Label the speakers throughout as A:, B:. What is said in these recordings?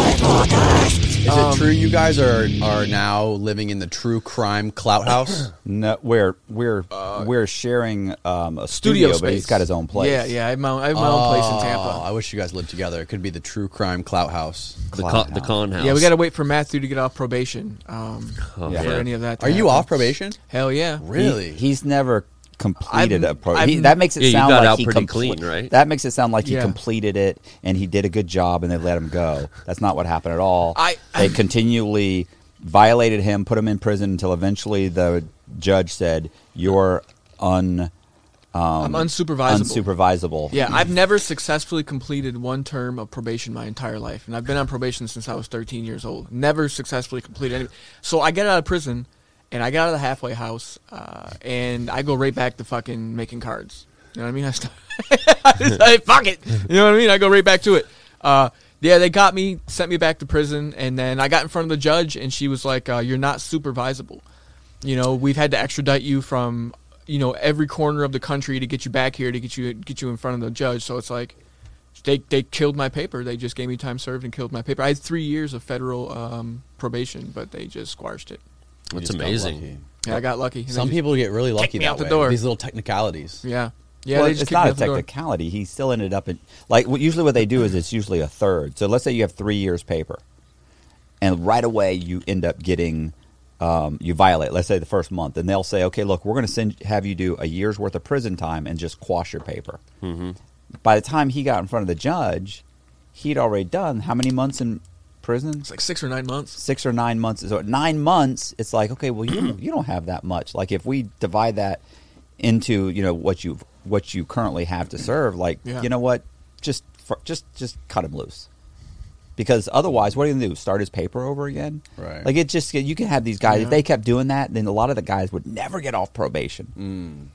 A: Is it true
B: Um,
A: you guys are are now living in the true crime clout house?
C: No, we're we're we're sharing um, a studio, but he's got his own place.
B: Uh, Yeah, yeah. I have my own, I have my own place in
A: Oh,
B: Tampa.
A: I wish you guys lived together. It could be the true crime clout house.
D: The,
C: Clown
D: con, the con house.
B: Yeah, we got to wait for Matthew to get off probation um,
D: Oh,
B: for
C: yeah.
B: any of that. to
A: Are you
B: happen.
A: off probation?
B: Hell yeah.
C: He-
A: Really?
C: he's never completed
B: I've-
C: a pro.
B: I've-
C: he- that makes it
D: Yeah, you
C: sound
D: got
C: like
D: out
C: he
D: pretty
C: comple-
D: clean, right?
C: That makes it sound like
B: Yeah.
C: he completed it and he did a good job, and they let him go. That's not what happened at all.
B: I-
C: they continually violated him, put him in prison until eventually the judge said, "You're un."
B: I'm unsupervisable.
C: unsupervisable.
B: yeah, I've never successfully completed one term of probation my entire life, and I've been on probation since I was 13 years old. Never successfully completed any. So I get out of prison, and I get out of the halfway house, uh, and I go right back to fucking making cards. You know what I mean? I, st- I just- I- fuck it. You know what I mean? I go right back to it. Uh, yeah, they got me, sent me back to prison, and then I got in front of the judge, and she was like, uh, "You're not supervisable." you know we've had to extradite you from you know every corner of the country to get you back here to get you get you in front of the judge so it's like they they killed my paper they just gave me time served and killed my paper i had three years of federal um, probation but they just squashed it
A: You
D: That's
A: just got
D: amazing.
A: lucky.
B: yeah i got lucky And they
A: Some
B: just-
A: people get really lucky
B: me
A: that
B: out the
A: way.
B: door.
A: These little technicalities.
B: yeah yeah
C: well,
B: they just
C: it's
B: kicked me
C: not a
B: out the door.
C: technicality. He still ended up in like what, usually what they do is it's usually a third. So let's say you have three years paper, and right away you end up getting um, you violate. Let's say the first month, and they'll say, okay, look, we're going to send have you do a year's worth of prison time and just quash your paper.
B: Mm-hmm.
C: By the time he got in front of the judge, he'd already done how many months in prison?
B: it's like six or nine months
C: six or nine months. So at nine months, it's like okay, well you you don't have that much. Like if we divide that into you know what you what you currently have to serve, like
B: Yeah.
C: you know what, just for, just just cut him loose. Because otherwise, what are you gonna do? Start his paper over again?
A: Right.
C: Like it just you can have these guys.
B: Yeah.
C: If they kept doing that, then a lot of the guys would never get off probation.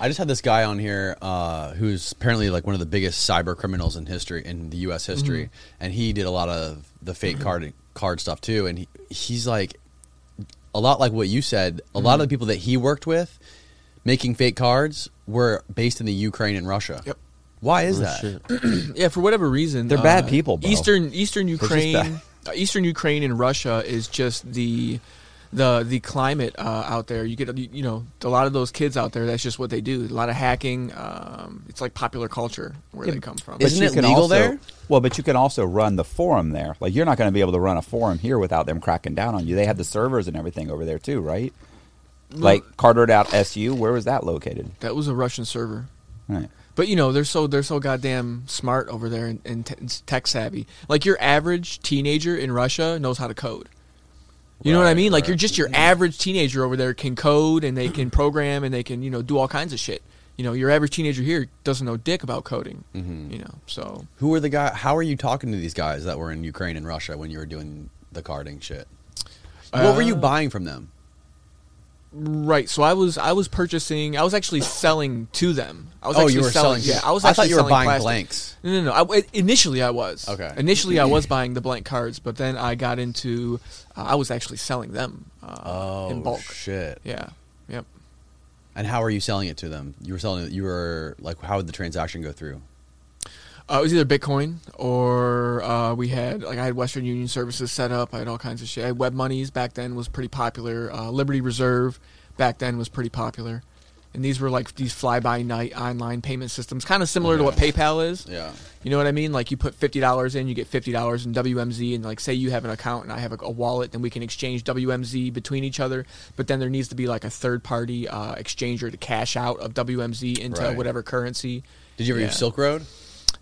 A: I just had this guy on here uh, who's apparently like one of the biggest cyber criminals in history in the U.S. history,
B: Mm-hmm.
A: and he did a lot of the fake card card stuff too. And he, he's like a lot like what you said. A lot
B: Mm-hmm.
A: of the people that he worked with making fake cards were based in the Ukraine and Russia.
B: Yep.
A: Why is
D: Oh,
A: that?
D: shit.
B: yeah for whatever reason uh,
C: They're bad people, bro.
B: eastern eastern ukraine
C: bad.
B: uh, eastern ukraine and russia is just the the the climate uh, out there you get you you know a lot of those kids out there that's just what they do a lot of hacking um, it's like popular culture where they come from
C: But
A: Isn't
C: you
A: it
C: can
A: legal
C: also-
A: there?
C: Well, but you can also run the forum there. Like you're not going to be able to run a forum here without them cracking down on you. They have the servers and everything over there too, right? Like Carter out SU, where was that located?
B: that was a russian server
C: Right.
B: But you know they're so they're so goddamn smart over there and, and te- tech savvy. Like your average teenager in Russia knows how to code. You know what I mean? Like you're just your
A: Mm-hmm.
B: average teenager over there can code and they can program and they can you know do all kinds of shit. You know your average teenager here doesn't know dick about coding.
A: Mm-hmm.
B: You know so
A: Who are the guy? How are you talking to these guys that were in Ukraine and Russia when you were doing the carding shit? what were you
B: Uh,
A: buying from them?
B: right. So I was I was purchasing. I was actually selling to them. I was
A: Oh,
B: actually
A: you were selling.
B: Yeah, I was.
A: I
B: actually
A: thought you were
B: selling
A: buying
B: plastic.
A: blanks.
B: No, no, no. I w initially, I was.
A: Okay.
B: Initially, I was buying the blank cards, but then I got into, uh, I was actually selling them uh,
A: Oh
B: in bulk.
A: shit!
B: Yeah. Yep.
A: And how are you selling it to them? You were selling it. You were like, how would the transaction go through?
B: Uh, it was either Bitcoin or uh, we had like I had Western Union services set up. I had all kinds of shit. I had Web Monies back then was pretty popular. Uh, Liberty Reserve back then was pretty popular, and these were like these fly by night online payment systems, kind of similar to what PayPal is.
A: Yeah.
B: You know what I mean? Like you put fifty dollars in, you get fifty dollars in WMZ, and like say you have an account and I have a, a wallet, then we can exchange WMZ between each other. But then there needs to be like a third party uh, exchanger to cash out of WMZ into
A: Right.
B: whatever currency.
A: Did you ever
B: Yeah.
A: use Silk Road?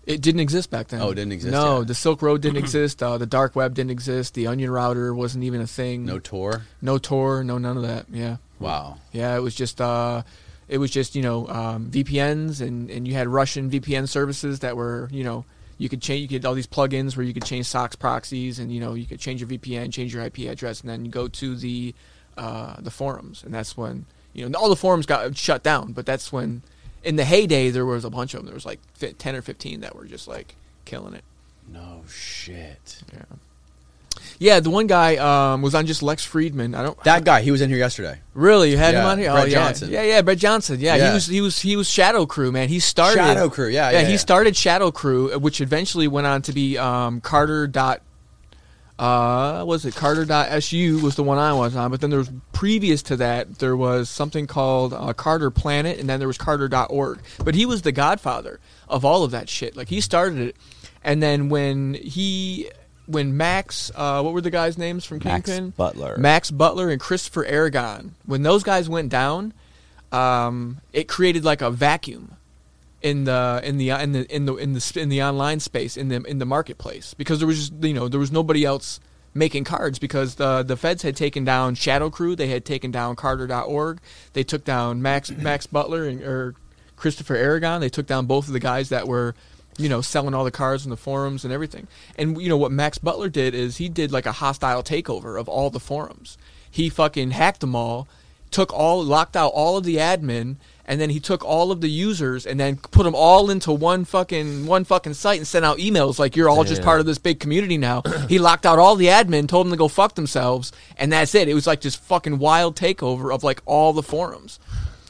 B: It didn't exist back then.
A: Oh, it didn't exist,
B: No,
A: yeah.
B: the Silk Road didn't exist. Uh, the dark web didn't exist. The Onion Router wasn't even a thing.
A: No tour.
B: no Tor, no none of that. Yeah,
A: Mm-hmm. Wow.
B: yeah. It was just, uh, it was just you know um, VPNs, and and you had Russian VPN services that were you know you could change, you could all these plugins where you could change socks proxies, and you know you could change your VPN, change your IP address, and then you go to the uh, the forums, and that's when you know all the forums got shut down. But that's when in the heyday there was a bunch of them. There was like fi- ten or fifteen that were just like killing it.
A: No shit.
B: Yeah. Yeah, the one guy um, was on just Lex Friedman. I don't
A: That guy, he was in here yesterday.
B: really you had him
A: Yeah,
B: on here. oh
A: Brett
B: yeah,
A: Johnson.
B: yeah, yeah, Brett Johnson. Yeah,
A: Yeah.
B: he was he was he was Shadow Crew man. He started
A: Shadow Crew, yeah, yeah,
B: he
A: yeah.
B: started Shadow Crew, uh, which eventually went on to be um, Carter dot. Uh, what was it Carter dot SU was the one I was on, but then there was previous to that there was something called uh, Carter Planet, and then there was Carter dot org. But he was the godfather of all of that shit. Like he started it, and then when he when Max, uh, what were the guys' names from
C: Max
B: Kingpin?
C: Butler.
B: Max Butler and Christopher Aragon. When those guys went down, um, it created like a vacuum in the in the in the in the in the sp- in the online space in the in the marketplace because there was just you know there was nobody else making cards because the the feds had taken down Shadow Crew, they had taken down Carter.org, they took down Max Max Butler and or Christopher Aragon, they took down both of the guys that were you know selling all the cards in the forums and everything. And you know what Max Butler did is he did like a hostile takeover of all the forums. He fucking hacked them all took all locked out all of the admin and then he took all of the users and then put them all into one fucking one fucking site and sent out emails like you're all just part of this big community now. he locked out all the admin, told them to go fuck themselves, and that's it. It was like this fucking wild takeover of like all the forums.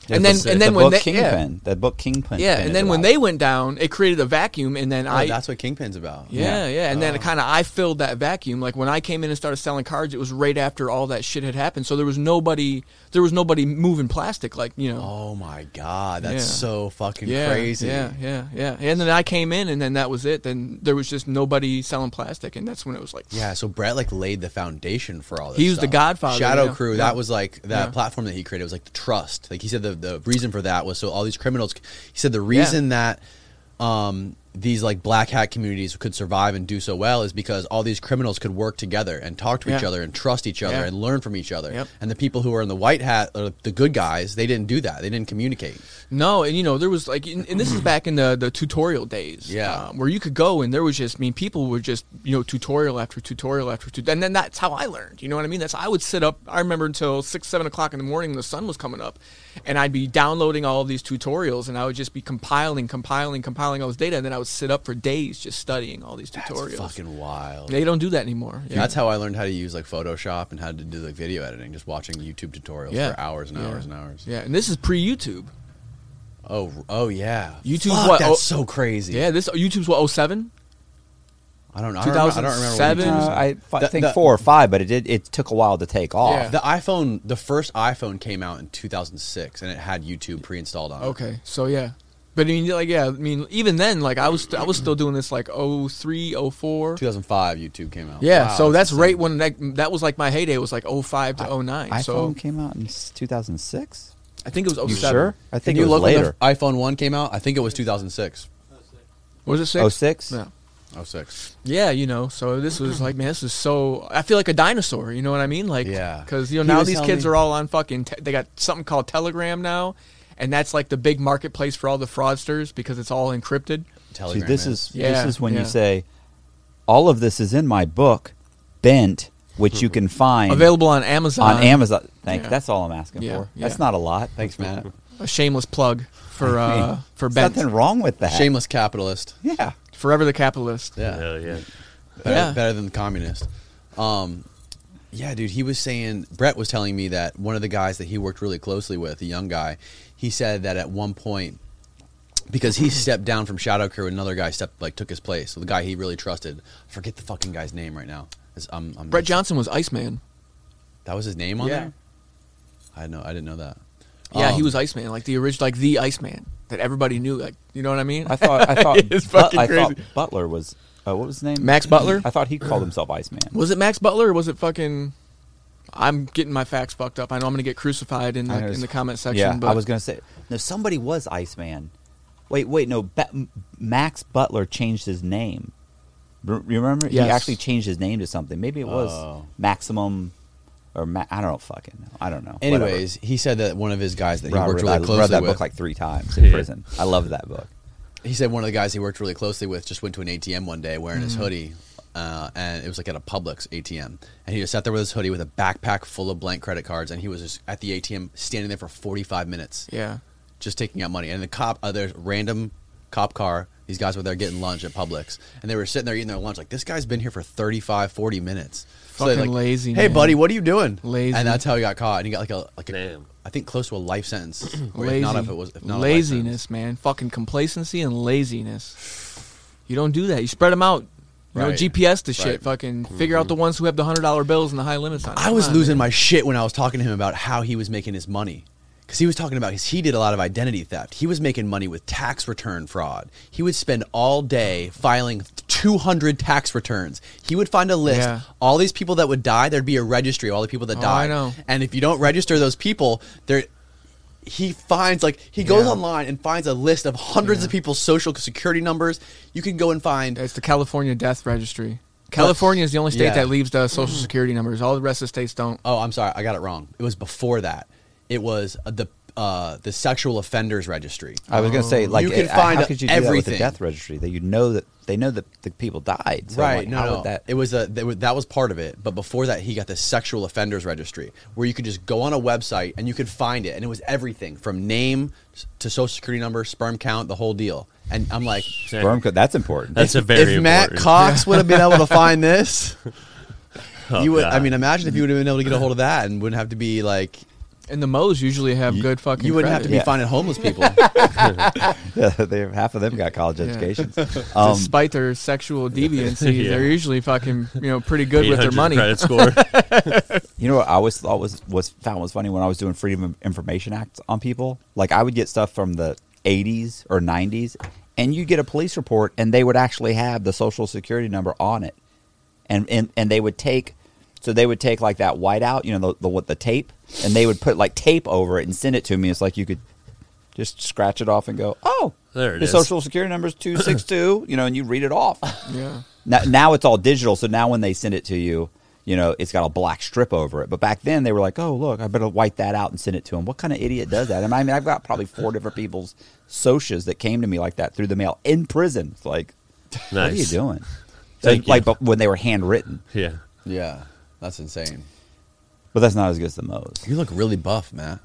B: and then
A: that's it.
B: and then
C: the
B: when
C: book
B: they yeah,
C: Kingpin, the book Kingpin.
B: yeah
C: pinned
B: and then
C: it
B: when
C: out.
B: they went down, it created a vacuum and then
A: Oh,
B: I
A: that's what Kingpin's about.
B: yeah, yeah, and
A: Uh.
B: then kind of I filled that vacuum. Like when I came in and started selling cards, it was right after all that shit had happened. So there was nobody, there was nobody moving plastic. Like you know,
A: Oh my god, that's
B: Yeah.
A: so fucking
B: yeah,
A: crazy.
B: Yeah, yeah, yeah. And then I came in, and then that was it. Then there was just nobody selling plastic, and that's when it was like,
A: Yeah, so Brett like laid the foundation for all this.
B: He was the
A: stuff.
B: godfather,
A: Shadow
B: yeah.
A: Crew.
B: Yeah.
A: That was like that
B: Yeah.
A: platform that he created was like the trust. Like he said, the the reason for that was so all these criminals. He said the reason that um these like black hat communities could survive and do so well is because all these criminals could work together and talk to each
B: Yeah.
A: other and trust each other
B: Yeah.
A: and learn from each other.
B: Yep.
A: And the people who are in the white hat, or the good guys, they didn't do that. They didn't communicate.
B: No, and you know there was like, and, and this is back in the the tutorial days,
A: Yeah.
B: um, where you could go and there was just, I mean, people were just you know tutorial after tutorial after tutorial, and then that's how I learned. You know what I mean? That's I would sit up. I remember until six, seven o'clock in the morning, when the sun was coming up, and I'd be downloading all of these tutorials, and I would just be compiling, compiling, compiling all this data, and then I would sit up for days just studying all these tutorials.
A: That's fucking wild.
B: they don't do that anymore.
A: Yeah, That's how I learned how to use like Photoshop and how to do like video editing, just watching YouTube tutorials for hours and
B: Yeah.
A: hours and hours.
B: Yeah, and this is pre YouTube.
A: Oh, oh yeah.
B: YouTube's
A: Fuck,
B: what,
A: That's
B: oh-
A: so crazy.
B: Yeah, this YouTube's what 07?
A: I don't know. I don't, remember- I don't remember. what
B: 2007?
A: YouTube was.
C: Uh, I fi-
A: The-
C: think
A: the-
C: four or five, but it did. It took a while to take off.
B: Yeah.
A: the iPhone, the first iPhone came out in 2006, and it had YouTube pre-installed on it.
B: Okay, so yeah, but I mean, like, yeah, I mean, even then, like, I was I was still doing this like 03, 04.
A: 2005, YouTube came out.
B: Yeah,
A: Wow,
B: so that's
A: insane.
B: right when that that was like my heyday was like 05 to 09.
C: iPhone
B: so
C: came out in 2006.
B: I think it was 07.
C: You sure? I
A: Can
C: think
A: you
C: it was
A: look when the
C: later.
A: f- iPhone one came out. I think it was 2006.
B: Was it six?
C: Oh six.
B: Yeah.
A: Oh six.
B: Yeah, you know, so this was like, man, this is so. I feel like a dinosaur. You know what I mean? Like,
A: Yeah.
B: because you know
A: He
B: now
A: was
B: these
A: telling
B: kids
A: me-
B: are all on fucking. Te- they got something called Telegram now, and that's like the big marketplace for all the fraudsters because it's all encrypted.
C: See,
A: Telegram.
C: this is
B: Yeah,
C: this is when
B: yeah.
C: you say, all of this is in my book, Bent, which you can find
B: Available on Amazon.
C: on Amazon. Thank.
B: Yeah.
C: That's all I'm asking
B: Yeah,
C: for.
B: yeah.
C: That's not a lot.
A: Thanks, Matt.
B: A shameless plug for uh, for
C: There's
B: Bent.
C: Nothing wrong with that.
A: Shameless capitalist.
C: Yeah.
B: Forever the capitalist.
A: Yeah.
D: Hell yeah.
A: better,
B: Yeah.
A: better than the communist. Um, yeah, dude, he was saying Brett was telling me that one of the guys that he worked really closely with, a young guy, he said that at one point because he stepped down from Shadow Crew, another guy stepped like took his place. So the guy he really trusted, I forget the fucking guy's name right now. It's- I'm- I'm-
B: Brett Johnson was Iceman.
A: That was his name on
B: Yeah.
A: there. I know, I didn't know that.
B: Yeah,
A: Um,
B: he was Iceman, like the original, like the Iceman that everybody knew. Like, you know what I mean?
C: I thought I thought,
B: It's fucking
C: I thought
B: crazy.
C: Butler was uh, what was his name?
B: Max Butler?
C: I thought he called himself Iceman.
B: was it Max Butler or was it fucking? I'm getting my facts fucked up. I know I'm gonna get crucified in
C: I
B: the
C: was-
B: in the comment section.
C: yeah,
B: but
C: I was gonna say no. Somebody was Iceman. Wait, wait, no. Ba- M- Max Butler changed his name. R- you remember?
B: Yes.
C: He actually changed his name to something. Maybe it was
A: Oh.
C: Maximum, or Ma- I don't fucking know. I don't know. Whatever.
A: Anyways, he said that one of his guys that he
C: I
A: worked
C: read,
A: really
C: I
A: closely
C: read that
A: with,
C: book like three times in
D: Yeah.
C: prison. I love that book.
A: he said one of the guys he worked really closely with just went to an ATM one day wearing
B: Mm.
A: his hoodie, uh, and it was like at a Publix ATM, and he just sat there with his hoodie with a backpack full of blank credit cards, and he was just at the ATM standing there for forty five minutes,
B: yeah,
A: just taking out money, and the cop, uh, there's a random cop car These guys were there getting lunch at Publix, and they were sitting there eating their lunch. Like this guy's been here for 35, 40 minutes. So they're
B: Fucking lazy,
A: Hey,
B: man.
A: buddy, what are you doing?
B: Lazy.
A: And that's how he got caught, and he got like a like a I
D: Damn.
A: think close to a life sentence. or
B: Lazy.
A: if not if it was if not a life sentence.
B: laziness, man. Fucking complacency and laziness. You don't do that. You spread them out. You know,
A: Right.
B: GPS the shit.
A: Right.
B: Fucking figure out the ones who have the hundred dollar bills and the high limits on. it.
A: I
B: Come
A: was
B: on,
A: losing
B: man.
A: my shit when I was talking to him about how he was making his money. Because he was talking about, because he did a lot of identity theft. He was making money with tax return fraud. He would spend all day filing 200 tax returns. He would find a list.
B: Yeah.
A: All these people that would die, there'd be a registry of all the people that
B: Oh,
A: died.
B: I know.
A: And if you don't register those people, there, he finds, like, he goes
B: Yeah.
A: online and finds a list of hundreds
B: Yeah.
A: of people's social security numbers. You can go and find
B: It's the California Death Registry. California is the only state
A: Yeah.
B: that leaves the social security numbers. All the rest of the states don't. Uh,
A: Oh, I'm sorry, I got it wrong. It was before that. It was uh, the uh, the sexual offenders registry.
C: I was going to say, like,
A: You can
C: eh,
A: find
C: how could you do that with the
A: everything.
C: death registry? That you know that they know that the people died. So
A: right?
C: Like,
A: no,
C: how
A: no.
C: would that?
A: It was a that was- that was part of it. But before that, he got the sexual offenders registry, where you could just go on a website and you could find it, and it was everything from name s- to social security number, sperm count, the whole deal. And I'm like,
C: Sperm co- that's important.
D: That's a very
A: if Matt
D: important-
A: Cox would have been able to find this,
D: Oh,
A: you would. I
D: God.
A: mean, imagine if you would have been able to get a hold of that and wouldn't have to be like.
B: And the Moes usually have good fucking.
A: You wouldn't have to be
C: Yeah.
A: finding homeless people.
C: Yeah, they, half of them got college
B: Yeah.
C: educations. Um,
B: Despite their sexual deviancy,
D: Yeah.
B: they're usually fucking you know pretty good with their
D: 800
B: money.
D: Credit score.
C: you know what I always thought was was found was funny when I was doing Freedom of Information Act on people. Like I would get stuff from the '80s or '90s, and you get a police report, and they would actually have the social security number on it, and and, and they would take. So they would take like that whiteout, you know, the, the what the tape, and they would put like tape over it and send it to me. It's like you could just scratch it off and go, "Oh,
D: There it
C: his
D: is.
C: social security number is two six two, you know, and you read it off.
B: Yeah.
C: Now, now it's all digital, so now when they send it to you, you know, it's got a black strip over it. But back then they were like, "Oh, look, I better wipe that out and send it to him." What kind of idiot does that? And I mean, I've got probably four different people's socias that came to me like that through the mail in prison. It's like, what are you
D: Nice.
C: doing?
D: Thank
C: like,
D: you.
C: but when they were handwritten.
D: yeah.
A: yeah, that's insane.
C: But that's not as good as the Moe's.
A: You look really buff, Matt.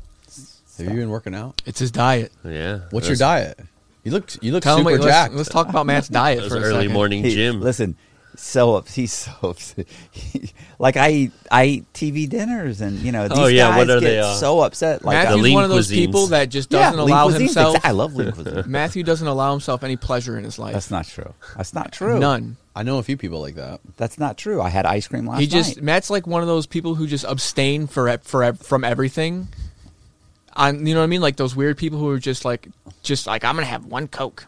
A: Have you been working out?
B: It's his diet.
D: Yeah.
A: What's your
D: That's-
A: diet? You look you look
B: Tell him,
A: super
B: wait, let's,
A: jacked.
B: let's talk about Matt's diet
D: That's
B: for a
D: early
B: second.
D: morning
C: He-
D: gym.
C: Listen, so ups. He's so upset. He- like I eat, I eat TV dinners, and you know these
D: Oh, yeah,
C: guys
D: what are
C: get
D: they, uh,
C: so upset. Like
D: the
B: Matthew's
D: lean
B: one of those
D: cuisines.
B: people that just
C: yeah,
B: doesn't
C: lean
B: allow
C: cuisines.
B: himself.
C: I love lean cuisine.
B: Matthew doesn't allow himself any pleasure in his life.
C: That's not true. That's not true.
B: None.
A: I know a few people like that.
C: That's not true. I had ice cream last
B: he just
C: night.
B: Matt's like one of those people who just abstain for, e, for from everything. On you know what I mean? Like those weird people who are just like just like I'm gonna have one Coke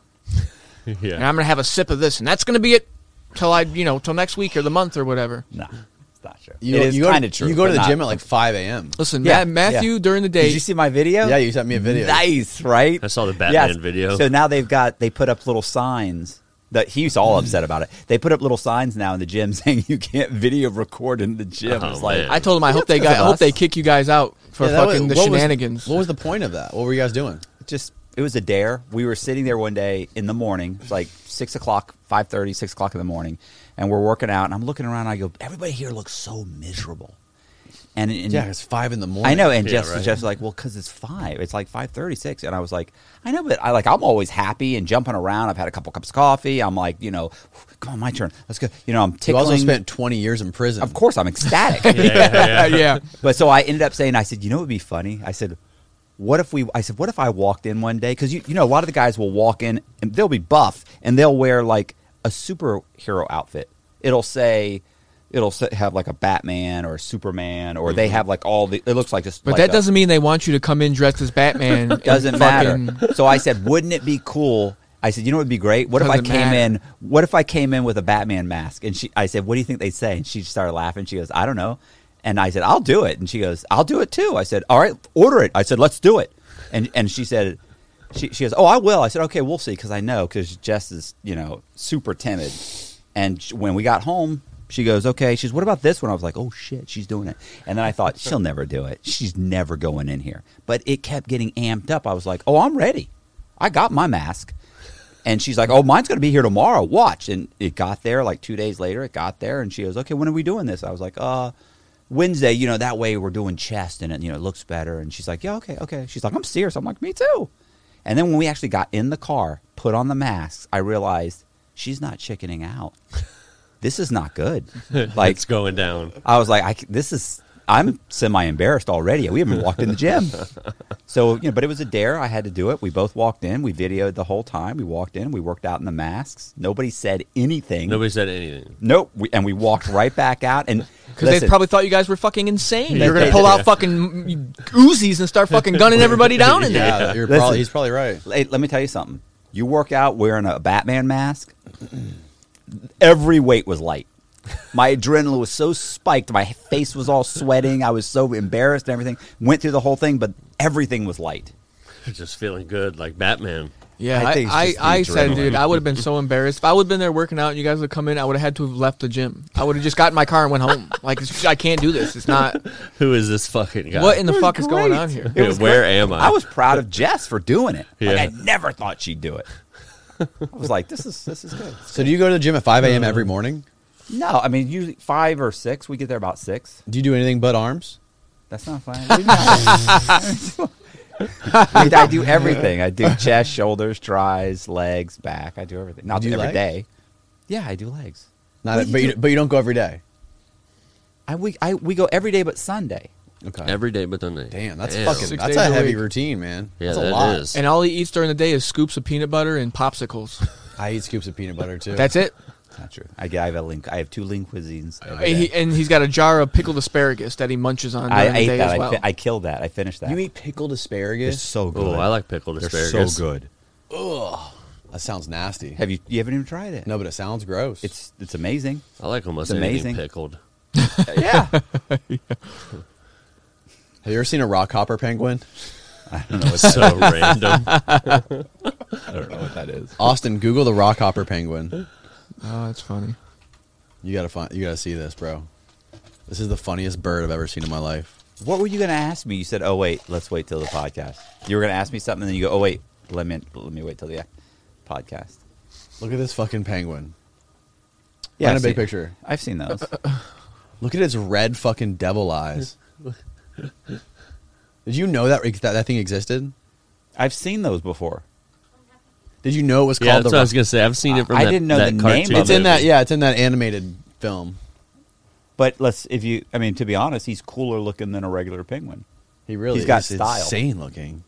B: and
D: yeah.
B: I'm gonna have a sip of this and that's gonna be it till I you know till next week or the month or whatever.
C: No, it's not true.
A: You,
C: it is
A: you go to-
C: kind of true.
A: You go to
C: but
A: the
C: not-
A: gym at like five a.m.
B: Listen,
C: Yeah,
B: Matt, Matthew
C: yeah.
B: during the day.
C: Did you see my video?
A: Yeah, you sent me a video.
C: Nice, right?
D: I saw the Batman video.
C: So now they've got they put up little signs. That he's all upset about it. They put up little signs now in the gym saying you can't video record in the gym.
D: Oh,
C: it's like
D: man.
B: I told him I hope they
C: because
B: got, I
C: of
B: hope
C: us.
B: they kick you guys out for
A: Yeah, that
B: fucking
A: was-
B: the
A: what was-
B: shenanigans.
A: what was the point of that? What were you guys doing?
C: just it was a dare. We were sitting there one day in the morning, it's like six o'clock, five thirty, six o'clock in the morning, and we're working out. And I'm looking around. And I go, everybody here looks so miserable. And, and
A: Yeah, it's five in the morning.
C: I know. And
D: Yeah,
C: Jeff's
D: right.
C: Jeff's like, well, because it's five. It's like five thirty six. And I was like, I know, but I like I'm always happy and jumping around. I've had a couple cups of coffee. I'm like, you know, come on, my turn. Let's go. You know, I'm
A: You
C: tickling.
A: also spent twenty years in prison.
C: of course, I'm ecstatic.
D: Yeah, yeah, yeah.
B: yeah.
C: But so I ended up saying, I said, you know, what would be funny. I said, what if we? I said, what if I walked in one day? Because you, you know, a lot of the guys will walk in and they'll be buff and they'll wear like a superhero outfit. It'll say, it'll say, have like a Batman or a Superman, or they have like all the. It looks like just.
B: Mm-hmm. But
C: like
B: that
C: a-
B: doesn't mean they want you to come in dressed as Batman. and
C: Oh doesn't
B: fucking-
C: matter. So I said, wouldn't it be cool? I said, you know, what would be great. What if I
B: Doesn't
C: came
B: matter.
C: in? What if I came in with a Batman mask? And she, I said, what do you think they'd say? And she started laughing. She goes, I don't know. And I said, I'll do it. And she goes, I'll do it too. I said, all right, order it. I said, let's do it. And and she said, she she goes, oh, I will. I said, okay, we'll see because I know because Jess is you know super timid. And sh- when we got home. She goes, okay. She's, what about this one? I was like, oh shit, she's doing it. And then I thought, she'll never do it. She's never going in here. But it kept getting amped up. I was like, oh, I'm ready. I got my mask. And she's like, "Oh, mine's going to be here tomorrow. Watch." And it got there like 2 days later. It got there and she goes, "Okay, when are we doing this?" I was like, "Uh, Wednesday, you know, that way we're doing chest and it, you know, it looks better." And she's like, "Yeah, okay, okay." She's like, "I'm serious." I'm like, "Me too." And then when we actually got in the car, put on the masks, I realized she's not chickening out. This is not good. Like
D: it's going down.
C: I was like, I c this is. I'm semi embarrassed already. We haven't walked in the gym. So, you know, but it was a dare. I had to do it. We both walked in. We videoed the whole time. We walked in. We worked out in the masks. Nobody said anything.
D: Nobody said anything.
C: Nope. We, and we walked right back out. And
B: Because they
C: listen,
B: probably thought you guys were fucking insane.
C: They-
B: You're gonna
C: they-
B: pull out fucking Uzis and start fucking gunning everybody down in there.
A: Yeah, you're
C: Listen.
A: probably, he's probably right.
C: Hey, let me tell you something. You work out wearing a Batman mask. Every weight was light. My adrenaline was so spiked. My face was all sweating. I was so embarrassed and everything. Went through the whole thing, but everything was light.
D: Just feeling good, like Batman.
B: Yeah,
C: I
B: I,
C: think it's
B: I,
C: just the
B: I said,
C: adrenaline.
B: dude, I would have been so embarrassed. If I would have been there working out and you guys would have come in, I would have had to have left the gym. I would have just got in my car and went home. Like, it's, I can't do this. It's not.
D: Who is this fucking guy?
B: What in the fuck is going on here?
D: Yeah, where am I?
C: I was proud of Jess for doing it. Like,
D: Yeah.
C: I never thought she'd do it. I was like, this is this is good.
A: So do you go to the gym at 5 a.m. every morning?
C: No, I mean usually five or six. We get there about six.
A: Do you do anything but arms?
C: That's not fine. What do you mean? I, mean, I do everything. I do chest, shoulders, tries, legs, back. I do everything. Not
A: Do you
C: every day.
A: legs?
C: Yeah, I do legs.
A: Not,
C: What do you
A: but, you,
C: do?
A: but you don't go every day.
C: I we I we go every day but Sunday.
A: Okay.
D: Every day but Sunday.
A: Damn, that's
D: Damn.
A: fucking.
B: Six
A: That's
B: days
A: a
B: a
A: heavy
B: week.
A: routine, man.
D: Yeah,
A: that's a
D: that
A: lot.
D: is.
B: And all he eats during the day is scoops of peanut butter and popsicles.
A: I eat scoops of peanut butter too.
B: That's it.
C: Not true. I, get- I have a link. I have two lean cuisines. Every
B: And,
C: day.
B: he, and he's got a jar of pickled asparagus that he munches on
C: Oh, I,
B: during the
C: ate
B: day
C: that.
B: as
C: I,
B: well.
C: fi- I killed that. I finished that.
A: you eat pickled
C: They're
A: asparagus.
C: so good.
D: Oh, I like pickled
C: They're
D: asparagus.
C: so good.
A: That sounds nasty.
C: Have you? You haven't even tried it.
A: No, but it sounds gross.
C: It's it's amazing.
D: I like almost
C: It's
D: anything
C: amazing.
D: pickled.
C: yeah.
A: Have you ever seen a rock hopper penguin?
C: I don't know what that,
D: So random.
C: I don't know what that is.
A: Austin, Google the rock hopper penguin.
B: Oh, that's funny.
A: You gotta find. You gotta see this, bro. This is the funniest bird I've ever seen in my life.
C: What were you going to ask me? You said, "Oh wait, let's wait till the podcast." You were going to ask me something, and then you go, "Oh wait, let me let me wait till the uh, podcast."
A: Look at this fucking penguin.
C: Yeah,
A: Find a
C: I've
A: big
C: seen-
A: picture.
C: I've seen those.
A: Look at its red fucking devil eyes. Did you know that, that that thing existed?
C: I've seen those before.
A: Did you know it was
D: yeah,
A: called
D: that's
A: the?
D: what I was gonna say. I've seen it from.
C: I
D: that,
C: didn't know
D: that
C: the name
D: cartoon
C: of
A: it's in
D: movie.
A: that. Yeah, it's in that animated film.
C: But let's if you, I mean, to be honest, he's cooler looking than a regular penguin.
A: He really
C: He's got
A: is
C: style.
A: insane looking.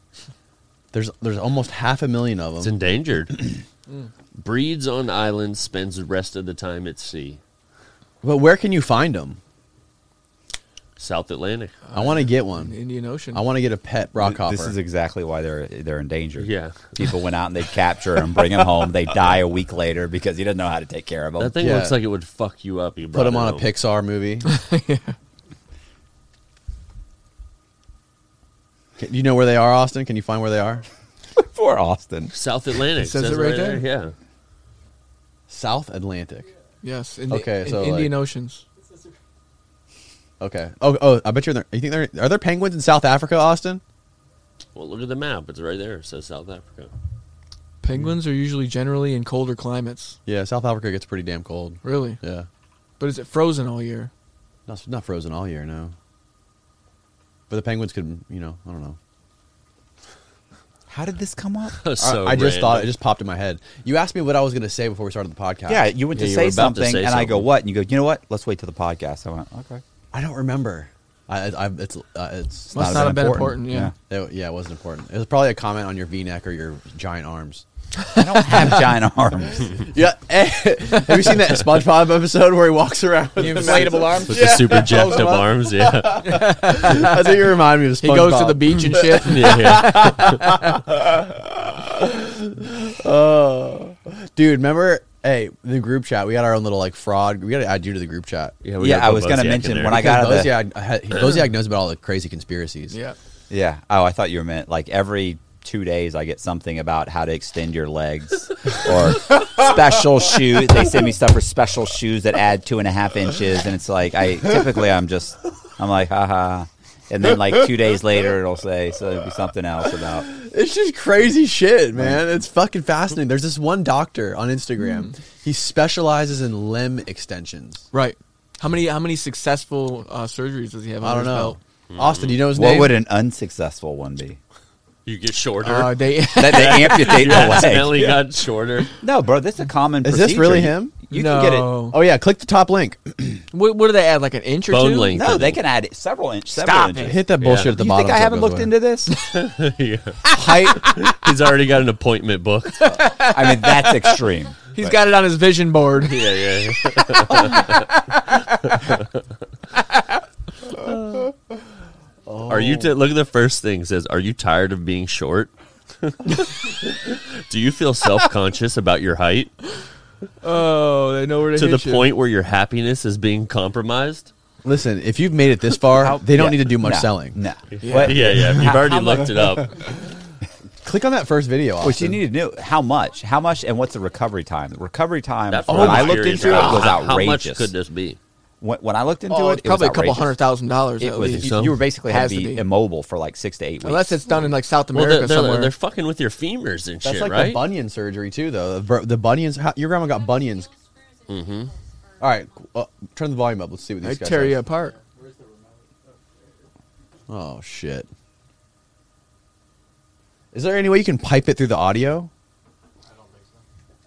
A: There's there's almost half a million of
D: It's
A: them.
D: endangered. Breeds on islands, spends the rest of the time at sea.
A: but where can you find them?
D: South Atlantic.
A: I want to get
B: The
A: one.
B: Indian Ocean.
A: I want to get a pet rock
C: Th-
A: hopper.
C: This is exactly why they're they're endangered.
D: Yeah.
C: people went out and they capture him, bring him home. They die a week later because he doesn't know how to take care of them.
D: That thing
A: Yeah.
D: looks like it would fuck you up. You
A: Put
D: brought
A: them
D: it
A: on a
D: home.
A: Pixar movie. Can- Do you know where they are, Austin? Can you find where they are?
C: for Austin.
D: South Atlantic.
B: It says it right there.
D: Yeah.
A: South Atlantic.
B: yes. In the,
A: Okay,
B: in
A: so, like-
B: Indian Oceans.
A: Okay. Oh, oh, I bet you're there. You think there are there penguins in South Africa, Austin?
D: Well, look at the map. It's right there. It says South Africa.
B: Penguins are usually generally in colder climates.
A: Yeah, South Africa gets pretty damn cold.
B: Really?
A: Yeah,
B: But is it frozen all year?
A: not not frozen all year, no. But the penguins could, you know, I don't know.
C: How did this come up?
D: so
A: I, I just thought it
D: random.
A: just popped in my head. You asked me what I was going to say before we started the podcast.
C: Yeah, you went
D: Yeah,
C: to
D: you were
C: say
D: about to
C: something,
D: say
C: and I go,
D: something.
C: "What?" And you go, "You know what? Let's wait till the podcast." I went, "Okay."
A: I don't remember. I, I, I it's uh, it's
B: Must not have been important. yeah.
A: It, yeah, it wasn't important. It was probably a comment on your V-neck or your giant arms.
C: I don't have giant arms.
A: Yeah, eh, have you seen that SpongeBob episode where he walks around with
B: The
A: the
B: inflatable
A: massive-
B: arms.
D: With the super jacked up arms. Yeah.
A: That's what you remind me of. SpongeBob.
B: He goes to the beach and shit.
D: yeah. yeah.
A: dude. Remember, hey, the group chat. We had our own little like fraud. We got to add you to the group chat.
D: Yeah, we
C: yeah,
D: gotta
C: I
D: put
C: was going
D: Bozak
C: to
D: in
C: mention
D: there.
C: when I got out of the,
A: Bozak, I had- Bozak knows about all the crazy conspiracies.
B: yeah.
C: yeah. Oh, I thought you meant like every two days I get something about how to extend your legs or special shoes. They send me stuff for special shoes that add two and a half inches, and it's like I typically I'm just I'm like haha, and then like two days later it'll say so it'll be something else about
A: It's just crazy
B: Mm.
A: shit, man. It's fucking fascinating. There's this one doctor on Instagram.
B: Mm.
A: He specializes in limb extensions.
B: Right. How many how many successful uh, surgeries does he have?
A: I
B: under
A: don't
B: his
A: know.
B: belt?
A: Austin, do you know his
C: what
A: name?
C: would an unsuccessful one be?
D: You get shorter.
B: Uh, they
C: That they amputate
D: you
C: the leg.
D: accidentally
C: Yeah.
D: got shorter.
C: No, bro, this is a common.
A: Is this
C: procedure.
A: really
C: You-
A: him?
C: You can get it.
B: No.
A: Oh yeah, click the top link.
B: what, what do they add? Like an inch or
D: Bone
B: two?
D: length.
C: No, they can add it several inches. Several
B: Stop
C: inches.
B: it.
A: Hit that bullshit
D: Yeah.
A: at the
C: you
A: bottom.
C: think
A: so
C: I
A: it
C: haven't
A: goes
C: looked
A: away.
C: into this?
D: Yeah.
A: height?
D: He's already got an appointment booked. yeah,
C: I mean, that's extreme.
B: He's got it on his vision board.
D: yeah. yeah. Are you t- look at the first thing it says? Are you tired of being short? Do you feel self conscious about your height
B: Oh, they know where
D: to the
B: hit you.
D: point where your happiness is being compromised?
A: Listen, if you've made it this far,
C: How-
A: they don't
C: yeah,
A: need to do much
C: no,
A: selling.
C: No.
D: Yeah, yeah. yeah. You've already
C: how much-
D: looked it up.
A: Click on that first video.
C: What you
A: Austin.
C: need to know how much, how much, and what's the recovery time? The recovery time
D: That's
C: when
D: what
C: Oh, I
D: I'm
C: looked
D: curious
C: into it
D: about.
C: was
D: How-
C: outrageous.
D: How much could this be?
C: when, when I looked into
B: Oh,
C: it,
B: it's probably
C: it was
B: a couple
C: outrageous.
B: hundred thousand dollars
C: It
B: at
C: was-
B: least.
C: you, you were basically had
B: Has
C: to
B: to
C: be
B: be.
C: immobile for like six to eight weeks.
B: Unless it's done in like South
D: Well,
B: America
D: they're, they're,
B: somewhere.
D: they're fucking with your femurs and
A: That's
D: shit,
A: like
D: right?
A: the bunion surgery too, though. The, bur- the bunions. How, your grandma got bunions.
E: Mm-hmm.
A: All right, uh, turn the volume up. Let's see what these
B: they
A: guys.
B: tear
A: have.
B: you apart.
A: Oh shit! Is there any way you can pipe it through the audio?
F: and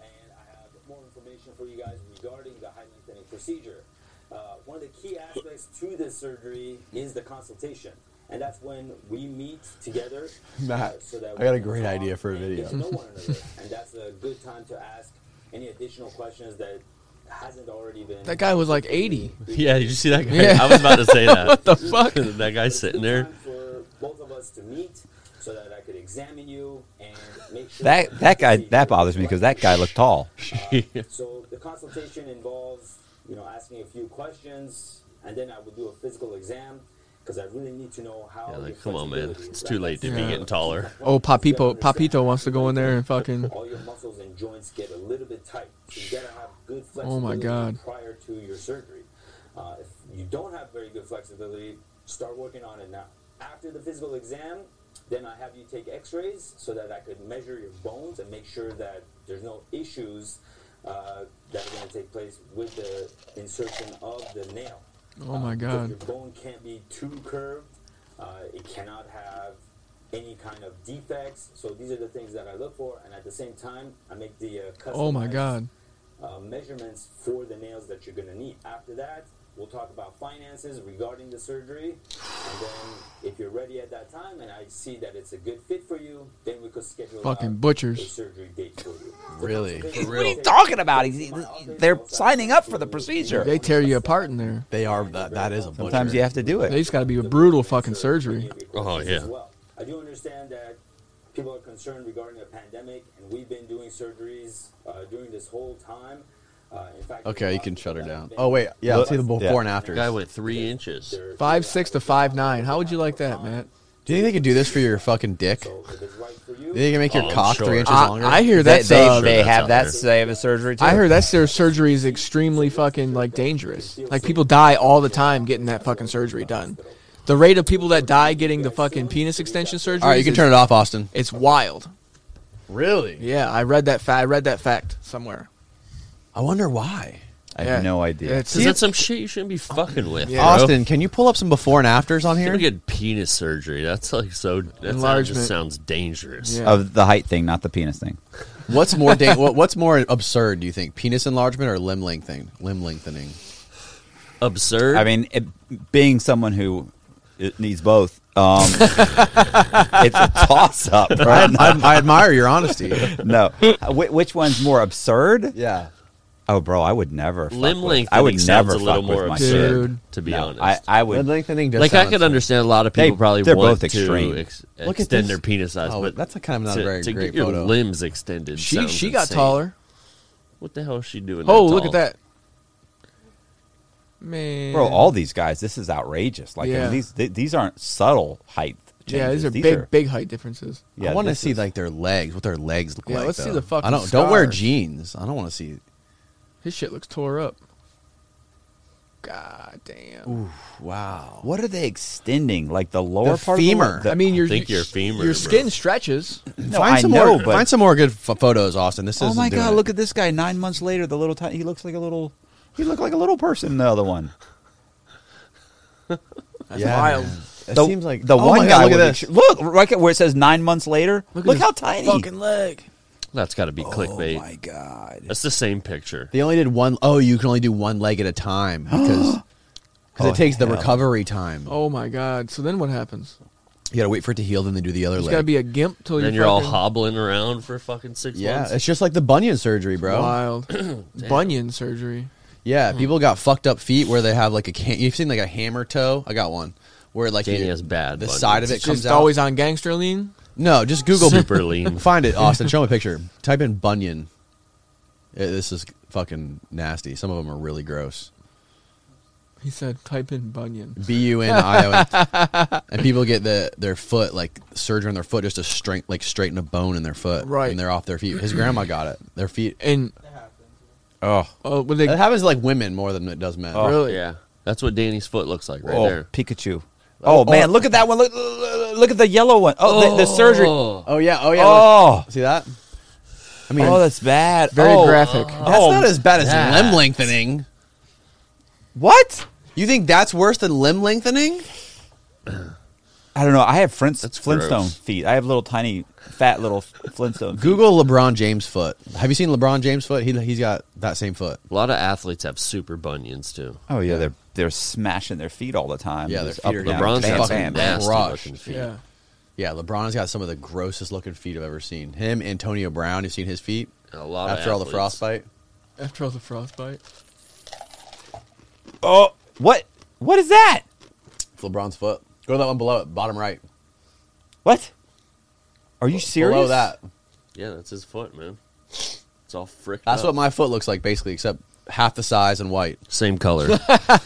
F: I have more information for you guys regarding the hymenectomy procedure. Uh, one of the key aspects to this surgery is the consultation, and that's when we meet together. uh,
A: Matt,
F: so that
A: I
F: we
A: got a
F: can
A: great
F: talk
A: idea for a
F: and
A: video.
F: get to know one another, and that's a good time to ask any additional questions that hasn't already been.
B: That guy was like 80.
D: Yeah, did you see that guy? I was about to say that. what
B: the fuck?
D: that guy sitting there.
F: Time for both of us to meet, so that I could examine you and make sure
C: that that guy that bothers me because that guy looked tall.
F: So the consultation involves, you know, asking a few questions, and then I would do a physical exam because I really need to know how.
D: Yeah,
F: your
D: like, come on, man.
F: flexibility
D: It's
F: is.
D: too
F: Like,
D: late to be
F: that's-
D: getting taller.
B: Oh, Papito,
F: Understand
B: Papito wants to go in there and fucking.
F: All your muscles and joints get a little bit tight, so you gotta have good flexibility
B: Oh my God.
F: prior to your surgery. Uh, if you don't have very good flexibility, start working on it now. After the physical exam, then I have you take X-rays so that I could measure your bones and make sure that there's no issues uh, that are going to take place with the insertion of the nail.
B: Oh my god.
F: Because Your bone can't be too curved. Uh, it cannot have any kind of defects. So these are the things that I look for, and at the same time, I make the uh, customized,
B: Oh my god.
F: uh, measurements for the nails that you're going to need. After that, we'll talk about finances regarding the surgery, and then if you're ready at that time, and I see that it's a good fit for you, then we could schedule
B: Fucking
F: out
B: butchers.
F: a surgery date for you.
A: Really?
C: What are you talking about? He's, they're signing up for the
B: They
C: procedure.
B: tear you apart in there.
A: They are. That, that is a. Butcher.
C: Sometimes you have to do
B: They
C: it.
B: just got to be a brutal fucking surgery.
D: Oh, yeah.
F: Well, I do understand that people are concerned regarding a pandemic, and we've been doing surgeries uh, during this whole time. Uh, in fact,
A: Okay, you can shut her down. Oh wait, yeah. Let's see the before
C: Yeah.
A: and after.
D: Guy went three inches.
B: Five six to five nine. How would you like that, Matt?
A: Do you think they could do this for your fucking dick? Do
F: So if it's right for
A: you
F: you,
A: think they can make your
D: Oh, I'm
A: cock
D: sure.
A: three inches
B: I,
A: longer?
B: I hear
C: They,
B: that's.
C: they,
B: uh,
C: they
D: that's
C: have
D: out
C: that.
D: there.
C: They have a surgery too.
B: I heard that's their surgery is extremely fucking like dangerous. Like people die all the time getting that fucking surgery done. The rate of people that die getting the fucking penis extension surgery.
A: All right, you can turn it off, Austin.
B: It's wild.
A: Really?
B: Yeah, I read that. Fa- I read that fact somewhere.
A: I wonder why.
C: I
B: Yeah.
C: have no idea.
B: It's-
D: Is that some shit you shouldn't be fucking with?
B: Yeah.
D: bro?
A: Austin, can you pull up some before and afters on here?
D: People get penis surgery. That's like so. That
B: Enlargement.
D: just sounds dangerous.
B: Yeah.
C: Of the height thing, not the penis thing.
A: What's more da- what, what's more absurd? Do you think penis enlargement or limb lengthening? Limb lengthening.
D: Absurd.
C: I mean, it, being someone who it needs both, um, it's a toss up.
A: I, I, I admire your honesty.
C: No, Wh- which one's more absurd?
A: Yeah.
C: Oh, bro, I would never. fuck
D: limb
C: with-
D: length.
C: I would never
D: sounds a little
C: fuck with
D: more
C: my
D: absurd.
C: kid.
B: Dude.
D: To be
C: No,
D: honest,
C: I, I
A: Limb
C: would.
A: lengthening. Just
D: like I could
A: sounds-
D: understand a lot of people
C: They-
D: probably
C: they're
D: want
C: both extreme.
D: to ex-
A: Look at
D: extend
A: this.
D: their penis size,
A: Oh,
D: but
A: that's a kind of not
D: to,
A: a very
D: to
A: great
D: get your
A: photo.
D: limbs extended.
B: She
D: sounds
B: she got
D: insane.
B: taller.
D: What the hell is she doing?
B: Oh, look
D: tall?
B: at that. Man.
C: Bro, all these guys, this is outrageous. Like I mean,
B: Yeah.
C: these th- these aren't subtle height changes.
B: Yeah, these are big, big height differences.
A: I want to
C: this
A: see
C: is-
A: like their legs, what their legs look
B: Yeah,
A: like.
B: let's see
A: though.
B: the fucking
A: I don't don't wear
B: scars.
A: jeans. I don't want to see.
B: His shit looks tore up. God damn.
A: Wow.
C: What are they extending? Like the lower
A: The
C: part
A: femur.
C: Of the,
B: I mean, your
D: think your femur,
B: your
D: bro.
B: skin stretches.
C: no,
A: find
C: I
A: some
C: know,
A: more.
C: but
A: Find some more good f- photos, Austin. This is.
C: oh my god, look at this guy. Nine months later, the little tiny, he looks like a little. He looked like a little person. in The other one.
B: That's
A: Yeah,
B: wild.
A: man. It
C: the,
A: seems like
C: the
A: one
C: one guy.
A: look at
C: with
A: this.
C: extre- look right at where it says nine months later. Look,
B: at
C: how
B: his
C: tiny.
B: Fucking leg.
D: That's got to be clickbait.
C: Oh my god.
D: That's the same picture.
A: They only did one oh you can only do one leg at a time because because
C: Oh,
A: it takes the
C: hell.
A: recovery time.
B: Oh my god. So then what happens?
A: You gotta wait for it to heal, then they do the other
B: It's
A: leg.
B: got to be a gimp till
D: Then
B: you're,
D: you're all
B: fucking-
D: hobbling around for fucking six
A: yeah,
D: months.
A: it's just like the bunion surgery, bro.
B: Wild. Bunion surgery.
A: Yeah,
B: Hmm.
A: people got fucked up feet where they have like a can- you've seen like a hammer toe. I got one where like
D: Danny
A: you-
D: has bad
A: the
D: bunions.
A: side of it
B: It's
A: comes
B: just
A: out.
B: always on gangster lean.
A: no, just Google
D: Super lean.
A: Find it, Austin. Show me a picture. Type in bunion. Yeah, this is fucking nasty. Some of them are really gross.
B: He said, type in bunion.
A: B U N I O N, and people get the their foot like surgery on their foot just to straight like straighten a bone in their foot,
B: Right.
A: And they're off their feet. His grandma got it. Their feet.
B: And
A: Oh,
B: uh, when
A: it
B: they
A: happens to, like women more than it does men.
B: really,
D: Yeah, that's what Danny's foot looks like right
C: oh,
D: there.
C: Pikachu. Oh, man, look at that one. Look, look at the yellow one. Oh, The, the surgery. Oh,
D: Oh.
A: Oh yeah. Oh yeah.
C: oh,
A: look. see that? I mean,
C: that's bad.
B: very
C: Oh,
B: graphic.
A: That's not as bad as
D: that.
A: limb lengthening.
C: What?
A: You think that's worse than limb lengthening?
C: I don't know. I have Flint,
D: That's
C: Flintstone
D: gross.
C: feet. I have little tiny, fat little Flintstone. Feet.
A: Google LeBron James foot. Have you seen LeBron James foot? He he's got that same foot.
D: A lot of athletes have super bunions too.
C: Oh yeah, they're they're smashing their feet all the time.
A: Yeah, their
C: Just
A: feet are down.
D: LeBron's
A: Bam,
D: got
A: bam,
D: some
A: bam.
D: nasty
A: Rush.
D: looking feet.
B: yeah.
A: Yeah, LeBron's got some of the grossest looking feet I've ever seen. Him, Antonio Brown. You've seen his feet
D: A lot
A: after
D: of
A: all the
D: athletes.
A: frostbite.
B: After all the frostbite.
C: Oh, what? What is that?
A: It's LeBron's foot. Go to that one below it, bottom right.
C: What? Are you serious?
A: Below that.
D: Yeah, that's his foot, man. It's all fricked.
A: That's
D: up.
A: what my foot looks like basically, except half the size and white.
D: same color.
C: What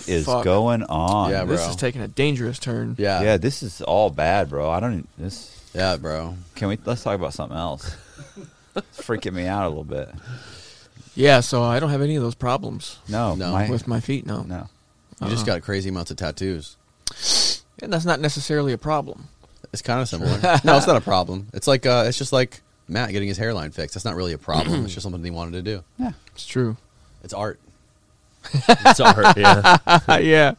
B: the
C: is
B: fuck?
C: going on?
A: Yeah,
B: This
A: bro.
B: is taking a dangerous turn.
A: Yeah.
C: Yeah,
A: Yeah,
C: this is all bad, bro. I don't. e, This
A: bro.
C: can we? Let's talk about something else. it's freaking me out a little bit.
B: Yeah, so I don't have any of those problems
C: No,
A: No.
C: my-
B: with my feet now.
C: no.
A: You just
B: Uh-huh.
A: got crazy amounts of tattoos.
B: And that's not necessarily a problem.
A: It's kind of similar. no, it's not a problem. It's like uh, it's just like Matt getting his hairline fixed. That's not really a problem. it's just something he wanted to do.
C: Yeah.
B: It's true.
A: It's art.
D: it's art. Yeah.
B: yeah.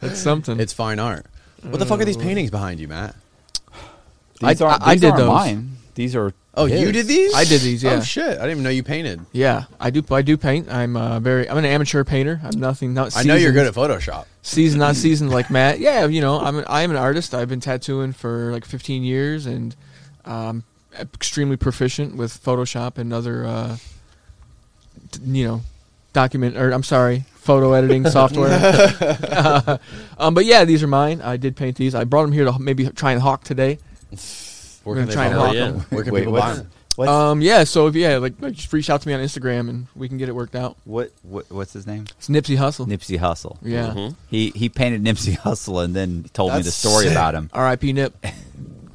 B: That's something.
A: It's fine art. What the fuck are
B: Mm.
A: these paintings behind you, Matt?
C: These
B: I-
C: aren't,
B: I- I
C: these
B: did
C: aren't
B: those.
C: mine. These are.
A: Oh, you
C: his.
A: did these?
B: I did these, yeah.
A: Oh shit! I didn't even know you painted.
B: yeah, I do. I do paint. I'm uh, very. I'm an amateur painter. I'm nothing. Not.
A: I know you're
B: seasoned-
A: good at Photoshop.
B: seasoned, not seasoned like Matt. Yeah, you know, I'm an, I am an artist. I've been tattooing for like 15 years and um, extremely proficient with Photoshop and other, uh, d- you know, document or I'm sorry, photo editing software. um, but yeah, these are mine. I did paint these. I brought them here to h- maybe try and hawk today.
A: Where
B: We're
A: can
B: gonna
A: they
B: try and
A: buy
B: hawk
A: them?
B: 'em.
A: Where can
C: Wait,
A: people buy
C: what's-
A: them?
C: What's,
B: Um, yeah, so if yeah, like like, just reach out to me on Instagram and we can get it worked out.
C: what, what? What's his name?
B: It's Nipsey Mm-hmm. Hustle.
C: Nipsey Hussle.
B: Oh. yeah.
D: Mhm.
C: He he painted Nipsey Hussle and then told me
A: That's
C: the story
A: sick.
C: about him.
B: R.I.P. Nip.
D: Yeah.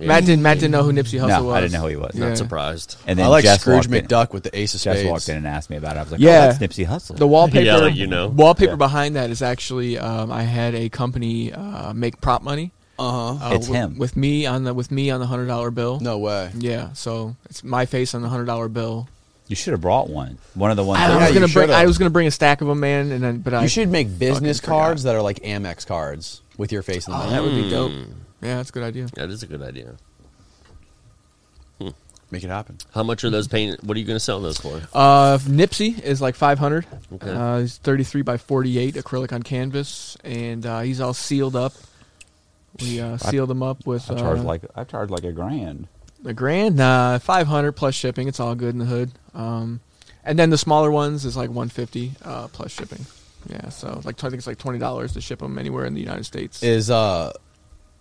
B: Matt didn't. Matt didn't know who Nipsey Hussle
C: No,
B: was.
C: I didn't know who he was.
B: Yeah.
D: Not surprised.
C: And then
A: I like
C: Jess
A: Scrooge
C: walked in-
A: McDuck with the Ace of
C: Jess
A: Spades.
C: walked in and asked me about it. I was like,
B: Yeah.
C: oh, that's Nipsey Hussle.
B: The wallpaper,
D: Yeah, like, you know.
B: wallpaper
C: Yeah.
B: behind that is actually um, I had a company uh, make prop money.
A: Uh huh.
B: Uh,
C: It's
B: with,
C: him.
B: with me on the with me on the hundred dollar bill.
A: No way.
B: yeah, so it's my face on the hundred dollar bill.
C: You should have brought one. One of the ones.
B: I
C: that-
A: Yeah,
B: was
A: you
B: gonna bring
A: should've.
B: I was gonna bring a stack of them, man, and then but I
A: You should make business
B: fucking forgot.
A: cards that are like Amex cards with your face in
B: Oh,
A: them.
B: that would be dope. Yeah, that's a good idea.
D: That is a good idea.
A: Make it happen.
D: How much are those paint? What are you going to sell those for?
B: Uh, Nipsey is like 500.
D: Okay.
B: Uh, he's 33 by 48 acrylic on canvas, and uh, he's all sealed up. We uh, sealed him up with
C: I charged
B: uh,
C: like I charged like a grand.
B: The grand, nah, five hundred plus shipping. It's all good in the hood. Um, and then the smaller ones is like one fifty uh, plus shipping. Yeah, so like I think it's like twenty dollars to ship them anywhere in the United States.
A: Is uh,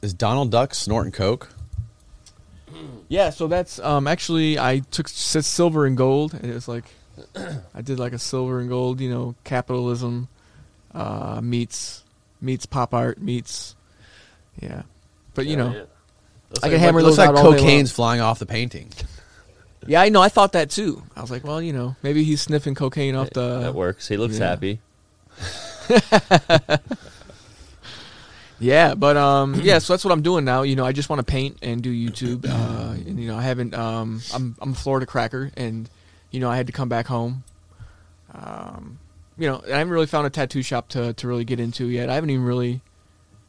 A: is Donald Duck snorting coke?
B: yeah, so that's um, actually I took s- silver and gold. And it was like I did like a silver and gold. You know, capitalism uh, meets meets pop art meets yeah, but you know.
D: Yeah.
B: Yeah.
D: Looks
B: I
D: like
B: can hammer
A: It
B: those
A: looks like
B: out all day long.
A: cocaine's flying off the painting.
B: I know. I thought that too. I was like, well, you know, maybe he's sniffing cocaine off the.
D: that works. He looks
B: yeah.
D: happy.
B: Yeah, but um, yeah, so that's what I'm doing now. You know, I just want to paint and do YouTube, uh, and you know, I haven't. Um, I'm I'm a Florida cracker, and you know, I had to come back home. Um, you know, I haven't really found a tattoo shop to, to really get into yet. I haven't even really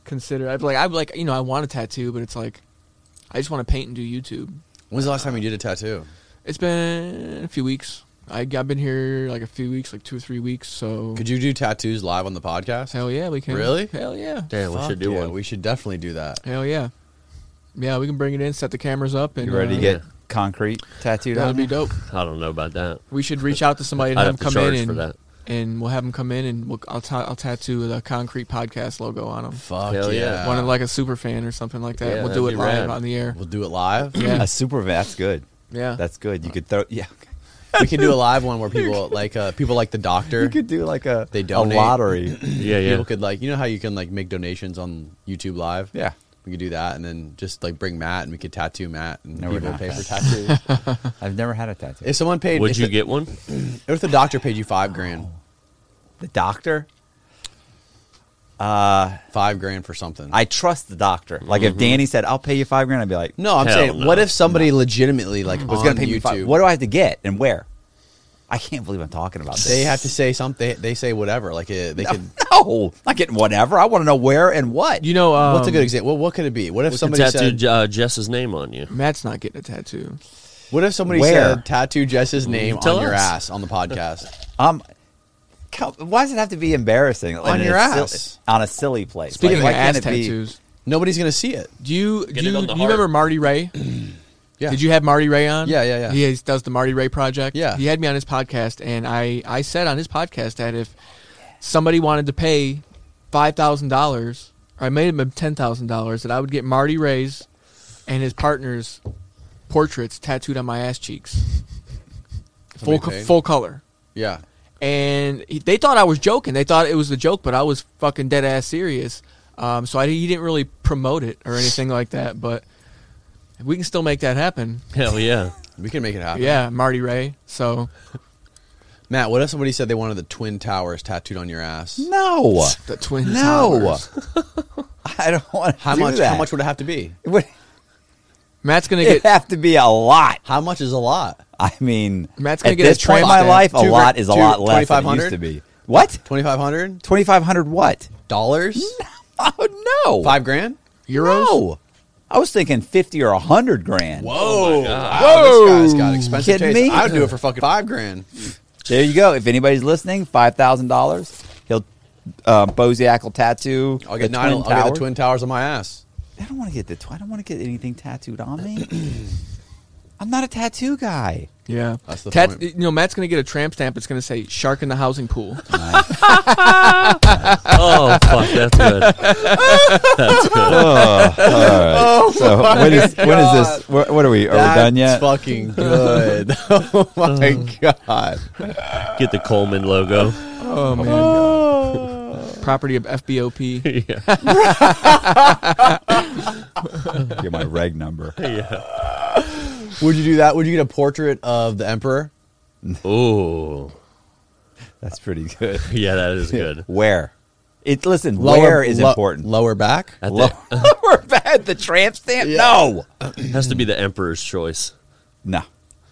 B: considered. I've like, I like, you know, I want a tattoo, but it's like, I just want to paint and do YouTube.
A: When's the last time you did a tattoo?
B: It's been a few weeks. I, I've been here like a few weeks, like two or three weeks. So
A: Could you do tattoos live on the podcast?
B: hell yeah, we can.
A: Really?
B: Hell yeah.
D: Damn, we
A: Fuck
D: should do
A: yeah,
D: one.
A: We should definitely do that.
B: Hell yeah. Yeah, we can bring it in, set the cameras up, and
C: You ready
B: uh,
C: to
D: yeah.
C: get concrete tattooed
B: That'd
C: on?
B: be
C: you?
B: dope.
D: I don't know about that.
B: We should reach out to somebody and
D: I'd
B: have
D: have to
B: them come in
D: charge
B: and,
D: for that.
B: and we'll have them come in and we'll, I'll, ta- I'll tattoo the concrete podcast logo on them.
A: Fuck
D: Hell
A: yeah.
D: yeah.
B: One of like a super fan or something like that.
D: Yeah,
B: we'll do it
D: that'd be
B: live
D: rad.
B: on the air.
A: We'll do it live.
B: Yeah,
C: A super. That's good.
B: yeah.
C: That's good. You could throw. Yeah.
A: we could do a live one where people like uh, people like the doctor.
C: You could do like a
A: They
C: a
A: donate.
C: lottery.
D: Yeah, yeah.
A: People could like you know how you can like make donations on YouTube live.
C: yeah.
A: we could do that, and then just like bring Matt, and we could tattoo Matt, and
C: No, we're
A: people
C: not.
A: pay for tattoos.
C: I've never had a tattoo.
A: if someone paid,
D: Would
A: if
D: you
A: the,
D: get one?
A: If the doctor paid you five grand,
C: the doctor.
A: five grand for something.
C: I trust the doctor. Like
B: Mm-hmm.
C: if Danny said, "I'll pay you five grand," I'd be like,
A: no, I'm
D: Hell
A: saying,
D: no.
A: what if somebody legitimately like
C: who's
A: was
C: gonna
A: going
C: pay
A: to
C: me
A: YouTube?
C: five? What do I have to get and where?" I can't believe I'm talking about this.
A: they have to say something. They, they say whatever. Like uh, they could.
C: No, not getting whatever. I want to know where and what.
B: You know, um,
A: What's a good example? Well, what could it be? What if
D: We could
A: somebody
D: tattoo
A: said?
D: J- uh, Jess's name on you.
B: Matt's not getting a tattoo.
A: What if somebody
C: Where?
A: said tattoo Jess's name
D: Mm, Tell
A: on your
D: us.
A: ass on the podcast?
C: um, come- why does it have to be embarrassing
A: On
C: And
A: your
C: it's silly-
A: ass.
C: on a silly place?
B: Speaking
C: Like, why
B: of ass
C: can't it be-
B: tattoos,
A: Nobody's going to see it.
B: do you do
D: Get it
B: you,
D: on
B: do
D: the
B: you
D: heart.
B: remember Marty Ray?
A: Yeah.
B: Did you have Marty Ray
D: Um,
B: on?
A: Yeah, yeah, yeah.
B: He is- does the Marty Ray project.
A: Yeah.
B: He had me on his podcast, and I, I said on his podcast that if somebody wanted to pay five thousand dollars, or I made him ten thousand dollars, that I would get Marty Ray's and his partner's portraits tattooed on my ass cheeks,
A: Somebody
B: full co-
A: paid?
B: full color.
A: Yeah.
B: and he, they thought I was joking. They thought it was a joke, but I was fucking dead ass serious. Um, so I he didn't really promote it or anything like that. But we can still make that happen.
D: Hell yeah.
A: We can make it happen.
B: Yeah, Marty Ray. So
A: Matt, what if somebody said they wanted the Twin Towers tattooed on your ass?
C: No,
B: the twin
C: no.
B: towers.
C: I don't want to.
A: How
C: do
A: much?
C: That.
A: How much would it have to be?
C: It would
B: Matt's gonna
C: it'd
B: get
C: have to be a lot.
A: How much is a lot?
C: I mean,
B: Matt's gonna
C: at
B: get a
C: this point in
B: tramp
C: my
B: stamp.
C: life, a
A: Two
C: lot
A: grand-
C: is a
A: two-
C: lot less than it
A: 2,500?
C: used to be. What?
A: Twenty five hundred
C: Twenty five hundred? What?
A: dollars?
C: Oh no!
A: Five grand?
B: euros.
C: No. I was thinking fifty or hundred
D: Oh
C: grand.
A: Whoa!
C: Whoa.
A: Wow, this guy's got expensive
C: Kidding
A: taste.
C: me?
A: I would do it for fucking five grand.
C: There you go. If anybody's listening, five thousand dollars. He'll uh, Bozak will tattoo.
A: I'll get
C: the
A: nine.
C: Twin
A: I'll get
C: Towers.
A: the twin towers on my ass.
C: I don't want to get the. Tw- I don't want to get anything tattooed on me. I'm not a tattoo guy.
B: Yeah,
A: That's the
B: Tat-
A: point.
B: You know, Matt's gonna get a tramp stamp. It's gonna say "Shark in the housing pool."
D: Oh fuck, that's good. That's good.
C: oh, so when is when is this? What, what are we? Are we done yet?
A: That's fucking good. oh my god!
D: Get the Coleman logo.
B: Oh man, Oh. property of FBOP.
D: yeah.
C: Get my reg number.
D: yeah.
A: Would you do that? Would you get a portrait of the emperor?
D: Ooh.
C: That's pretty good.
D: Yeah, that is good.
C: Where? It listen. where is
A: lo-
C: important?
A: Lower back.
D: At
C: Lower
D: the-
C: bad. The tramp stamp? No,
D: has to be the emperor's choice.
C: no.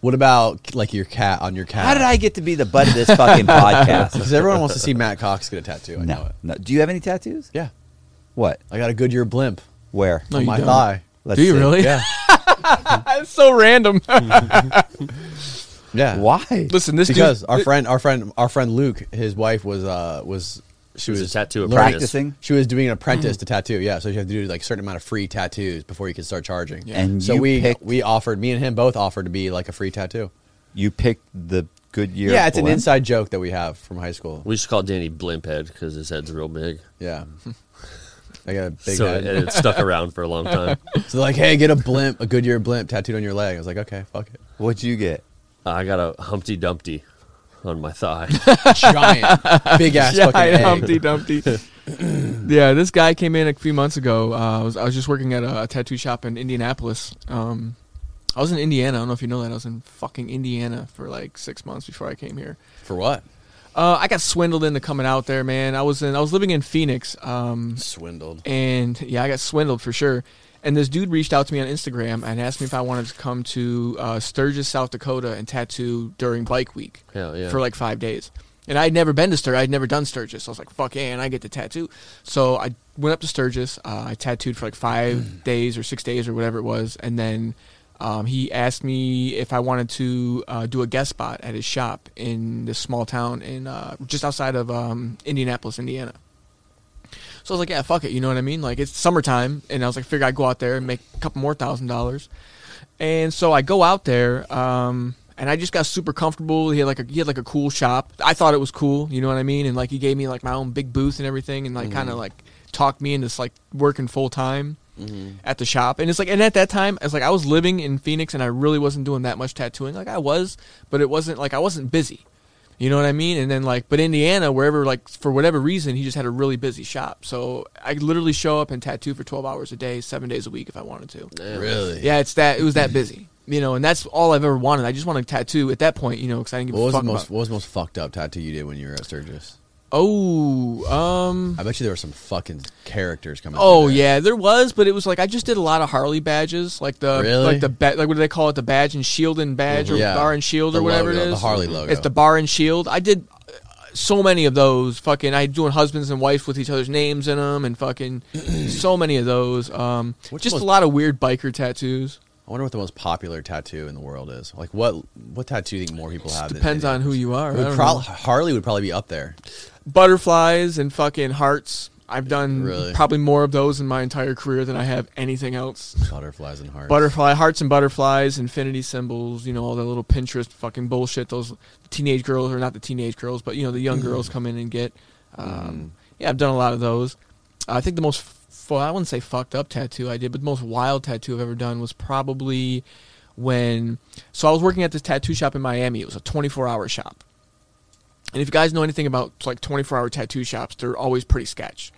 A: What about like your cat on your cat?
C: How did I get to be the butt of this fucking podcast?
A: Because everyone wants to see Matt Cox get a tattoo. I know
C: No,
A: it.
C: no. Do you have any tattoos?
A: Yeah,
C: What?
A: I got a Goodyear blimp
C: Where?
B: No,
A: on
B: you
A: my
B: don't.
A: thigh.
C: Let's
B: Do you
C: see.
B: really?
A: Yeah,
B: That's so random.
A: yeah.
C: Why?
B: Listen, this
A: because
B: dude,
A: our friend, our friend, our friend Luke, his wife was uh was she
D: She was a
A: was
D: tattoo apprentice.
C: Practicing.
A: she was doing an apprentice
B: Mm.
A: to tattoo. Yeah, so you have to do like a certain amount of free tattoos before you can start charging.
B: Yeah.
C: And
A: so
C: you
A: we
C: picked-
A: we offered me and him both offered to be like a free tattoo.
C: You picked the Goodyear.
A: yeah, it's an
C: blend?
A: inside joke that we have from high school.
D: We should call Danny Blimphead because his head's real big.
A: Yeah. I got a big
D: so
A: head.
D: and it stuck around for a long time.
A: So like, hey, get a blimp, a Goodyear blimp tattooed on your leg. I was like, okay, fuck it.
C: What'd you get?
D: I got a Humpty Dumpty on my thigh.
A: Giant, big ass
B: Yeah,
A: fucking egg.
B: Humpty Dumpty. yeah, this guy came in a few months ago. Uh, I, was, I was just working at a, a tattoo shop in Indianapolis. Um, I was in Indiana. I don't know if you know that. I was in fucking Indiana for like six months before I came here.
A: For what?
B: Uh, I got swindled into coming out there, man. I was in. I was living in Phoenix. Um,
A: Swindled.
B: and yeah, I got swindled for sure. And this dude reached out to me on Instagram and asked me if I wanted to come to uh, Sturgis, South Dakota, and tattoo during Bike Week
D: Hell yeah.
B: for like five days. And I'd never been to Sturgis. I'd never done Sturgis. So I was like, fuck yeah, and I get to tattoo. So I went up to Sturgis. Uh, I tattooed for like
D: Mm.
B: five days or six days or whatever it was. And then um, he asked me if I wanted to uh, do a guest spot at his shop in this small town in uh, just outside of um, Indianapolis, Indiana. So I was like, yeah, fuck it. You know what I mean? Like it's summertime, and I was like, figure I'd go out there and make a couple more thousand dollars. And so I go out there, um, and I just got super comfortable. He had like a he had like a cool shop. I thought it was cool. You know what I mean? And like he gave me like my own big booth and everything, and like kind of like talked me into s- like working full time. At the shop, and it's like, and at that time, it's like I was living in Phoenix, and I really wasn't doing that much tattooing. Like I was, but it wasn't like I wasn't busy. You know what I mean? And then like, but Indiana, wherever like for whatever reason, he just had a really busy shop. So I could literally show up and tattoo for twelve hours a day, seven days a week if I wanted to.
A: Really?
B: Yeah, it's that it was that busy. You know, and that's all I've ever wanted. I just wanted a tattoo at that point. You know, because I didn't give
A: What
B: a
A: was
B: fuck
A: the most?
B: about.
A: What was the most fucked up tattoo you did when you were at Sturgis?
B: Oh, um,
A: I bet you there were some fucking characters coming.
B: oh
A: through there.
B: yeah, there was, but it was like I just did a lot of Harley badges, like the
A: Really?
B: like the ba- like what do they call it, the badge and shield and badge or
A: Yeah.
B: bar and shield or
A: The
B: whatever
A: logo,
B: it
A: the
B: is.
A: Harley logo.
B: It's the bar and shield. I did uh, so many of those. Fucking, I doing husbands and wives with each other's names in them, and fucking so many of those. Um,
A: What's
B: just
A: most-
B: a lot of weird biker tattoos.
A: I wonder what the most popular tattoo in the world is. Like what? What tattoo do you think more people have? than
B: Depends
A: any
B: on who
A: others?
B: you are. I
A: Would
B: don't
A: prob-
B: know.
A: Harley would probably be up there.
B: butterflies and fucking hearts. I've done
A: Really?
B: probably more of those in my entire career than I have anything else.
A: Butterflies and hearts.
B: Butterfly hearts and butterflies, infinity symbols, you know, all the little Pinterest fucking bullshit those teenage girls or not the teenage girls, but you know the
A: Mm.
B: young girls come in and get. Um, Yeah, I've done a lot of those. I think the most, f- well, I wouldn't say fucked up tattoo I did, but the most wild tattoo I've ever done was probably when. So I was working at this tattoo shop in Miami. It was a 24 hour shop. And if you guys know anything about like 24 hour tattoo shops, they're always pretty sketch.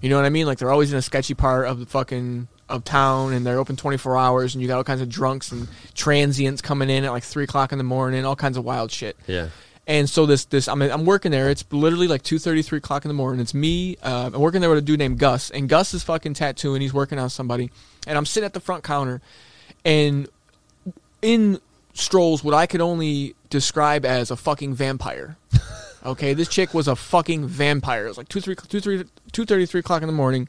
B: You know what I mean? Like they're always in a sketchy part of the fucking of town, and they're open 24 hours, and you got all kinds of drunks and transients coming in at like three o'clock in the morning, all kinds of wild shit.
D: Yeah.
B: And so this this I'm I'm working there. It's literally like two thirty, three o'clock in the morning. It's me. Uh, I'm working there with a dude named Gus, and Gus is fucking tattooing. He's working on somebody, and I'm sitting at the front counter, and in strolls what I could only describe as a fucking vampire. Okay, this chick was a fucking vampire. It was like two three two three two thirty three o'clock in the morning.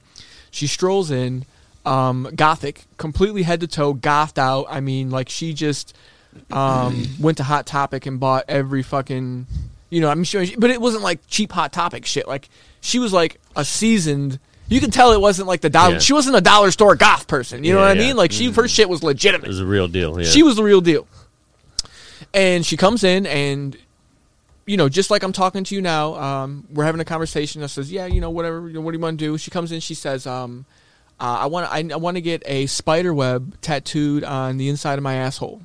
B: She strolls in, um, gothic, completely head to toe, gothed out. I mean, like she just um, went to Hot Topic and bought every fucking, you know, I'm sure, but it wasn't like cheap Hot Topic shit. Like she was like a seasoned. You can tell it wasn't like the dollar.
D: Yeah.
B: She wasn't a dollar store goth person. You know
D: Yeah,
B: what I
D: yeah. Mm.
B: mean? Like she, her shit was legitimate.
D: It was a real deal. Yeah.
B: She was the real deal. And she comes in and you know, just like I'm talking to you now, um, we're having a conversation. I says, "Yeah, you know, whatever. You know, what do you want to do?" She comes in. She says, um, uh, "I want. I, I want to get a spider web tattooed on the inside of my asshole."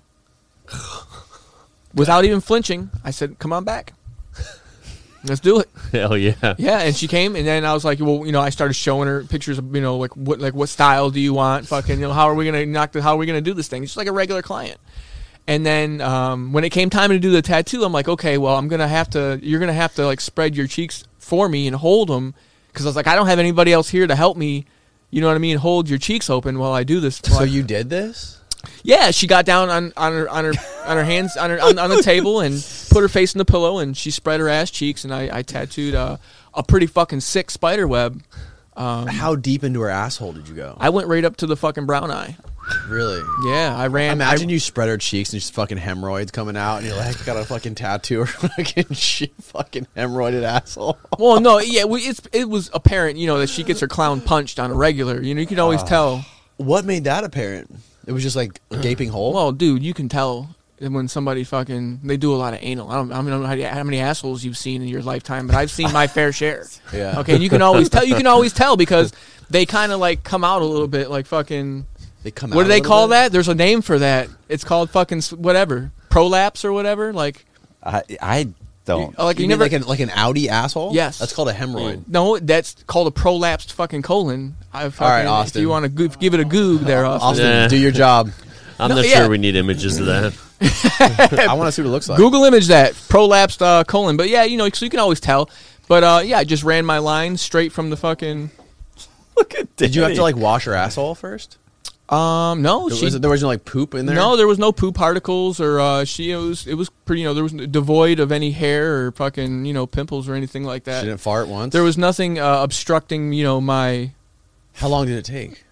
B: Without even flinching, I said, "Come on back. Let's do it."
D: Hell yeah.
B: Yeah, and she came, and then I was like, well, you know, I started showing her pictures of, you know, like what, like what style do you want? Fucking, you know, how are we gonna knock the, how are we gonna do this thing? Just like a regular client. And then um, when it came time to do the tattoo, I'm like, okay, well, I'm gonna have to, you're gonna have to like spread your cheeks for me and hold them, because I was like, I don't have anybody else here to help me. You know what I mean? Hold your cheeks open while I do this.
A: So you did this?
B: Yeah, she got down on, on her on her on her hands on her on, on the table and put her face in the pillow and she spread her ass cheeks and I, I tattooed uh, a pretty fucking sick spider web.
A: How deep into her asshole did you go?
B: Um, I went right up to the fucking brown eye.
A: really?
B: Yeah, I ran.
A: Imagine
B: I,
A: you spread her cheeks and just fucking hemorrhoids coming out, and you're like, got a fucking tattoo or fucking she fucking hemorrhoided asshole.
B: Well, no, yeah, we, it's it was apparent, you know, that she gets her clown punched on a regular. You know, you can always tell.
A: What made that apparent? It was just like a gaping hole.
B: Well, dude, you can tell when somebody fucking they do a lot of anal. I don't, I don't know how, how many assholes you've seen in your lifetime, but I've seen my fair share.
A: Yeah.
B: Okay, you can always tell. You can always tell because they kind of like come out a little bit, like fucking.
A: they come.
B: What
A: out
B: do
A: a
B: they
A: little
B: call
A: bit?
B: that? There's a name for that. It's called fucking s- whatever prolapse or whatever. Like
C: I, I don't.
B: Oh, like you,
A: you mean
B: never.
A: like an like an Audi asshole?
B: Yes.
A: that's called a hemorrhoid.
B: no, that's called a prolapsed fucking colon. I fucking,
A: right,
B: If
A: Austin.
B: you want to go- give it a goog there, Austin.
A: Austin,
D: Yeah.
A: do your job.
D: I'm
B: No,
D: not
B: yeah.
D: sure we need images of that.
A: I want to see what it looks like.
B: Google image that prolapsed uh, colon. But yeah, you know, so you can always tell. But uh, yeah, I just ran my line straight from the fucking.
C: Look at
A: Did you have to like wash her asshole first?
B: Um, no,
A: There
B: she.
A: was, there was Oh, no like poop in there.
B: No, there was no poo particles or uh, she. It was it was pretty. You know, there was devoid of any hair or fucking you know pimples or anything like that.
A: she didn't fart once.
B: There was nothing uh, obstructing. You know, my
A: How long did it take?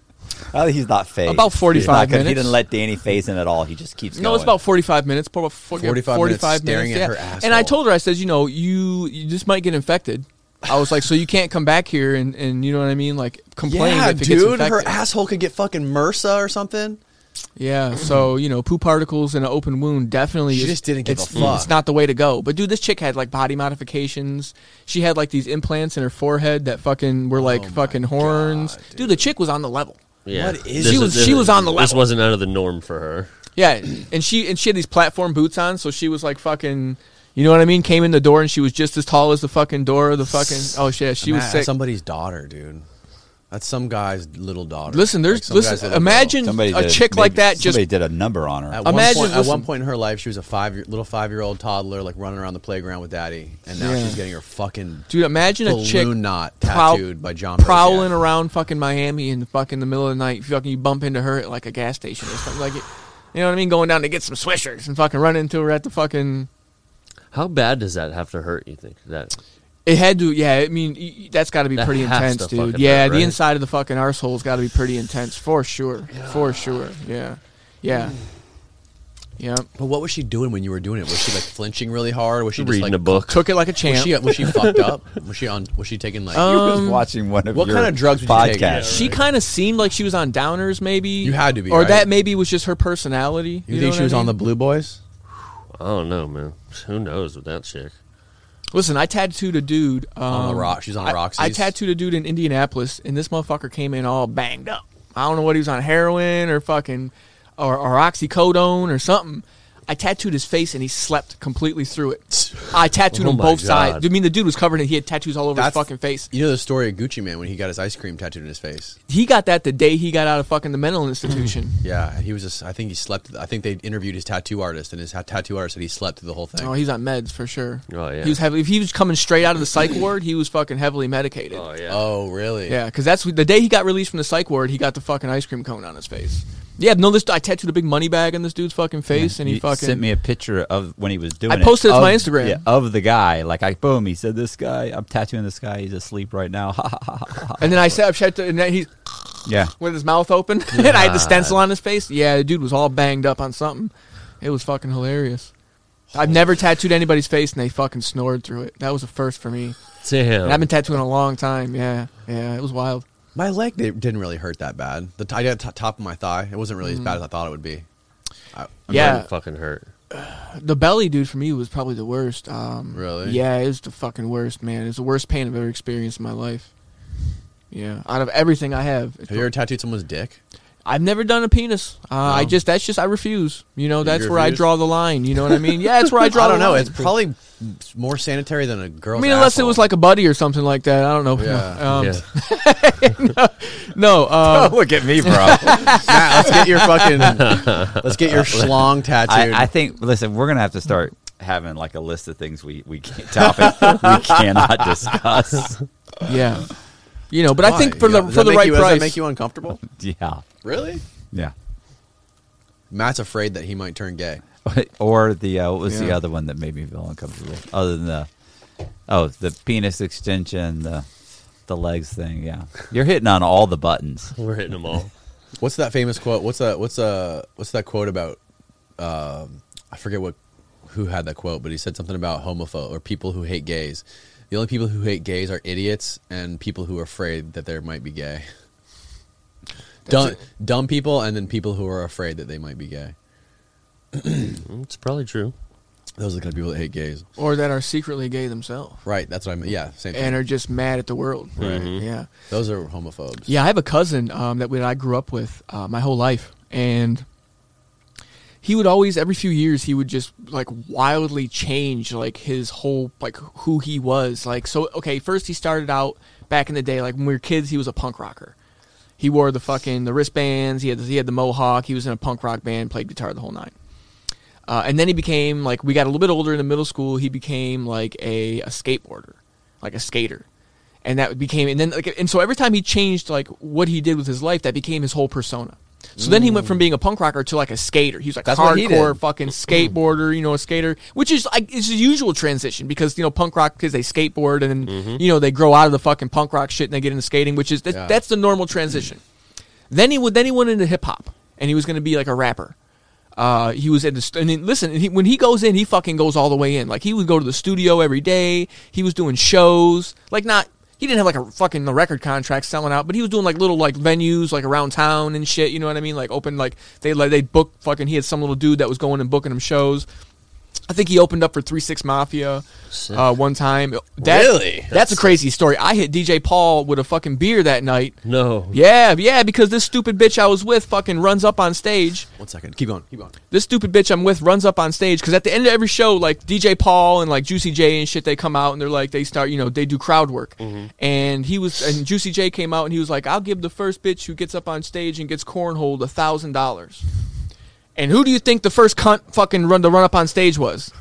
C: Oh, he's not phased.
B: About
C: He's
B: 45
C: not gonna- He
B: minutes.
C: didn't let Danny phase in at all. He just keeps.
B: No, it's
C: going.
B: about forty-five minutes. Probably for-
A: 45
B: 45,
A: minutes
B: minutes.
A: staring at
B: yeah.
A: her
B: and I
A: asshole.
B: told her, I said, you know, you you just might get infected. I was like, so you can't come back here and, and you know what I mean, like complain
A: yeah,
B: if it gets
A: dude, her
B: infected.
A: asshole could get fucking MRSA or something.
B: yeah. So you know, poo particles and an open wound definitely.
A: She
B: is-
A: just didn't give
B: it's-
A: a fuck.
B: It's not the way to go. But dude, this chick had like body modifications. She had like these implants in her forehead that fucking were like
A: Oh my
B: fucking horns.
A: God,
B: dude. the chick was on the level.
D: Yeah.
A: What is-
D: This
A: She
D: is-
B: was-
D: this
B: she was on the
D: This
B: level.
D: wasn't out of the norm for her.
B: Yeah, and she and she had these platform boots on, so she was like fucking. You know what I mean? Came in the door and she was just as tall as the fucking door of the fucking. Oh shit, she was
A: Matt,
B: sick.
A: somebody's daughter, dude. That's some guy's little daughter.
B: Listen,
A: Like,
B: there's
A: some guy's
B: listen.
A: little
B: Imagine
C: Somebody
B: a
C: did-
B: chick like
C: maybe
B: that just Uh,
C: somebody did a number on her.
A: girl. At
B: imagine-
A: one point, at one
B: listen.
A: point in her life, she was a five year, little five year old toddler, like running around the playground with daddy, and now
B: Yeah.
A: she's getting her fucking
B: dude. Imagine a
A: balloon
B: chick
A: knot
B: prowl-
A: tattooed by John.
B: prowling
A: Belushi.
B: around fucking Miami in the fucking the middle of the night. Fucking you bump into her at like a gas station or something like it. You know what I mean? Going down to get some swishers and fucking run into her at the fucking.
D: How bad does that have to hurt? You think that?
B: It had to, yeah. I mean, y- y- that's got to be
D: That
B: pretty
D: has to
B: intense, dude.
D: fucking
B: Yeah,
D: hurt,
B: the
D: right?
B: inside of the fucking arsehole's got to be pretty intense for sure, for sure. Yeah, yeah, yeah.
A: But what was she doing when you were doing it? Was she like flinching really hard? Was she just,
D: Reading
A: like,
D: a book.
B: Took it like a champ.
A: Was she was she fucked up? Was she on? Was she taking like?
C: He
B: Um,
C: was watching one of
A: what
C: your
A: kind of drugs would you take?
C: podcasts.
A: Yeah,
B: She kind of seemed like she was on downers, maybe. You
A: had to be,
B: or
A: right?
B: that maybe was just her personality.
A: you,
B: know
A: think
B: what
A: she was
B: I
A: on the
B: mean?
A: Blue Boys?
D: I don't know, man. Who knows with that chick?
B: Listen, I tattooed a dude um,
A: On the rock- she's on
B: I-
A: Roxy's?
B: I, tattooed a dude in Indianapolis, and this motherfucker came in all banged up. I don't know what he was on heroin or fucking or, or oxycodone or something. I tattooed his face, and he slept completely through it. I tattooed
D: Oh
B: on
D: my
B: both
D: God.
B: sides. I mean, the dude was covered in. He had tattoos all over
A: That's-
B: his fucking face.
A: You know the story of Gucci Man when he got his ice cream tattooed in his face.
B: He got that the day he got out of fucking the mental institution.
A: Yeah, he was just. I think he slept. I think they interviewed his tattoo artist, and his ha- tattoo artist said he slept through the whole thing.
B: Oh, he's on meds for sure.
D: Oh, yeah.
B: He was heavily. If he was coming straight out of the psych ward, he was fucking heavily medicated.
D: Oh yeah.
A: Oh, really?
B: Yeah, because that's the day he got released from the psych ward. He got the fucking ice cream cone on his face. Yeah, no, this I tattooed a big money bag on this dude's fucking face, and he
C: You
B: fucking
C: sent me a picture of when he was doing.
B: I posted it to
C: of-
B: my Instagram.
C: yeah, of the guy. Like I boom, he said, "This guy, I'm tattooing this guy. He's asleep right now." Ha, ha, ha, ha, ha.
B: And then I sat up, shut the- and then he's
C: yeah,
B: with his mouth open, and I had the stencil on his face. Yeah, the dude was all banged up on something. It was fucking hilarious. I've never tattooed anybody's face and they fucking snored through it. That was a first for me.
D: Damn.
B: And I've been
C: Oh.
B: tattooing a long time. Yeah, yeah, it was wild.
A: My leg di- didn't really hurt that bad. The t- I got t- top of my thigh. It wasn't really as bad as I thought it would be.
B: yeah,
D: Mine Fucking hurt.
B: the belly dude for me was probably the worst. Um,
A: Really?
B: Yeah, it was the fucking worst, man. It's the worst pain I've ever experienced in my life. Yeah, out of everything I have, it's
A: Have you ever tattooed someone's dick?
B: I've never done a penis. Uh, I just that's just I refuse. You know, that's where I
A: refuse?
B: draw the line. You know what I mean? Yeah, that's where I draw.
A: I don't
B: the
A: know.
B: line.
A: It's probably more sanitary than a girl.
B: I mean, unless it was like a buddy or something like that. I don't know.
A: Yeah.
B: Um,
D: yeah.
B: No. Uh,
C: Oh, look at me, bro.
A: Matt, let's get your fucking, let's get your schlong tattooed.
C: I, I think. Listen, we're gonna have to start having like a list of things we we can't, topic we cannot discuss.
B: yeah. You know, but I think
A: Why?
B: for
A: Yeah,
B: the
A: does that
B: for the
A: make
B: right
A: you, does
B: price,
A: that make you uncomfortable?
C: Yeah,
A: Really?
C: yeah.
A: Matt's afraid that he might turn gay.
C: or the uh, what was the
B: Yeah.
C: other one that made me feel uncomfortable? Other than the oh, the penis extension, the the legs thing. Yeah, you're hitting on all the buttons.
D: We're hitting them all.
A: What's that famous quote? What's that? What's uh? What's that quote about? Um, I forget what who had that quote, but he said something about homophobe or people who hate gays. The only people who hate gays are idiots and people who are afraid that they might be gay. Dumb, dumb people, and then people who are afraid that they might be gay.
D: It's probably true.
A: Those are the kind of people that hate gays.
B: or that are secretly gay themselves
A: Right. That's what I mean. Yeah. Same thing.
B: and are just mad at the world. Right. Yeah.
A: Those are homophobes.
B: Yeah, I have a cousin um, that, we, that I grew up with uh, my whole life, and he would always every few years he would just like wildly change like his whole like who he was. Like so, okay, first he started out back in the day, like when we were kids, he was a punk rocker. He wore the fucking the wristbands. He had he had the mohawk. He was in a punk rock band, played guitar the whole nine. Uh, and then he became like we got a little bit older in the middle school. He became like a, a skateboarder, like a skater, and that became and then like and so every time he changed like what he did with his life, that became his whole persona. So then he went from being a punk rocker to like a skater. He was like
C: Mm. That's what he
B: hardcore
C: did.
B: fucking skateboarder, you know, a skater, which is like it's a usual transition because you know punk rock kids they skateboard and then
C: Mm-hmm.
B: you know they grow out of the fucking punk rock shit and they get into skating, which is that,
A: Yeah.
B: that's the normal transition. Then he would then he went into hip hop and he was going to be like a rapper. Uh, he was at the st- and then, listen. and He, when he goes in, he fucking goes all the way in. Like he would go to the studio every day. He was doing shows. Like not he didn't have like a fucking a record contract selling out, but he was doing like little like venues like around town and shit. You know what I mean? Like open like they like they book fucking. He had some little dude that was going and booking him shows. I think he opened up for Three Six Mafia uh, one time. That,
A: Really?
B: That's, a crazy story. I hit DJ Paul with a fucking beer that night.
D: No.
B: Yeah, yeah, because this stupid bitch I was with fucking runs up on stage.
A: One second. Keep going. Keep going.
B: This stupid bitch I'm with runs up on stage because at the end of every show, like DJ Paul and like Juicy J and shit, they come out and they're like, they start, you know, they do crowd work. And he was, and Juicy J came out and he was like, I'll give the first bitch who gets up on stage and gets cornholed a thousand dollars. And who do you think the first cunt fucking run to run up on stage was?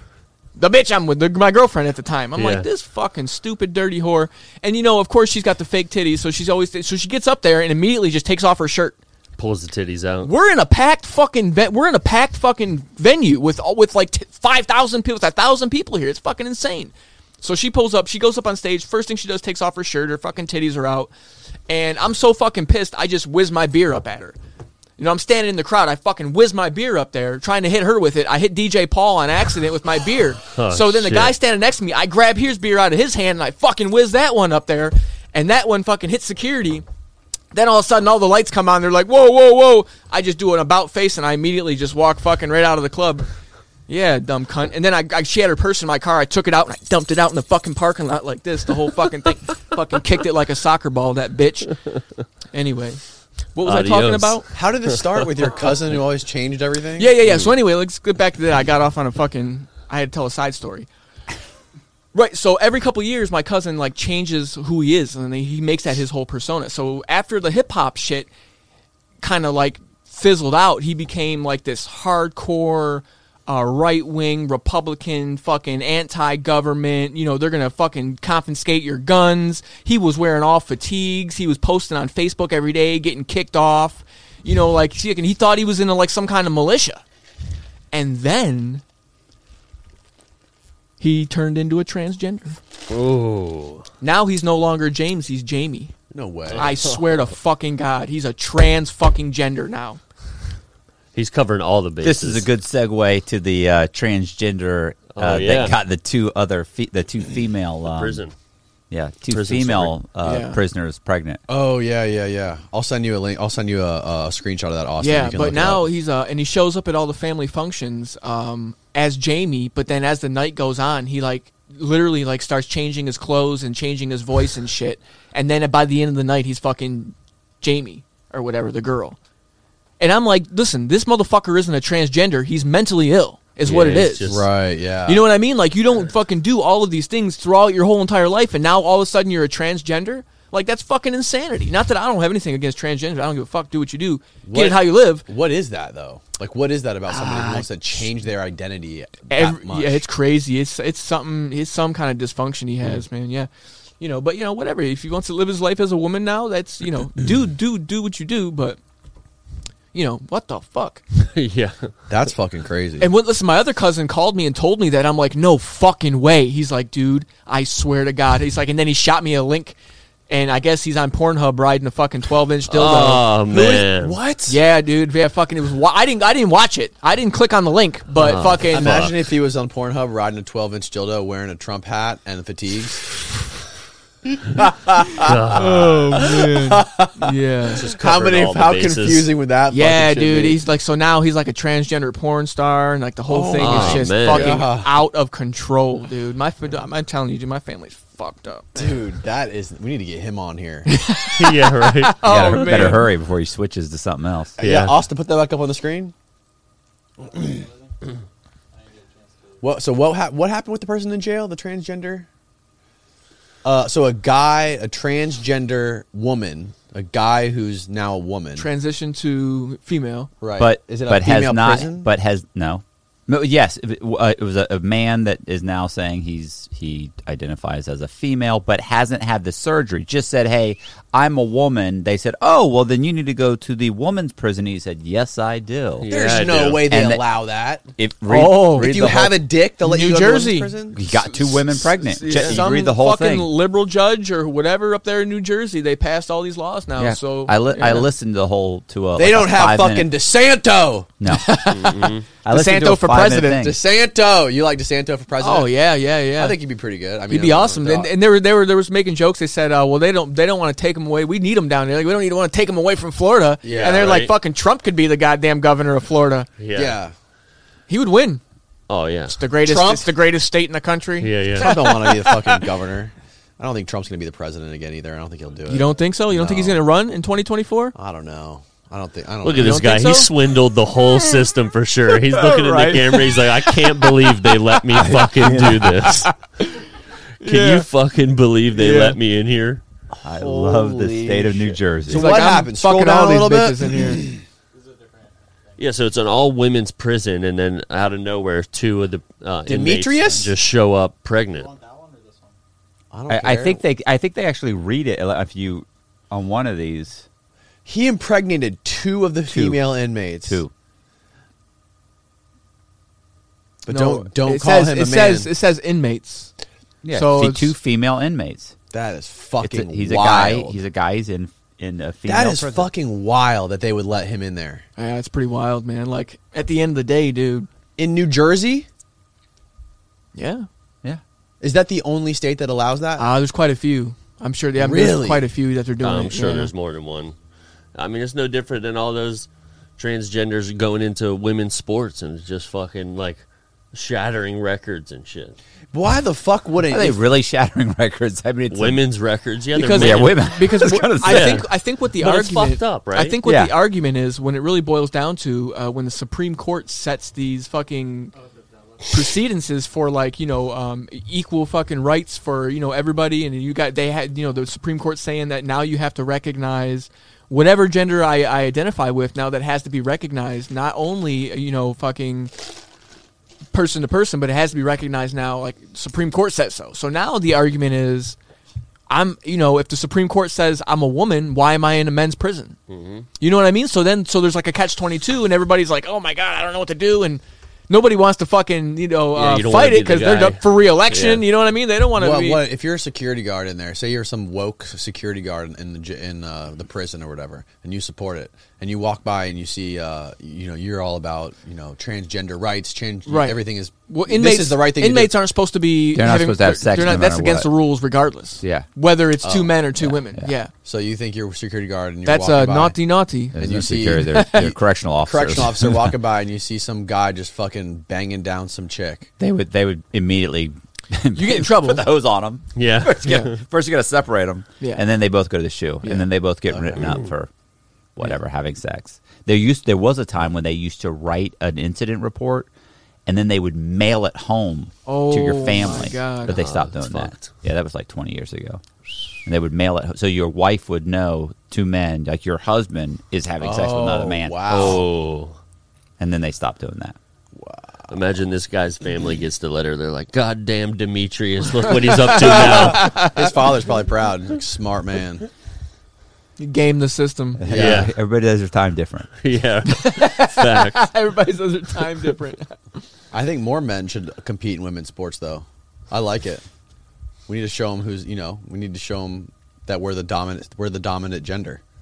B: The bitch I'm with, the, my girlfriend at the time. I'm
D: Yeah.
B: like this fucking stupid dirty whore, and you know, of course, she's got the fake titties, so she's always so she gets up there and immediately just takes off her shirt.
D: Pulls the titties out.
B: We're in a packed fucking ve- we're in a packed fucking venue with all with like t- five thousand people, with a thousand people here. It's fucking insane. So she pulls up, she goes up on stage. First thing she does, takes off her shirt. Her fucking titties are out, and I'm so fucking pissed. I just whiz my beer up at her. You know, I'm standing in the crowd. I fucking whiz my beer up there, trying to hit her with it. I hit DJ Paul on accident with my beer. so then
D: Oh, shit.
B: the guy standing next to me, I grab his beer out of his hand and I fucking whiz that one up there, and that one fucking hit security. Then all of a sudden, all the lights come on. They're like, "Whoa, whoa, whoa!" I just do an about face, and I immediately just walk fucking right out of the club. Yeah, dumb cunt. And then I, I she had her purse in my car. I took it out and I dumped it out in the fucking parking lot like this. The whole fucking thing, fucking kicked it like a soccer ball. That bitch. Anyway, what was I talking
D: Adios.
B: about?
A: How did this start with your cousin who always changed everything?
B: Yeah, yeah, yeah. So anyway, let's get back to that. I got off on a fucking. I had to tell a side story. Right. So every couple of years, my cousin like changes who he is, and then he makes that his whole persona. So after the hip hop shit, kind of like fizzled out. He became like this hardcore uh, right wing Republican, fucking anti government. You know, they're gonna fucking confiscate your guns. He was wearing all fatigues. He was posting on Facebook every day, getting kicked off. You know, like he he thought he was in like some kind of militia, and then he turned into a transgender.
D: Oh.
B: Now he's no longer James. He's Jamie.
A: No way.
B: I swear to fucking God, he's a trans fucking gender now.
D: He's covering all the bases.
C: This is a good segue to the uh, transgender uh,
D: Oh, yeah.
C: that got the two other fe- the two female um,
D: prison.
C: Yeah, two
D: Prison
C: female uh,
B: Yeah.
C: prisoners pregnant.
A: Oh yeah, yeah, yeah. I'll send you a link. I'll send you a, a screenshot of that. Austin.
B: Yeah,
A: You can look
B: but
A: it
B: now
A: up.
B: he's uh and he shows up at all the family functions um as Jamie, but then as the night goes on, he like literally like starts changing his clothes and changing his voice and shit. And then by the end of the night he's fucking Jamie or whatever, the girl. And I'm like, listen, this motherfucker isn't a transgender, he's mentally ill is what
D: Yeah,
B: it
D: it's
B: is.
D: just-
A: right. Yeah.
B: You know what I mean? Like you don't fucking do all of these things throughout your whole entire life, and now all of a sudden you're a transgender. Like that's fucking insanity. Not that I don't have anything against transgender. I don't give a fuck. Do what you do. Get
A: What-
B: it how you live.
A: What is that though? Like, what is that about somebody who wants to change their identity that
B: Every,
A: much?
B: yeah, it's crazy. It's it's something. It's some kind of dysfunction he has, man. Yeah, you know. But you know, whatever. If he wants to live his life as a woman now, that's you know, do do do what you do. But you know, what the fuck?
D: yeah.
A: That's fucking crazy.
B: And what, listen, my other cousin called me and told me that. I'm like, no fucking way. He's like, dude, I swear to God. He's like, and then he shot me a link, and I guess he's on Pornhub riding a fucking 12 inch dildo.
D: Oh man.
A: what?
B: yeah, dude. Yeah, fucking. It was. wa- I didn't. I didn't watch it. I didn't click on the link. But fucking.
A: Imagine if he was on Pornhub riding a 12 inch dildo, wearing a Trump hat and fatigues.
B: yeah.
A: How
D: Covered
A: many?
D: all the
A: How
D: bases.
A: confusing would that?
B: Yeah,
A: fucking shit
B: dude.
A: be?
B: He's like so now he's like a transgender porn star, and like the whole thing
D: my
B: is just
D: man.
B: fucking
A: Yeah.
B: out of control, dude. My, fa- I'm telling you, dude. My family's fucked up.
A: dude. That is. We need to get him on here.
D: yeah. Right.
C: You gotta-
B: man.
C: better hurry before he switches to something else.
A: yeah.
D: Yeah.
A: Austin, put that back up on the screen. what? So what? hap what happened with the person in jail? The transgender. Uh, so a guy, a transgender woman, a guy who's now a woman,
B: Transition to female.
A: right?
C: But
A: is it a
C: but has
A: female
C: not
A: prison?
C: but has no No, Yes, it w- uh, it was a, a man that is now saying he's he identifies as a female, but hasn't had the surgery. Just said, "Hey, I'm a woman." They said, "Oh, well, then you need to go to the woman's prison." He said, "Yes, I do."
D: Yeah.
E: There's
D: I
E: no
D: do.
E: way they
C: And the-
E: allow that.
C: If read,
B: Oh.
C: read
E: If you
C: the whole-
E: have a dick, they'll let
B: New
E: you go to women's
B: Jersey.
E: prison.
C: you got two women pregnant.
B: Yeah.
C: Just- you
B: Some
C: read the whole
B: fucking
C: thing.
B: liberal judge or whatever up there in New Jersey, they passed all these laws now.
C: Yeah.
B: So
C: I li-
B: yeah.
C: I listened to the whole to a.
E: They
C: like a
E: don't have
C: five-minute-
E: fucking DeSanto.
C: no. I listened to a
E: DeSanto for
C: five-minute
E: president.
C: thing.
E: DeSanto. You like DeSanto for president?
B: Oh yeah, yeah, yeah.
A: I think he'd be pretty good. I mean,
B: He'd
A: I
B: be
A: don't know
B: awesome.
A: if they're-
B: And, and they were they were they was making jokes. They said, uh, "Well, they don't they don't want to take him away. We need him down there. Like, we don't need to want to take him away from Florida."
A: Yeah,
B: and they're like,
D: right.
B: "Fucking Trump could be the goddamn governor of Florida.
A: yeah.
B: He would win.
D: Oh yeah.
B: It's the greatest.
A: Trump?
B: It's the greatest state in the country."
D: Yeah, yeah.
A: Trump don't want to be the fucking governor. I don't think Trump's going to be the president again either. I don't think he'll do it.
B: You don't think so? You don't think he's
A: No.
B: going to run in 2024?
A: I don't know. I don't think. I don't.
D: Look at
A: know.
D: this
B: don't
D: guy.
B: think
D: He
B: so?
D: swindled the whole system for sure. He's looking at the camera. He's like, I can't believe they let me fucking do this. Can you fucking believe they let me in here?
C: I love the
E: Holy
C: state of New
E: shit.
C: Jersey.
A: So
B: He's like,
A: what
B: "I'm
A: happened? Scroll
B: Fucking
A: down
B: all
A: a
B: these
A: little bit."
B: bitches in here.
D: Yeah, so it's an all women's prison, and then out of nowhere, two of the uh, inmates
E: Demetrius?
D: just show up pregnant.
A: I, don't
C: I, I
A: care.
C: think they I think they actually read it like, if you on one of these
A: he impregnated two of the female inmates.
C: two.
A: But
B: No,
A: don't don't
B: it
A: call
B: says,
A: him a
B: it
A: man.
B: says it says inmates.
C: Yeah,
B: So
C: fe-
B: it's-
C: two female inmates.
A: that is
C: It's a,
A: fucking.
C: he's
A: wild.
C: a guy. He's a guy. He's in in a female.
A: That is
C: prison.
A: fucking wild that they would let him in there
B: Yeah, it's pretty wild, man. Like at the end of the day, dude.
A: in New Jersey.
B: Yeah.
C: Yeah.
A: Is that the only state that allows that?
B: Uh, there's quite a few. I'm sure. Yeah, I mean,
A: Really?
B: there's quite a few that they're doing.
D: I'm
B: it,
D: sure
B: yeah.
D: there's more than one. I mean, it's no different than all those transgenders going into women's sports and just fucking like shattering records and shit.
A: Why the fuck wouldn't
C: Are they
A: if-
C: really shattering records? I mean, it's
D: Women's records, yeah, they're
B: Because-
C: yeah,
D: men.
C: women.
B: because
C: I was
B: what-
C: gonna say.
B: I
D: Yeah.
B: think I think what the
D: But it's
B: argument
D: fucked up, right?
B: I think what
C: Yeah.
B: the argument is when it really boils down to uh, when the Supreme Court sets these fucking precedences for like you know um, equal fucking rights for you know everybody, and you got they had you know the Supreme Court saying that now you have to recognize. Whatever gender I, I identify with now that has to be recognized, not only, you know, fucking person to person, but it has to be recognized now. Like Supreme Court says so. So now the argument is, I'm you know if the Supreme Court says I'm a woman, why am I in a men's prison?
D: Mm-hmm.
B: You know what I mean? So then so there's like a catch twenty two, and everybody's like, oh my god, I don't know what to do, and nobody wants to fucking you know
D: Yeah,
B: uh,
D: you don't wanna
B: fight
D: be
B: it
D: the
B: because they're
D: guy.
B: up for reelection.
D: Yeah.
B: You know what I mean? They don't want to
A: What,
B: be.
A: what- if you're a security guard in there, say you're some woke security guard in- in the j- in uh, the prison or whatever, and you support it, and you walk by and you see, uh, you know, you're all about you know transgender rights, change
B: Right.
A: everything is
B: Well, inmates,
A: this is the right thing.
B: Inmates
A: to do.
B: aren't supposed to be.
C: They're not
B: having-
C: supposed to have
B: they're-
C: sex
B: they're
C: no
B: not- that's
C: matter
B: against
C: what.
B: the rules, regardless.
C: Yeah.
B: Whether it's two men or two women. Yeah.
A: So you think you're a security guard and you're
B: That's uh,
A: walking
B: a
A: by,
B: naughty, naughty.
C: There's
A: and you
C: no
A: see-
C: security. They're, they're correctional officers.
A: correctional officer walking by and you see some guy just fucking banging down some chick.
C: They would. They would immediately.
B: You get in trouble.
C: Put the hose on them.
D: Yeah.
B: Yeah.
C: First, you got to separate them,
B: Yeah.
C: and then they both go to the shoe,
B: Yeah.
C: and then they both get written up for whatever having sex. There used there was a time when they used to write an incident report, and then they would mail it home to
B: Oh,
C: your
B: my
C: family.
B: God.
C: But they
D: Oh,
C: stopped
D: that's
C: doing that.
D: fucked.
C: Yeah, that was like twenty years ago. And they would mail it, ho- so your wife would know two men, like your husband is having sex with another
A: Oh,
C: man.
A: wow.
D: Oh.
C: And then they stopped doing that.
D: Imagine this guy's family gets the letter. They're like, God damn Demetrius, look what he's up to now.
A: His father's probably proud. He's like, smart man.
B: You game the system.
D: Yeah.
C: everybody does their time different.
D: Yeah. Fact.
B: Everybody says their time different.
A: I think more men should compete in women's sports, though. I like it. We need to show them who's you know. We need to show them that we're the dominant. We're the dominant gender.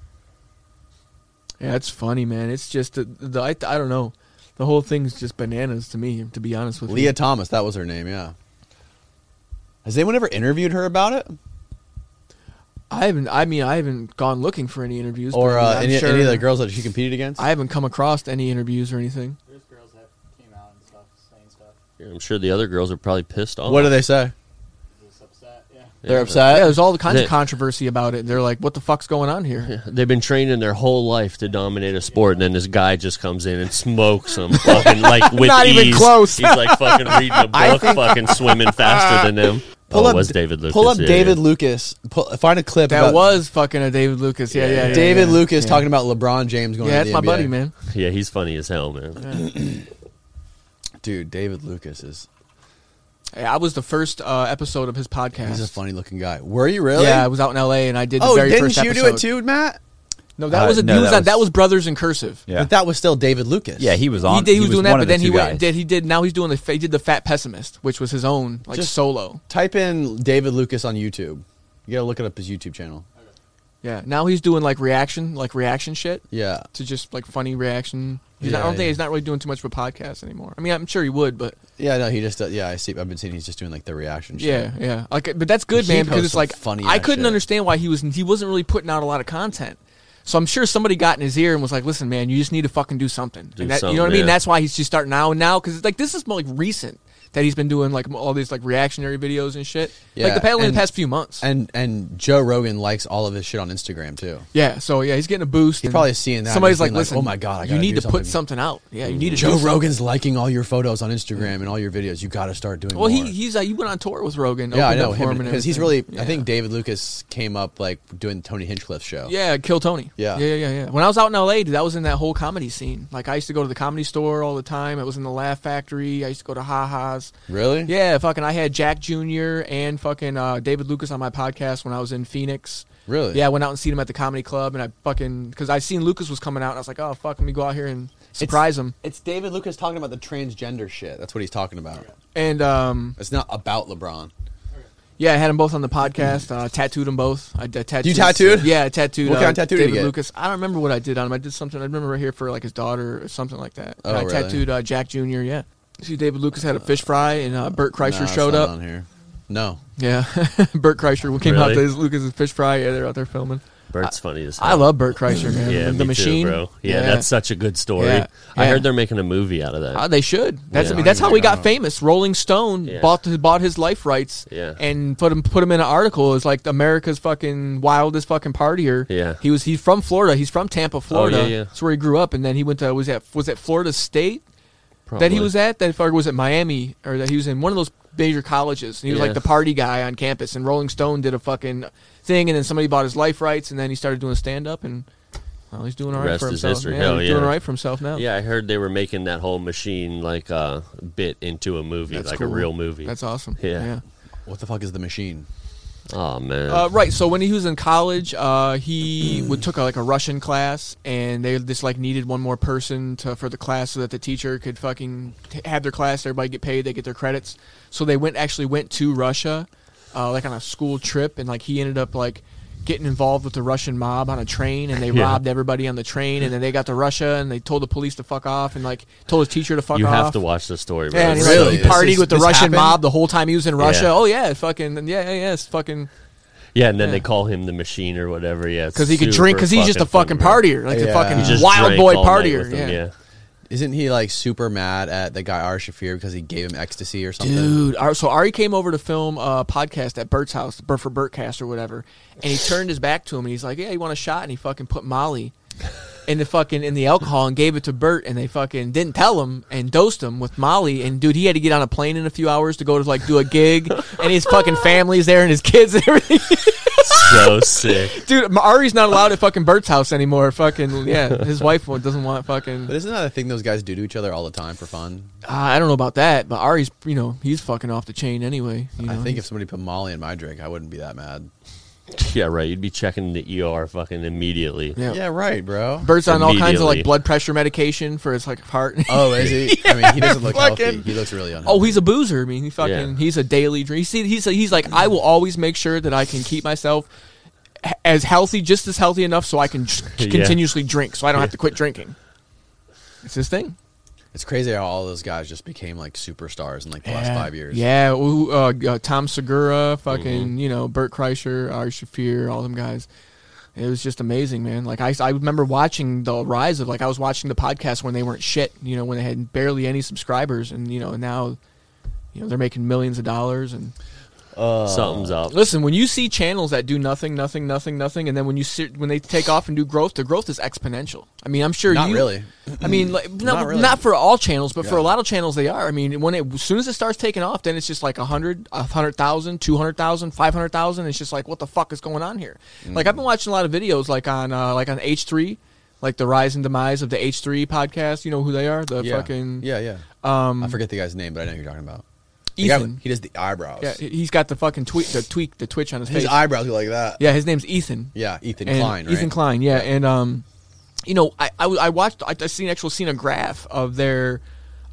B: yeah, it's funny, man. It's just the, the I, I don't know. The whole thing's just bananas to me, to be honest with you.
A: Leah Thomas, that was her name. Yeah. Has anyone ever interviewed her about it,
B: I haven't. I mean, I haven't gone looking for any interviews
A: or
B: but I mean,
A: uh,
B: I'm
A: any,
B: sure-
A: any of the girls that she competed against?
B: I haven't come across any interviews or anything.
G: There's girls that came out and stuff saying stuff.
D: I'm sure the other girls are probably pissed off.
A: what do they say?
G: Just upset, yeah.
A: They're
B: Yeah,
A: upset.
B: there's all kinds
D: They-
B: of controversy about it. They're like, "What the fuck's going on here?"
D: They've been training their whole life to dominate a sport, and then this guy just comes in and smokes them, fucking like with
B: Not even
D: ease.
B: close.
D: He's like fucking reading a book, fucking swimming faster than them. oh, it was David Lucas?
A: Pull up
D: yeah,
A: David
D: yeah.
A: Lucas. Pull, find a clip.
B: That
A: about
B: was fucking a David Lucas. Yeah, yeah, yeah,
A: David
B: yeah.
A: Lucas
B: Yeah.
A: talking about LeBron James going.
B: Yeah,
A: to
B: that's
A: the
B: my
A: NBA.
B: buddy, man.
D: Yeah, he's funny as hell, man.
A: dude, David Lucas is
B: Hey, I was the first uh, episode of his podcast.
A: he's a funny looking guy. Were you really?
B: Yeah, I was out in L.A. and I did.
A: Oh,
B: the very
A: didn't
B: first
A: you do
B: episode.
A: it too, Matt?
B: No, that
C: Uh,
B: was a,
C: no,
B: he was
C: that
B: on- that
C: was-
B: was Brothers in Cursive.
C: Yeah.
A: But that was still David Lucas.
C: Yeah, he was on.
B: He, did, he, was, doing that,
C: one of
B: but
C: the
B: then he
C: two
B: went,
C: guys.
B: did. He did. Now he's doing the. fa- He did the Fat Pessimist, which was his own like
A: Just-
B: solo.
A: Type in David Lucas on YouTube. You gotta look it up his YouTube channel.
B: Yeah. Now he's doing like reaction, like reaction shit
A: Yeah.
B: to just like funny reaction. He's not, I
A: Yeah,
B: don't think
A: yeah.
B: he's not really doing too much of a podcast anymore. I mean, I'm sure he would, but
A: Yeah, no, he just does, yeah, I see I've been seeing he's just doing like the reaction shit.
B: yeah, yeah. Like, but that's good,
A: He
B: man, because
A: posts
B: it's
A: some
B: like
A: funny
B: I
A: ass
B: couldn't
A: shit.
B: understand why he was he wasn't really putting out a lot of content. So I'm sure somebody got in his ear and was like, "Listen, man, you just need to fucking do something."
D: Do
B: And that- you
D: something,
B: know what I mean?
D: yeah.
B: That's why he's just starting now, now because like this is more like recent that he's been doing like all these like reactionary videos and shit. like
A: Yeah,
B: the past- only the
A: and-
B: past few months.
A: And and Joe Rogan likes all of his shit on Instagram too.
B: yeah, so yeah, he's getting a boost.
A: He's
B: and
A: probably seeing that and
B: Somebody's
A: he's
B: like,
A: being like,
B: "Listen,
A: oh my God, I
B: you
A: gotta
B: need
A: do
B: to put
A: something."
B: something out." Yeah, you need to do
A: Joe
B: something.
A: Rogan's liking all your photos on Instagram and all your videos. You gotta start doing
B: Well,
A: more.
B: he he's like, he went on tour with Rogan.
A: yeah, I
B: opened up
A: know
B: for him
A: him
B: and
A: because he's really.
B: everything.
A: I
B: Yeah.
A: think David Lucas came up like doing the Tony Hinchcliffe show.
B: Yeah, Kill Tony.
A: Oh. Yeah.
B: yeah, yeah, yeah. When I was out in L.A., dude, that was in that whole comedy scene. Like I used to go to the comedy store all the time. It was in the Laugh Factory. I used to go to Ha Ha's.
A: really?
B: Yeah, fucking. I had Jack Jr. and fucking uh, David Lucas on my podcast when I was in Phoenix.
A: Really?
B: Yeah, I went out and seen him at the comedy club, and I fucking because I seen Lucas was coming out, and I was like, oh fuck, let me go out here and surprise him.
A: It's David Lucas talking about the transgender shit. That's what he's talking about.
B: And um,
A: It's not about LeBron.
B: Yeah, I had them both on the podcast. Uh, tattooed them both. I did tattooed.
A: You tattooed?
B: Yeah, I tattooed.
A: What
B: uh,
A: kind of tattoo did you
B: David
A: get?
B: Lucas. I don't remember what I did on him. I did something. I remember right here for like his daughter or something like that.
A: Oh,
B: And I
A: really?
B: tattooed uh, Jack Jr. Yeah. See, David Lucas had a fish fry, and uh, Bert Kreischer
A: Nah, it's
B: showed
A: not
B: up.
A: on here. No,
B: Yeah, Bert Kreischer came out to
D: Really?
B: his Lucas's fish fry. Yeah, they're out there filming.
D: Bert's funny as hell.
B: I love Bert Kreischer, man.
D: yeah,
B: the
D: me too,
B: machine,
D: bro. Yeah, that's such a good story.
B: Yeah,
D: I
B: yeah.
D: heard they're making a movie out of that.
B: Uh, they should. That's
D: Yeah.
B: I mean, that's how we got
A: Yeah.
B: famous. Rolling Stone
D: Yeah.
B: bought the, bought his life rights
D: Yeah.
B: and put him put him in an article. It's like America's fucking wildest fucking partier.
D: Yeah. Oh,
B: he was he's from Florida. He's from Tampa, Florida.
D: yeah.
B: That's where he grew up, and then he went to was at was at Florida State that he
D: probably.
B: was at. That or was at Miami or that he was in one of those major colleges. And he was like
D: Yeah.
B: the party guy on campus. And Rolling Stone did a fucking thing, and then somebody bought his life rights, and then he started doing stand up and. Well, he's doing all right
D: Rest
B: for
D: is
B: himself.
D: history.
B: Yeah,
D: Hell
B: he's doing
D: yeah.
B: all right for himself now.
D: Yeah, I heard they were making that whole machine like uh, bit into a movie,
B: That's
D: like a
B: cool.
D: real movie.
B: that's awesome.
D: Yeah.
B: yeah.
A: what the fuck is the machine?
D: oh man.
B: Uh, right. So when he was in college, uh, he would, took a, like a Russian class, and they just like needed one more person to, for the class so that the teacher could fucking t- have their class. Everybody get paid. They get their credits. So they went actually went to Russia, uh, like on a school trip, and like he ended up like getting involved with the Russian mob on a train, and they
D: Yeah.
B: robbed everybody on the train, and then they got to Russia, and they told the police to fuck off, and like told his teacher to fuck
D: you
B: off.
D: have to watch the story, bro.
B: Yeah, and
D: It's
B: he,
D: so
B: like,
A: Really?
B: he
A: This
B: partied
A: is-
B: with the
A: this
B: Russian
A: happened?
B: mob the whole time he was in Russia.
D: Yeah.
B: Oh yeah, fucking yeah, yeah, yeah, it's fucking.
D: Yeah, and then
B: Yeah.
D: they call him the machine or whatever. Yeah,
B: because he could drink because he's just a fucking partier, like a
A: Yeah.
B: fucking
A: He
D: Just
B: wild
D: drank
B: boy
D: all night
B: partier.
D: with him,
B: yeah.
D: yeah.
A: Isn't he like super mad at the guy R. Shafir because he gave him ecstasy or something?
B: dude. Ar- So Ari came over to film a podcast at Bert's house, Bert for Bertcast or whatever, and he turned his back to him and he's like, "Yeah, you want a shot?" And he fucking put Molly in the fucking in the alcohol and gave it to Bert, and they fucking didn't tell him and dosed him with Molly. And dude, he had to get on a plane in a few hours to go to like do a gig, and his fucking family's there and his kids and everything.
D: so sick.
B: dude, Ari's not allowed at fucking Bert's house anymore. Fucking yeah, his wife doesn't want fucking.
A: But isn't that a thing those guys do to each other all the time for fun?
B: Uh, I don't know about that, but Ari's, you know, he's fucking off the chain anyway. You know?
A: I think if somebody put Molly in my drink, I wouldn't be that mad.
D: Yeah, right. You'd be checking the ER fucking immediately.
B: yeah.
A: Yeah, right, bro.
B: Bird's on all kinds of like
D: Immediately.
B: blood pressure medication for his like heart.
A: Oh, is he? I mean, he doesn't look healthy.
B: fucking-
A: He looks really unhealthy.
B: oh, he's a boozer. I mean, he fucking
D: Yeah.
B: he's a daily drink. He's he's he's like I will always make sure that I can keep myself h- as healthy, just as healthy enough, so I can just
D: Yeah.
B: continuously drink, so I don't have to quit drinking. It's his thing.
A: It's crazy how all those guys just became like superstars in like the last five years.
B: Yeah, ooh, uh, uh, Tom Segura, fucking you know Bert Kreischer, Ari Shafir, all them guys. It was just amazing, man. Like I, I remember watching the rise of like I was watching the podcast when they weren't shit, you know, when they had barely any subscribers, and you know now, you know they're making millions of dollars. And
D: Something's up.
B: Uh, listen, when you see channels that do nothing, nothing, nothing, nothing, and then when you see, when they take off and do growth, the growth is exponential. I mean, I'm sure
A: Not
B: you,
A: really.
B: I mean, like, not, not,
A: Mm. really.
B: for all channels, but for
A: Yeah.
B: a lot of channels, they are. I mean, when it, as soon as it starts taking off, then it's just like 100, 100,000, 200,000,
A: Mm.
B: 500,000. It's just like, what the fuck is going on here? Like, I've been watching a lot of videos, like on uh, like on H3, like the rise and demise of the H3 podcast. You know who they are? The
A: yeah.
B: fucking
A: yeah, yeah.
B: um
A: I forget the guy's name, but I know who you're talking about. The guy
B: Ethan.
A: with- he does the eyebrows.
B: yeah, he's got the fucking tweet, the tweak, the twitch on his
A: His
B: face.
A: eyebrows are like that.
B: yeah, his name's Ethan.
A: Yeah, Ethan
B: And
A: Klein. Right?
B: Ethan Klein, yeah, and um, you know, I I, I watched, I, I seen actual seen a graph of their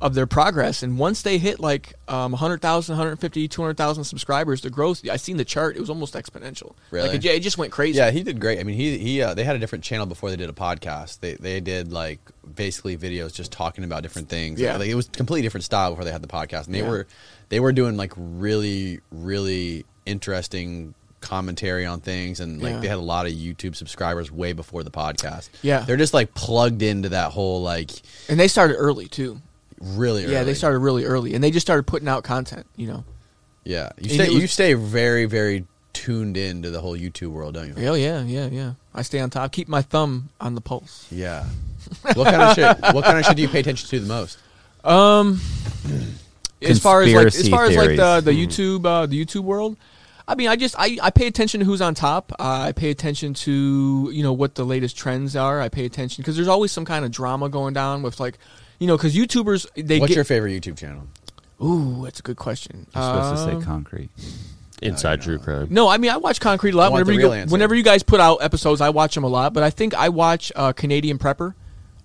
B: of their progress, and once they hit like um 100,000, 150, 200,000 subscribers, the growth. I seen the chart; it was almost exponential.
A: Really?
B: Like it, yeah, it just went crazy.
A: Yeah, he did great. I mean, he he uh, they had a different channel before they did a podcast. They they did like basically videos just talking about different things.
B: Yeah.
A: like, it was a completely different style before they had the podcast, and they
B: Yeah.
A: were they were doing like really really interesting commentary on things and like
B: Yeah.
A: they had a lot of YouTube subscribers way before the podcast.
B: Yeah.
A: They're just like plugged into that whole like
B: and they started early too.
A: really
B: Yeah, they
A: early.
B: started really early, and they just started putting out content. You know,
A: Yeah. You
B: And
A: stay
B: it was-
A: you stay very very tuned into the whole YouTube world, don't you?
B: yeah, yeah, yeah, yeah. I stay on top, keep my thumb on the pulse.
A: Yeah. What kind of shit? What kind of shit do you pay attention to the most?
B: as far as like as
C: Conspiracy
B: far as like
C: theories.
B: the the YouTube uh, the YouTube world. I mean, I just I, I pay attention to who's on top. Uh, I pay attention to you know what the latest trends are. I pay attention because there's always some kind of drama going down with like, you know, because YouTubers they
A: What's
B: get
A: your favorite YouTube channel?
B: ooh that's a good question.
C: You're supposed to
B: Um,
C: say concrete.
D: Inside True Crime.
B: no, I mean I watch Concrete
A: I
B: a lot.
A: want
B: Whenever
A: the
B: you
A: real
B: go-
A: answer.
B: whenever you guys put out episodes, I watch them a lot. But I think I watch uh, Canadian Prepper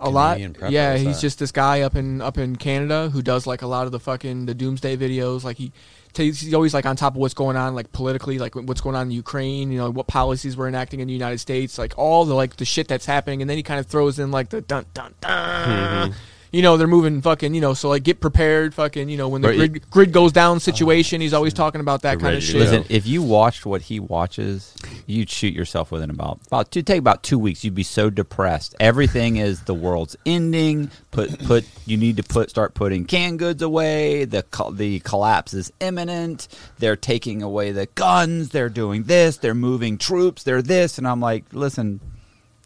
B: a
A: Canadian
B: lot.
A: Prepper,
B: yeah,
A: what's
B: he's
A: that?
B: just this guy up in up in Canada who does like a lot of the fucking the doomsday videos. Like he takes he's always like on top of what's going on like politically, like what's going on in Ukraine. You know what policies we're enacting in the United States, like all the like the shit that's happening, and then he kind of throws in like the dun dun
A: Mm-hmm.
B: dun. You know they're moving fucking. You know so like get prepared, fucking. You know when the
D: Right,
B: grid, grid goes
A: Oh,
B: down situation, he's always talking about that
D: They're
B: kind
D: ready
B: of
D: to
B: shit.
D: go.
C: Listen,
D: Yeah.
C: if you watched what he watches, you'd shoot yourself within about about to take about two weeks. You'd be so depressed. Everything is the world's ending. Put put you need to put start putting canned goods away. The co- the collapse is imminent. They're taking away the guns. They're doing this. They're moving troops. They're this. And I'm like, listen.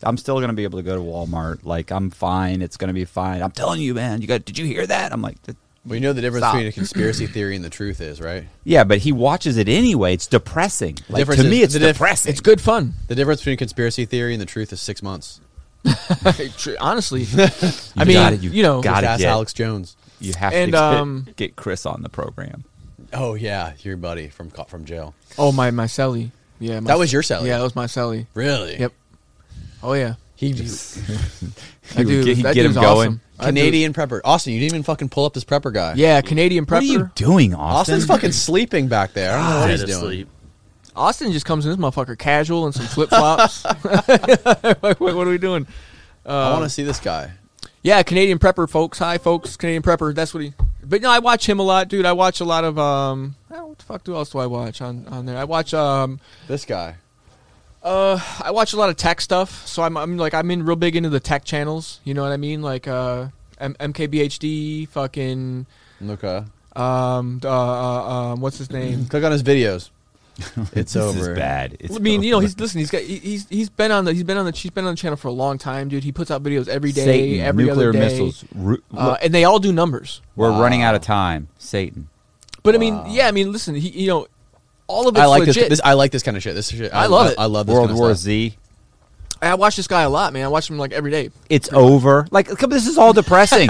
C: I'm still gonna be able to go to Walmart. Like I'm fine. It's gonna be fine. I'm telling you, man. You got? Did you hear that? I'm like, "Th-
A: Well, you know the difference
C: Stop.
A: between a conspiracy theory and the truth is, right?
C: yeah, but he watches it anyway. It's depressing. Like,
A: difference
C: to me,
A: is-
C: it's
A: the diff-
C: depressing.
B: It's good fun.
A: The difference between conspiracy theory and the truth is six months.
B: Tr- honestly, I mean,
C: got it.
B: you,
C: You
B: know,
C: got
A: Just
C: Gotta
A: ask
C: get-
A: Alex Jones.
C: You have
B: And,
C: to get,
B: um,
C: get Chris on the program.
A: Oh yeah, your buddy from co- from jail.
B: oh my my celly, yeah, my
A: That was your celly?
B: yeah, that was my celly,
A: Really?
B: yep, oh yeah,
A: He
B: that
C: would
B: dude,
C: get- he'd
B: that
C: get him
B: dude's
C: going.
B: awesome. That dude-
A: Canadian prepper. Austin, you didn't even fucking pull up this prepper guy.
B: yeah, Canadian prepper.
C: What are you doing, Austin?
A: Austin's fucking sleeping back there. I don't know what he's
D: Dead
A: doing.
D: asleep.
B: Austin just comes in this motherfucker casual and some flip flops. what, what are we doing?
A: I
B: Um,
A: want to see this guy.
B: Yeah, Canadian prepper, folks. Hi, folks. Canadian prepper. That's what he. But no, I watch him a lot, dude. I watch a lot of um. oh, What the fuck? Do else do I watch on on there? I watch um.
A: This guy.
B: Uh, I watch a lot of tech stuff, so I'm, I'm like I'm in real big into the tech channels. You know what I mean? Like uh, M- MKBHD, fucking
A: Okay.
B: um, uh, uh, um, what's his name?
A: uh, Click on his videos. It's
C: This
A: over.
C: is bad. It's
B: I mean, you know,
C: over.
B: he's listen. He's got he- he's he's been on the he's been on the he's been on the channel for a long time, dude. He puts out videos every day,
C: Satan,
B: every
C: nuclear
B: other day,
C: missiles. Ru-
B: uh, and they all do numbers.
C: We're
A: Wow.
C: running out of time. Satan.
B: But I mean, yeah, I mean, listen, he, you know, all of it's
A: I like this,
B: legit.
A: this. I like this kind of shit. This shit.
B: I love it.
A: I love this
C: World
A: kind of
C: War
A: stuff.
C: Z.
B: I watch this guy a lot, man. I watch him like every day.
C: It's over. Like, come- this is all depressing.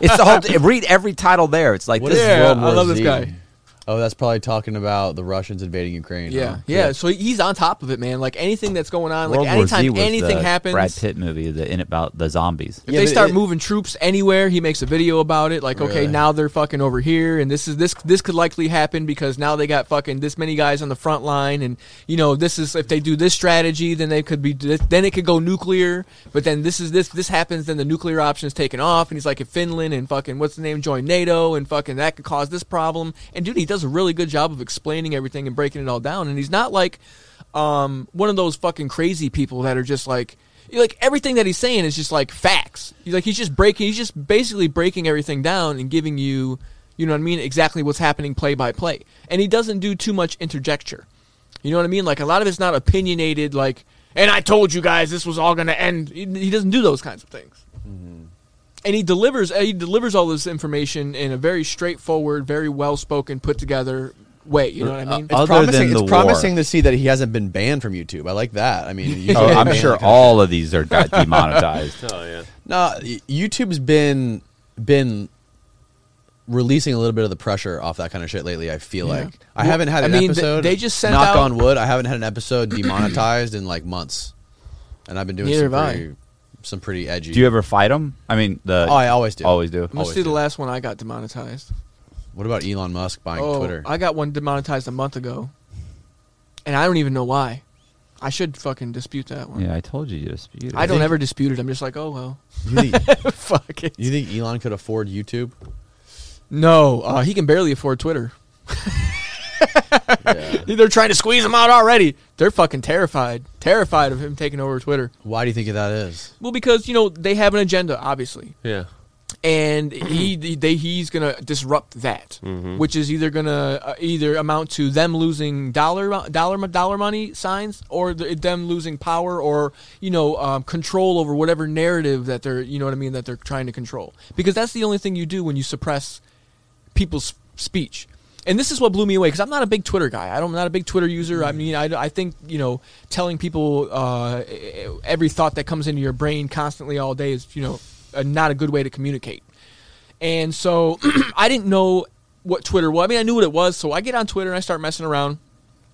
C: it's all. Read every title there. It's like
A: What
C: this
A: is
C: is
B: Yeah,
C: World
B: I
C: War
B: love
C: Z.
B: this guy.
A: Oh, that's probably talking about the Russians invading Ukraine. huh?
B: Yeah, yeah. So he's on top of it, man. Like anything that's going on,
C: World
B: like
C: War Z
B: anytime
C: was
B: anything
C: the
B: happens,
C: Brad Pitt movie, the in about the zombies.
B: If
A: Yeah,
B: they
A: but
B: start
A: it-
B: moving troops anywhere, he makes a video about it. Like, okay,
A: Really?
B: now they're fucking over here, and this is this this could likely happen because now they got fucking this many guys on the front line, and you know this is if they do this strategy, then they could be then it could go nuclear. But then this is this this happens, then the nuclear option is taken off, and he's like, if Finland and fucking what's the name join NATO, and fucking that could cause this problem. And dude, he does a really good job of explaining everything and breaking it all down, and he's not like um, one of those fucking crazy people that are just like, like everything that he's saying is just like facts. He's like he's just breaking, he's just basically breaking everything down and giving you, you know what I mean, exactly what's happening play by play. And he doesn't do too much interjecture. You know what I mean? Like a lot of it's not opinionated. Like, and I told you guys this was all going to end. He, he doesn't do those kinds of things.
A: Mm-hmm.
B: And he delivers, he delivers all this information in a very straightforward, very well spoken, put together wait. You know what I mean?
D: Other
A: promising,
D: than
A: it's
D: the war.
A: promising to see that he hasn't been banned from YouTube. I like that. I mean, you
C: Oh,
A: can't
C: I'm
A: ban
C: sure
A: that kind of-
C: all of these are got demonetized.
D: Oh yeah.
A: No, y- YouTube's been been releasing a little bit of the pressure off that kind of shit lately. I feel
B: Yeah.
A: like I
B: Well,
A: haven't had
B: I
A: an
B: mean, th-
A: episode.
B: they just sent
A: knock
B: out-
A: on wood. I haven't had an episode demonetized in like months, and I've been doing
B: Neither
A: some
B: have I.
A: pretty, some pretty edgy.
C: Do you ever fight them? I mean, the
A: Oh, I always do.
C: Always do.
B: Must
A: always
B: be the
A: do.
B: last one I got demonetized.
A: what about Elon Musk buying
B: oh,
A: Twitter?
B: I got one demonetized a month ago, and I don't even know why. I should fucking dispute that one.
C: Yeah, I told you to dispute.
B: I don't
A: think-
B: ever dispute it. I'm just like, oh well,
A: you, think,
B: fuck it.
A: you think Elon could afford YouTube?
B: No, uh, he can barely afford Twitter.
A: Yeah.
B: They're trying to squeeze him out already. They're fucking terrified, terrified of him taking over Twitter.
A: Why do you think that is?
B: Well, because you know they have an agenda, obviously,
D: Yeah.
B: and he they, he's gonna disrupt that, which is either gonna uh, either amount to them losing dollar uh, dollar dollar money signs, or th- them losing power, or you know um, control over whatever narrative that they're you know what I mean that they're trying to control. Because that's the only thing you do when you suppress people's speech. And this is what blew me away because I'm not a big Twitter guy. I don't, I'm not a big Twitter user. I mean, I, I think you know, telling people uh, every thought that comes into your brain constantly all day is you know uh not a good way to communicate. And so I didn't know what Twitter was. I mean, I knew what it was. So I get on Twitter and I start messing around.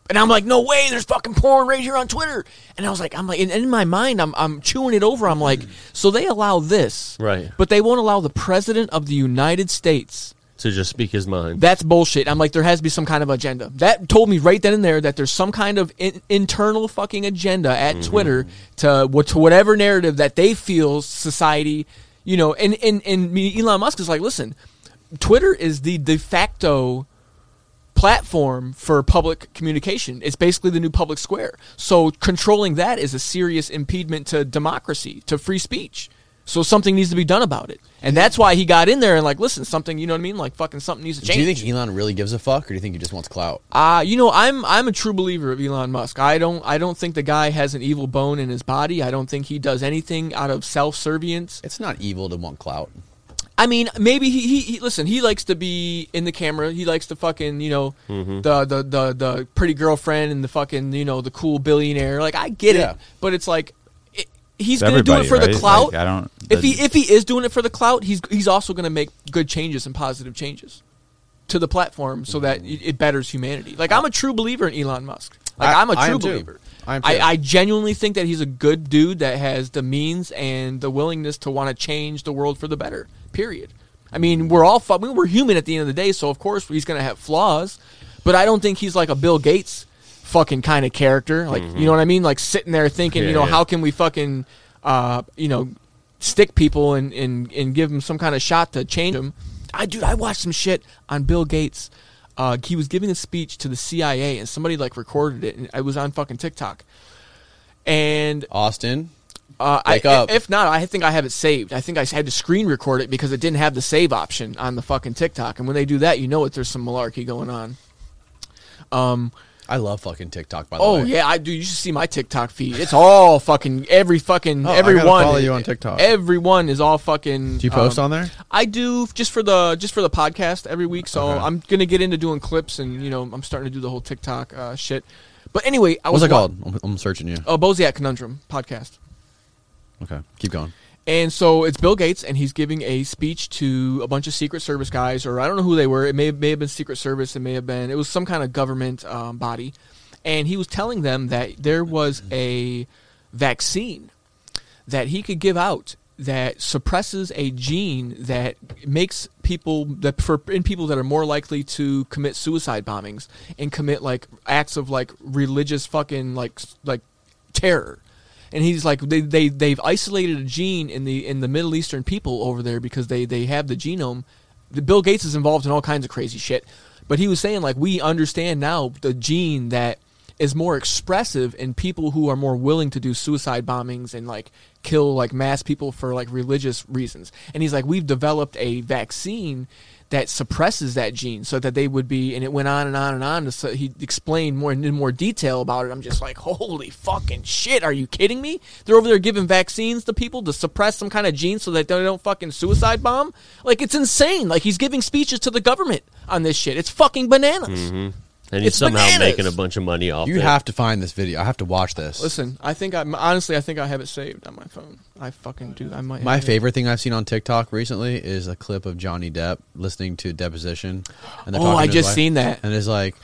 B: And I'm like, no way, there's fucking porn right here on Twitter. And I was like, I'm like, and in my mind, I'm, I'm chewing it over. I'm like, so they allow this,
D: Right.
B: But they won't allow the president of the United States
D: To just speak his mind.
B: that's bullshit. I'm like, there has to be some kind of agenda. That told me right then and there that there's some kind of in- internal fucking agenda at
A: Mm-hmm.
B: Twitter to what to whatever narrative that they feel society, you know, and and and me- Elon Musk is like, listen, Twitter is the de facto platform for public communication. It's basically the new public square. So controlling that is a serious impediment to democracy, to free speech. So something needs to be done about it. And that's why he got in there and like, listen, something, you know what I mean? Like fucking something needs to change.
A: Do you think Elon really gives a fuck, or do you think he just wants clout?
B: Uh, you know, I'm I'm a true believer of Elon Musk. I don't I don't think the guy has an evil bone in his body. I don't think he does anything out of self-servience.
A: It's not evil to want clout.
B: I mean, maybe he, he, he listen. He likes to be in the camera. He likes the fucking you know
C: Mm-hmm.
B: the, the the the pretty girlfriend and the fucking you know the cool billionaire. Like I get
A: Yeah.
B: it, but it's like it, he's
C: It's
B: gonna do it
C: everybody,
B: for
C: right?
B: the clout.
C: Like, I don't-
B: If he
C: doesn't-
B: if he is doing it for the clout, he's he's also gonna make good changes and positive changes to the platform so that it, it betters humanity. Like I'm a true believer in Elon Musk. Like
A: I-
B: I, am a true
A: I am too.
B: believer.
A: I am too.
B: I, I genuinely think that he's a good dude that has the means and the willingness to want to change the world for the better. Period. I mean, we're all fu- I mean, we're human at the end of the day, so of course he's going to have flaws, but I don't think he's like a Bill Gates fucking kind of character. Like, you know what I mean? Like sitting there thinking,
D: Mm-hmm. Yeah,
B: you know,
D: yeah.
B: how can we fucking uh, you know, stick people and and and give them some kind of shot to change them. I dude, I watched some shit on Bill Gates. Uh, he was giving a speech to the CIA, and somebody like recorded it, and it was on fucking TikTok. And
A: Austin,
B: uh, I,
A: Wake up.
B: if not, I think I have it saved. I think I had to screen record it because it didn't have the save option on the fucking TikTok. And when they do that, you know it. There's some malarkey going on.
A: I love fucking TikTok. By the way,
B: Oh yeah, I do. You should see my TikTok feed. It's all fucking every fucking
A: Oh, I gotta
B: everyone.
A: follow you on TikTok.
B: Everyone is all fucking.
A: Do you post
B: um,
A: on there?
B: I do just for the just for the podcast every week. So I'm gonna get into doing clips, and you know I'm starting to do the whole TikTok uh, shit. But anyway, I
A: What's
B: was
A: it called? I'm, I'm searching you.
B: Oh, Bozak Conundrum podcast.
A: Okay, keep going.
B: And so it's Bill Gates, and he's giving a speech to a bunch of Secret Service guys, or I don't know who they were. It may may have been Secret Service. It may have been it was some kind of government um, body, and he was telling them that there was a vaccine that he could give out that suppresses a gene that makes people that for in people that are more likely to commit suicide bombings and commit like acts of like religious fucking like s- like terror and he's like they, they they've isolated a gene in the in the middle eastern people over there because they they have the genome the bill gates is involved in all kinds of crazy shit but he was saying like we understand now the gene that is more expressive in people who are more willing to do suicide bombings and like kill like mass people for like religious reasons. And he's like, we've developed a vaccine that suppresses that gene so that they would be. And it went on and on and on. So he explained more in more detail about it. I'm just like, holy fucking shit! Are you kidding me? They're over there giving vaccines to people to suppress some kind of gene so that they don't fucking suicide bomb. Like it's insane. Like he's giving speeches to the government on this shit. It's fucking bananas.
D: and he's
B: It's
D: somehow
B: bananas.
D: making a bunch of money off.
A: You
D: it.
A: have to find this video. I have to watch this.
B: Listen, I think I'm honestly, I think I have it saved on my phone. I fucking do. I might.
A: My
B: have it.
A: favorite thing I've seen on TikTok recently is a clip of Johnny Depp listening to deposition. And they're
B: Oh,
A: talking to
B: I
A: his
B: just
A: wife,
B: seen that.
A: And it's like,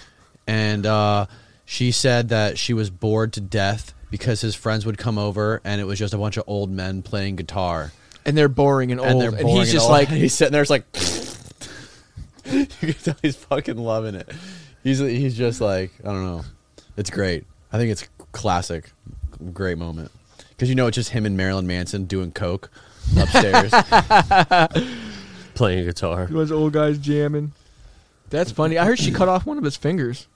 A: and uh, she said that she was bored to death because his friends would come over and it was just a bunch of old men playing guitar.
B: And they're boring and old.
A: And
B: Oh, And,
A: they're boring
B: he's just
A: all-
B: like,
A: and he's sitting there, it's like, you can tell he's fucking loving it. He's he's just like, I don't know, it's great. I think it's classic, great moment because you know it's just him and Marilyn Manson doing coke upstairs.
D: playing guitar.
B: those old guys jamming. That's funny. I heard she cut off one of his fingers.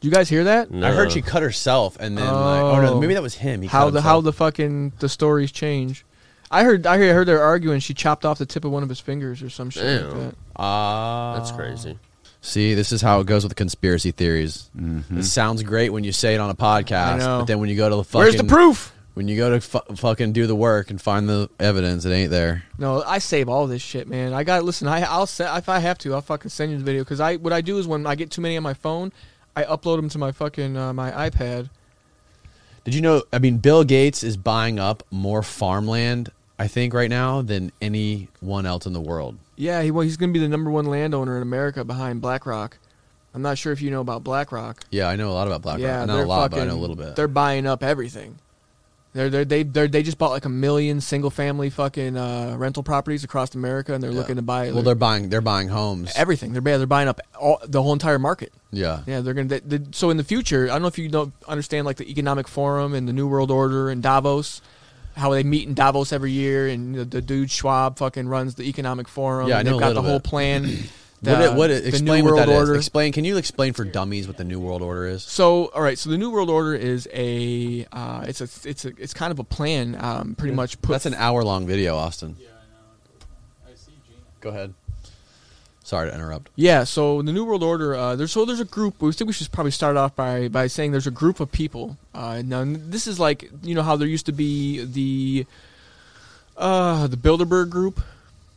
B: Do you guys hear that?
A: I heard
D: No.
A: she cut herself, and then like, oh no,
B: Oh.
A: maybe that was him. Mm, He
B: how
A: cut
B: the how
A: himself.
B: the fucking the stories change. I heard I heard, I heard they're arguing. She chopped off the tip of one of his fingers or some shit like
D: Damn.
B: that.
A: Ah.
D: That's crazy.
A: See, this is how it goes with conspiracy theories.
B: Mm-hmm.
A: It sounds great when you say it on a podcast,
B: I know.
A: but then when you go to the fucking
B: Where's the proof?
A: when you go to fu- fucking do the work and find the evidence, it ain't there.
B: No, I save all this shit, man. I got listen. I I'll se- if I have to, I'll fucking send you the video because I what I do is when I get too many on my phone, I upload them to my fucking uh, my iPad.
A: Did you know? I mean, Bill Gates is buying up more farmland, I think, right now than anyone else in the world.
B: Yeah, he well, he's gonna be the number one landowner in America behind BlackRock. I'm not sure if you know about BlackRock.
A: Yeah, I know a lot about BlackRock.
B: yeah,
A: Not
B: they're
A: a lot,
B: fucking,
A: but I know a little bit.
B: They're buying up everything. They're, they're, they they they just bought like a million single family fucking uh, rental properties across America, and they're looking to buy
A: well, they're buying. They're buying homes.
B: everything. They're bu- they're buying up all, the whole entire market.
A: yeah.
B: Yeah, they're gonna. They, they, so in the future, I don't know if you don't understand like the Economic Forum and the New World Order and Davos, how they meet in Davos every year, and the, the dude Schwab fucking runs the Economic Forum.
A: Yeah, I
B: and
A: know
B: they've
A: a
B: got the
A: little
B: whole
A: bit.
B: plan. The,
A: what? It, what? It,
B: the
A: explain
B: New
A: what that
B: World
A: is.
B: Order.
A: Explain. Can you explain for dummies what the New World Order is?
B: So, all right. So the New World Order is a uh, it's a it's a it's kind of a plan, um, pretty much. Put
A: That's an hour long video, Austin.
G: Yeah, I know. I see Gina.
A: Go ahead. Sorry to interrupt.
B: Yeah, so the New World Order, uh, there's so there's a group. We think we should probably start off by, by saying there's a group of people. Uh, now this is like you know how there used to be the uh, the Bilderberg Group.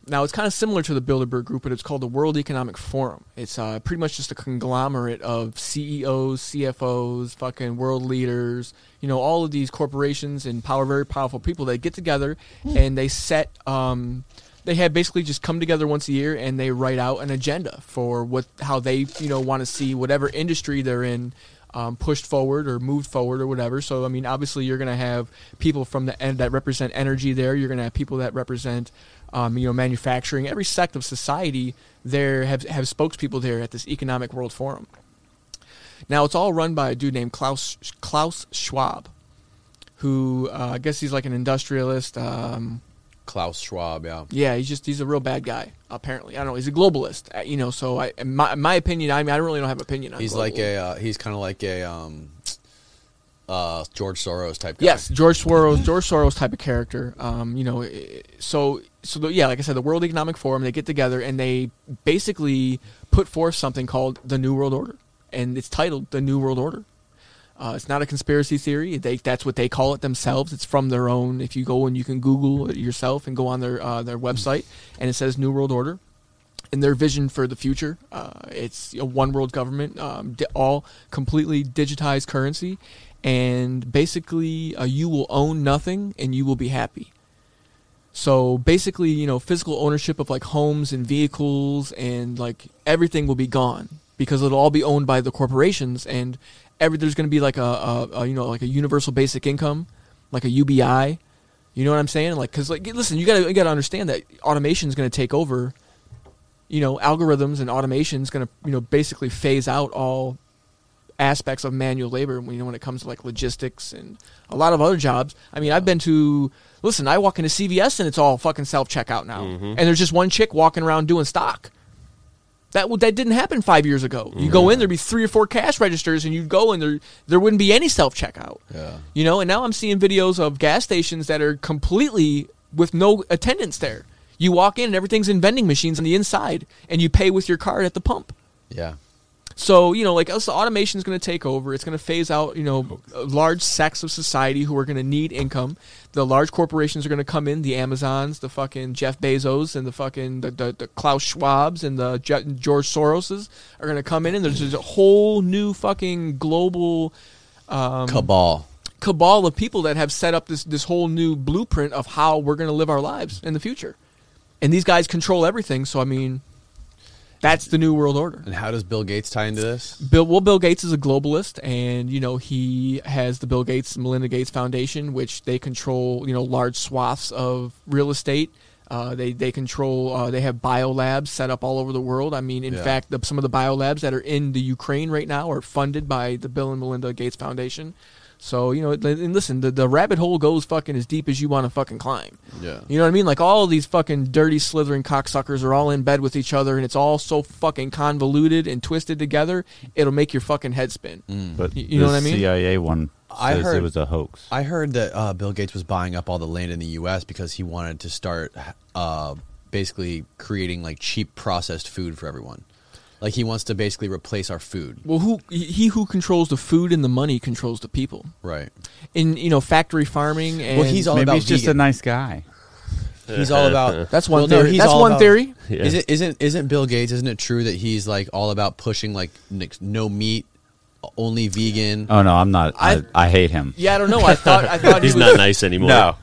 B: Now it's kind of similar to the Bilderberg Group, but it's called the World Economic Forum. It's uh, pretty much just a conglomerate of E CEOs, CFOs, fucking world leaders. You know, all of these corporations and power, very powerful people. They get together and they set. Um, they had basically just come together once a year and they write out an agenda for what how they you know want to see whatever industry they're in um, pushed forward or moved forward or whatever. So I mean, obviously you're going to have people from the end that represent energy there. You're going to have people that represent um, you know manufacturing. Every sect of society there have have spokespeople there at this Economic World Forum. Now it's all run by a dude named Klaus Klaus Schwab, who uh, I guess he's like an industrialist. Um,
A: Klaus Schwab. Yeah.
B: yeah, he's just he's a real bad guy. Apparently, I don't know. He's a globalist, uh, you know. So I, in my in my opinion, I mean, I really don't have an opinion on.
A: He's
B: global.
A: like a. Uh, he's kind of like a. Um, uh, George Soros type guy.
B: yes, George Soros, George Soros type of character. Um, you know, i- so so the, yeah, like I said, the World Economic Forum they get together and they basically put forth something called the New World Order, and it's titled the New World Order. Uh, it's not a conspiracy theory. They, that's what they call it themselves. It's from their own. If you go and you can Google it yourself and go on their uh, their website, and it says New World Order. in their vision for the future. Uh, it's a one world government, um, di- all completely digitized currency, and basically uh, you will own nothing and you will be happy. So basically, you know, physical ownership of like homes and vehicles and like everything will be gone because it'll all be owned by the corporations and every there's going to be like a, a, a you know like a universal basic income, like a UBI. You know what I'm saying? Like cuz like listen, you got to you got to understand that automation is going to take over you know, algorithms and automation is going to, you know, basically phase out all aspects of manual labor when, you know, when it comes to like logistics and a lot of other jobs. I mean, I've been to, listen, I walk into CVS and it's all fucking self checkout now. And there's just one chick walking around doing stock. That, would- that didn't happen five years ago. You go in, there'd be three or four cash registers, and you'd go and there there wouldn't be any self checkout.
A: Yeah.
B: You know, and now I'm seeing videos of gas stations that are completely with no attendants there. You walk in and everything's in vending machines on the inside, and you pay with your card at the pump.
A: Yeah.
B: So you know, like us, automation is going to take over. It's going to phase out, you know, large sects of society who are going to need income. The large corporations are going to come in, the Amazons, the fucking Jeff Bezos, and the fucking the, the, the Klaus Schwabs and the Je- George Soroses are going to come in, and there's just a whole new fucking global
A: Um, Cabal.
B: cabal of people that have set up this this whole new blueprint of how we're going to live our lives in the future. And these guys control everything. So I mean, that's the new world order.
A: And how does Bill Gates tie into this?
B: Bill, well, Bill Gates is a globalist, and you know he has the Bill Gates and Melinda Gates Foundation, which they control you know large swaths of real estate. Uh, they they control. Uh, they have biolabs set up all over the world. I mean, in
A: Yeah.
B: fact, the, some of the biolabs that are in the Ukraine right now are funded by the Bill and Melinda Gates Foundation. So you know, and listen, the, the rabbit hole goes fucking as deep as you want to fucking climb.
A: Yeah.
B: You know what I mean? Like all these fucking dirty slithering cocksuckers are all in bed with each other, and it's all so fucking convoluted and twisted together. It'll make your fucking head spin.
A: Mm.
H: But
B: Y- you know
H: the
B: what I mean?
H: CIA one
A: I
H: says
A: heard-
H: it was a hoax.
A: I heard that uh, Bill Gates was buying up all the land in the U.S. because he wanted to start uh, basically creating like cheap processed food for everyone. Like he wants to basically replace our food.
B: Well, who he who controls the food and the money controls the people.
A: Right.
B: In you know factory farming and
A: Well, he's all
H: Maybe
A: about
H: he's just
A: vegan.
H: a nice guy.
A: He's all about.
B: That's one
A: Well, no,
B: theory.
A: he's
B: That's
A: all
B: one
A: about-
B: theory.
D: Yeah.
A: Isn't isn't isn't Bill Gates? Isn't it true that he's like all about pushing like n- no meat, only vegan?
H: Oh no, I'm not. I,
B: I-
H: I hate him.
B: Yeah, I don't know. I thought I thought
D: He's
B: he
D: not
B: was,
D: nice anymore.
H: No,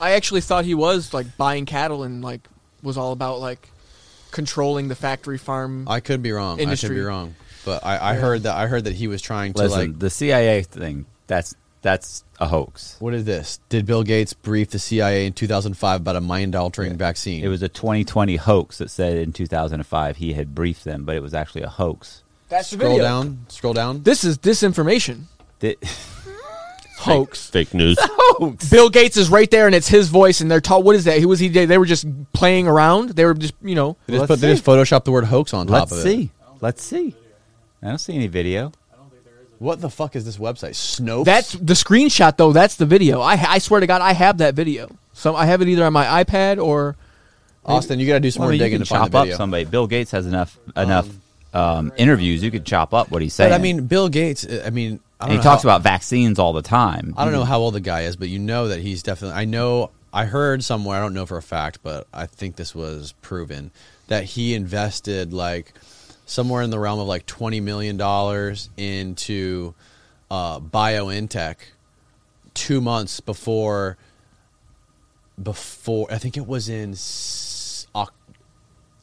B: I actually thought he was like buying cattle and like was all about like controlling the factory farm.
A: I could be wrong. I
B: Industry.
A: could be wrong. But I, I heard that I heard that he was trying to
C: Listen,
A: like.
C: the CIA thing, that's that's a hoax.
A: What is this? Did Bill Gates brief the CIA in 2005 about a mind-altering vaccine?
C: It was a 2020 hoax that said in 2005 he had briefed them, but it was actually a hoax.
B: That's the
A: scroll
B: video.
A: down. Scroll down.
B: This is disinformation.
C: That,
B: Hoax.
D: Fake news.
B: Bill Gates is right there, and it's his voice, and they're taught. What is that? Who was he? They were just playing around. They were just, you know.
A: They just,
C: Let's
A: put, they just
C: see.
A: photoshopped the word hoax on top
C: let's
A: of it.
C: see. Let's see. I don't see any video.
A: What the fuck is this website? Snopes.
B: That's the screenshot, though. That's the video. I, I swear to God, I have that video. So I have it either on my iPad or
A: Austin. You got to do some
C: Well,
A: more
C: I mean, you
A: digging
C: can
A: to find
C: chop
A: the
C: up
A: video.
C: somebody. Bill Gates has enough enough um, interviews. You could chop up what he's saying.
A: but I mean, Bill Gates. uh, I mean, I
C: and
A: don't
C: he
A: know
C: talks
A: how-
C: about vaccines all the time.
A: I don't know how old the guy is, but you know that he's definitely. I know. I heard somewhere. I don't know for a fact, but I think this was proven that he invested like somewhere in the realm of like twenty million dollars into uh, BioNTech two months before. Before I think it was in s- Oc-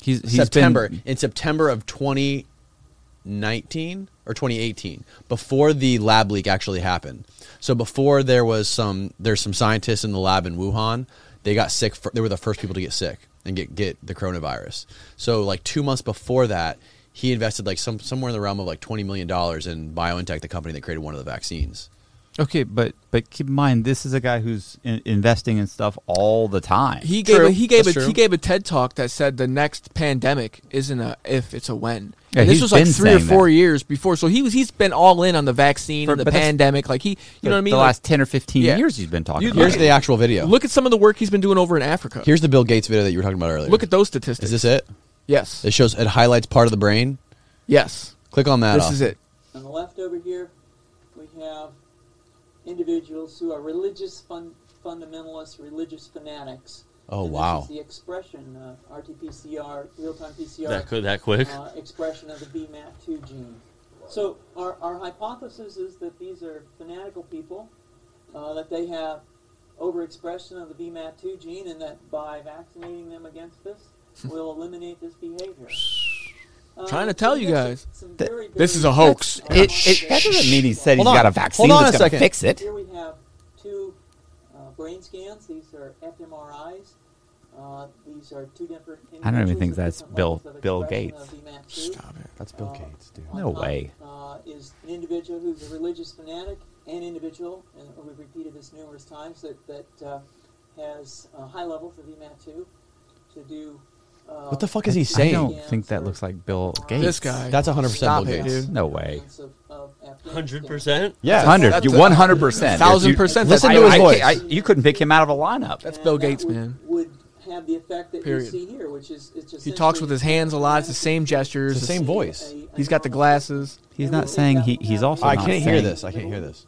C: He's, he's
A: September
C: Been,
A: in September of 2019 or 2018 before the lab leak actually happened. So before there was some there's some scientists in the lab in Wuhan, they got sick fir- they were the first people to get sick and get get the coronavirus. So like 2 months before that, he invested like some somewhere in the realm of like 20 million dollars in BioNTech, the company that created one of the vaccines.
C: okay, but but keep in mind this is a guy who's in, investing in stuff all the time.
B: he gave
A: True.
B: a, he gave a,
A: That's true.
B: he gave a TED talk that said the next pandemic isn't a if it's a when.
C: Yeah,
B: And this
C: he's
B: was like
C: been
B: three or
C: saying
B: four
C: that.
B: years before, so he was he's been all in on the vaccine
C: For-
B: and the
C: but that's-
B: pandemic. Like he, you know what I mean?
C: The
B: Like,
C: last ten or fifteen
B: Yeah.
C: years he's been talking.
B: You-
C: about
A: Here's
C: it.
A: the actual video.
B: look at some of the work he's been doing over in Africa.
A: Here's the Bill Gates video that you were talking about earlier.
B: look at those statistics.
A: Is this it?
B: yes,
A: It shows it highlights part of the brain.
B: yes.
A: Click on that.
B: This
A: Austin.
B: is it.
G: On the left over here, we have individuals who are religious fun- fundamentalists, religious fanatics.
A: Oh,
G: And this
A: wow.
G: is the expression, uh, RT-PCR, real-time PCR.
D: That could that quick.
G: uh, expression of the BMAT2 gene. So our, our hypothesis is that these are fanatical people, uh, that they have overexpression of the BMAT2 gene, and that by vaccinating them against this, we'll eliminate this behavior. Uh,
B: Trying to tell
G: so
B: you
G: there's
B: guys.
G: some very
B: This
G: big-
B: is a hoax.
G: uh,
C: It, it, that doesn't mean he said
A: Hold
C: he's
A: on.
C: got a vaccine
A: Hold on
C: that's
A: a
C: going to
A: second.
C: fix it.
G: Here we have two uh, brain scans. These are fMRIs. Uh, these are two different.
C: I don't even think
G: individuals with
C: that's
G: different
C: Bill-
G: levels of
C: Bill
G: expression of
C: Gates.
G: VMAT2.
A: That's
G: Uh, on
C: No
G: top,
C: way.
G: Uh, is an individual who's a religious fanatic and individual, and we've repeated this numerous times, that, that uh, has uh, high levels of VMAT2 to do. Uh,
A: What the fuck is he
C: I
A: saying?
C: don't think that looks like Bill Gates.
B: This guy.
A: That's 100%
B: Stop
A: Bill
B: it,
A: Gates.
B: dude.
C: No way.
G: Of, of Afghanistan.
D: Hundred percent.
A: Yeah,
C: Hundred,
B: That's
C: you
B: a-
C: one hundred percent,
B: Thousand percent.
A: Listen
C: I,
A: to his
C: I
A: voice.
C: can't- I- you couldn't pick him out of a lineup.
B: That's
G: And
B: Bill
G: that
B: Gates,
G: would-
B: man.
G: Would have the effect that
B: Period.
G: you see here, which is it's just
B: He talks with his hands a lot. It's the same gestures.
A: It's the same voice.
G: A,
B: He's got the glasses.
C: He's not saying he, he's also.
A: I
C: not
A: can't hear
C: saying-
A: this. I can't hear this.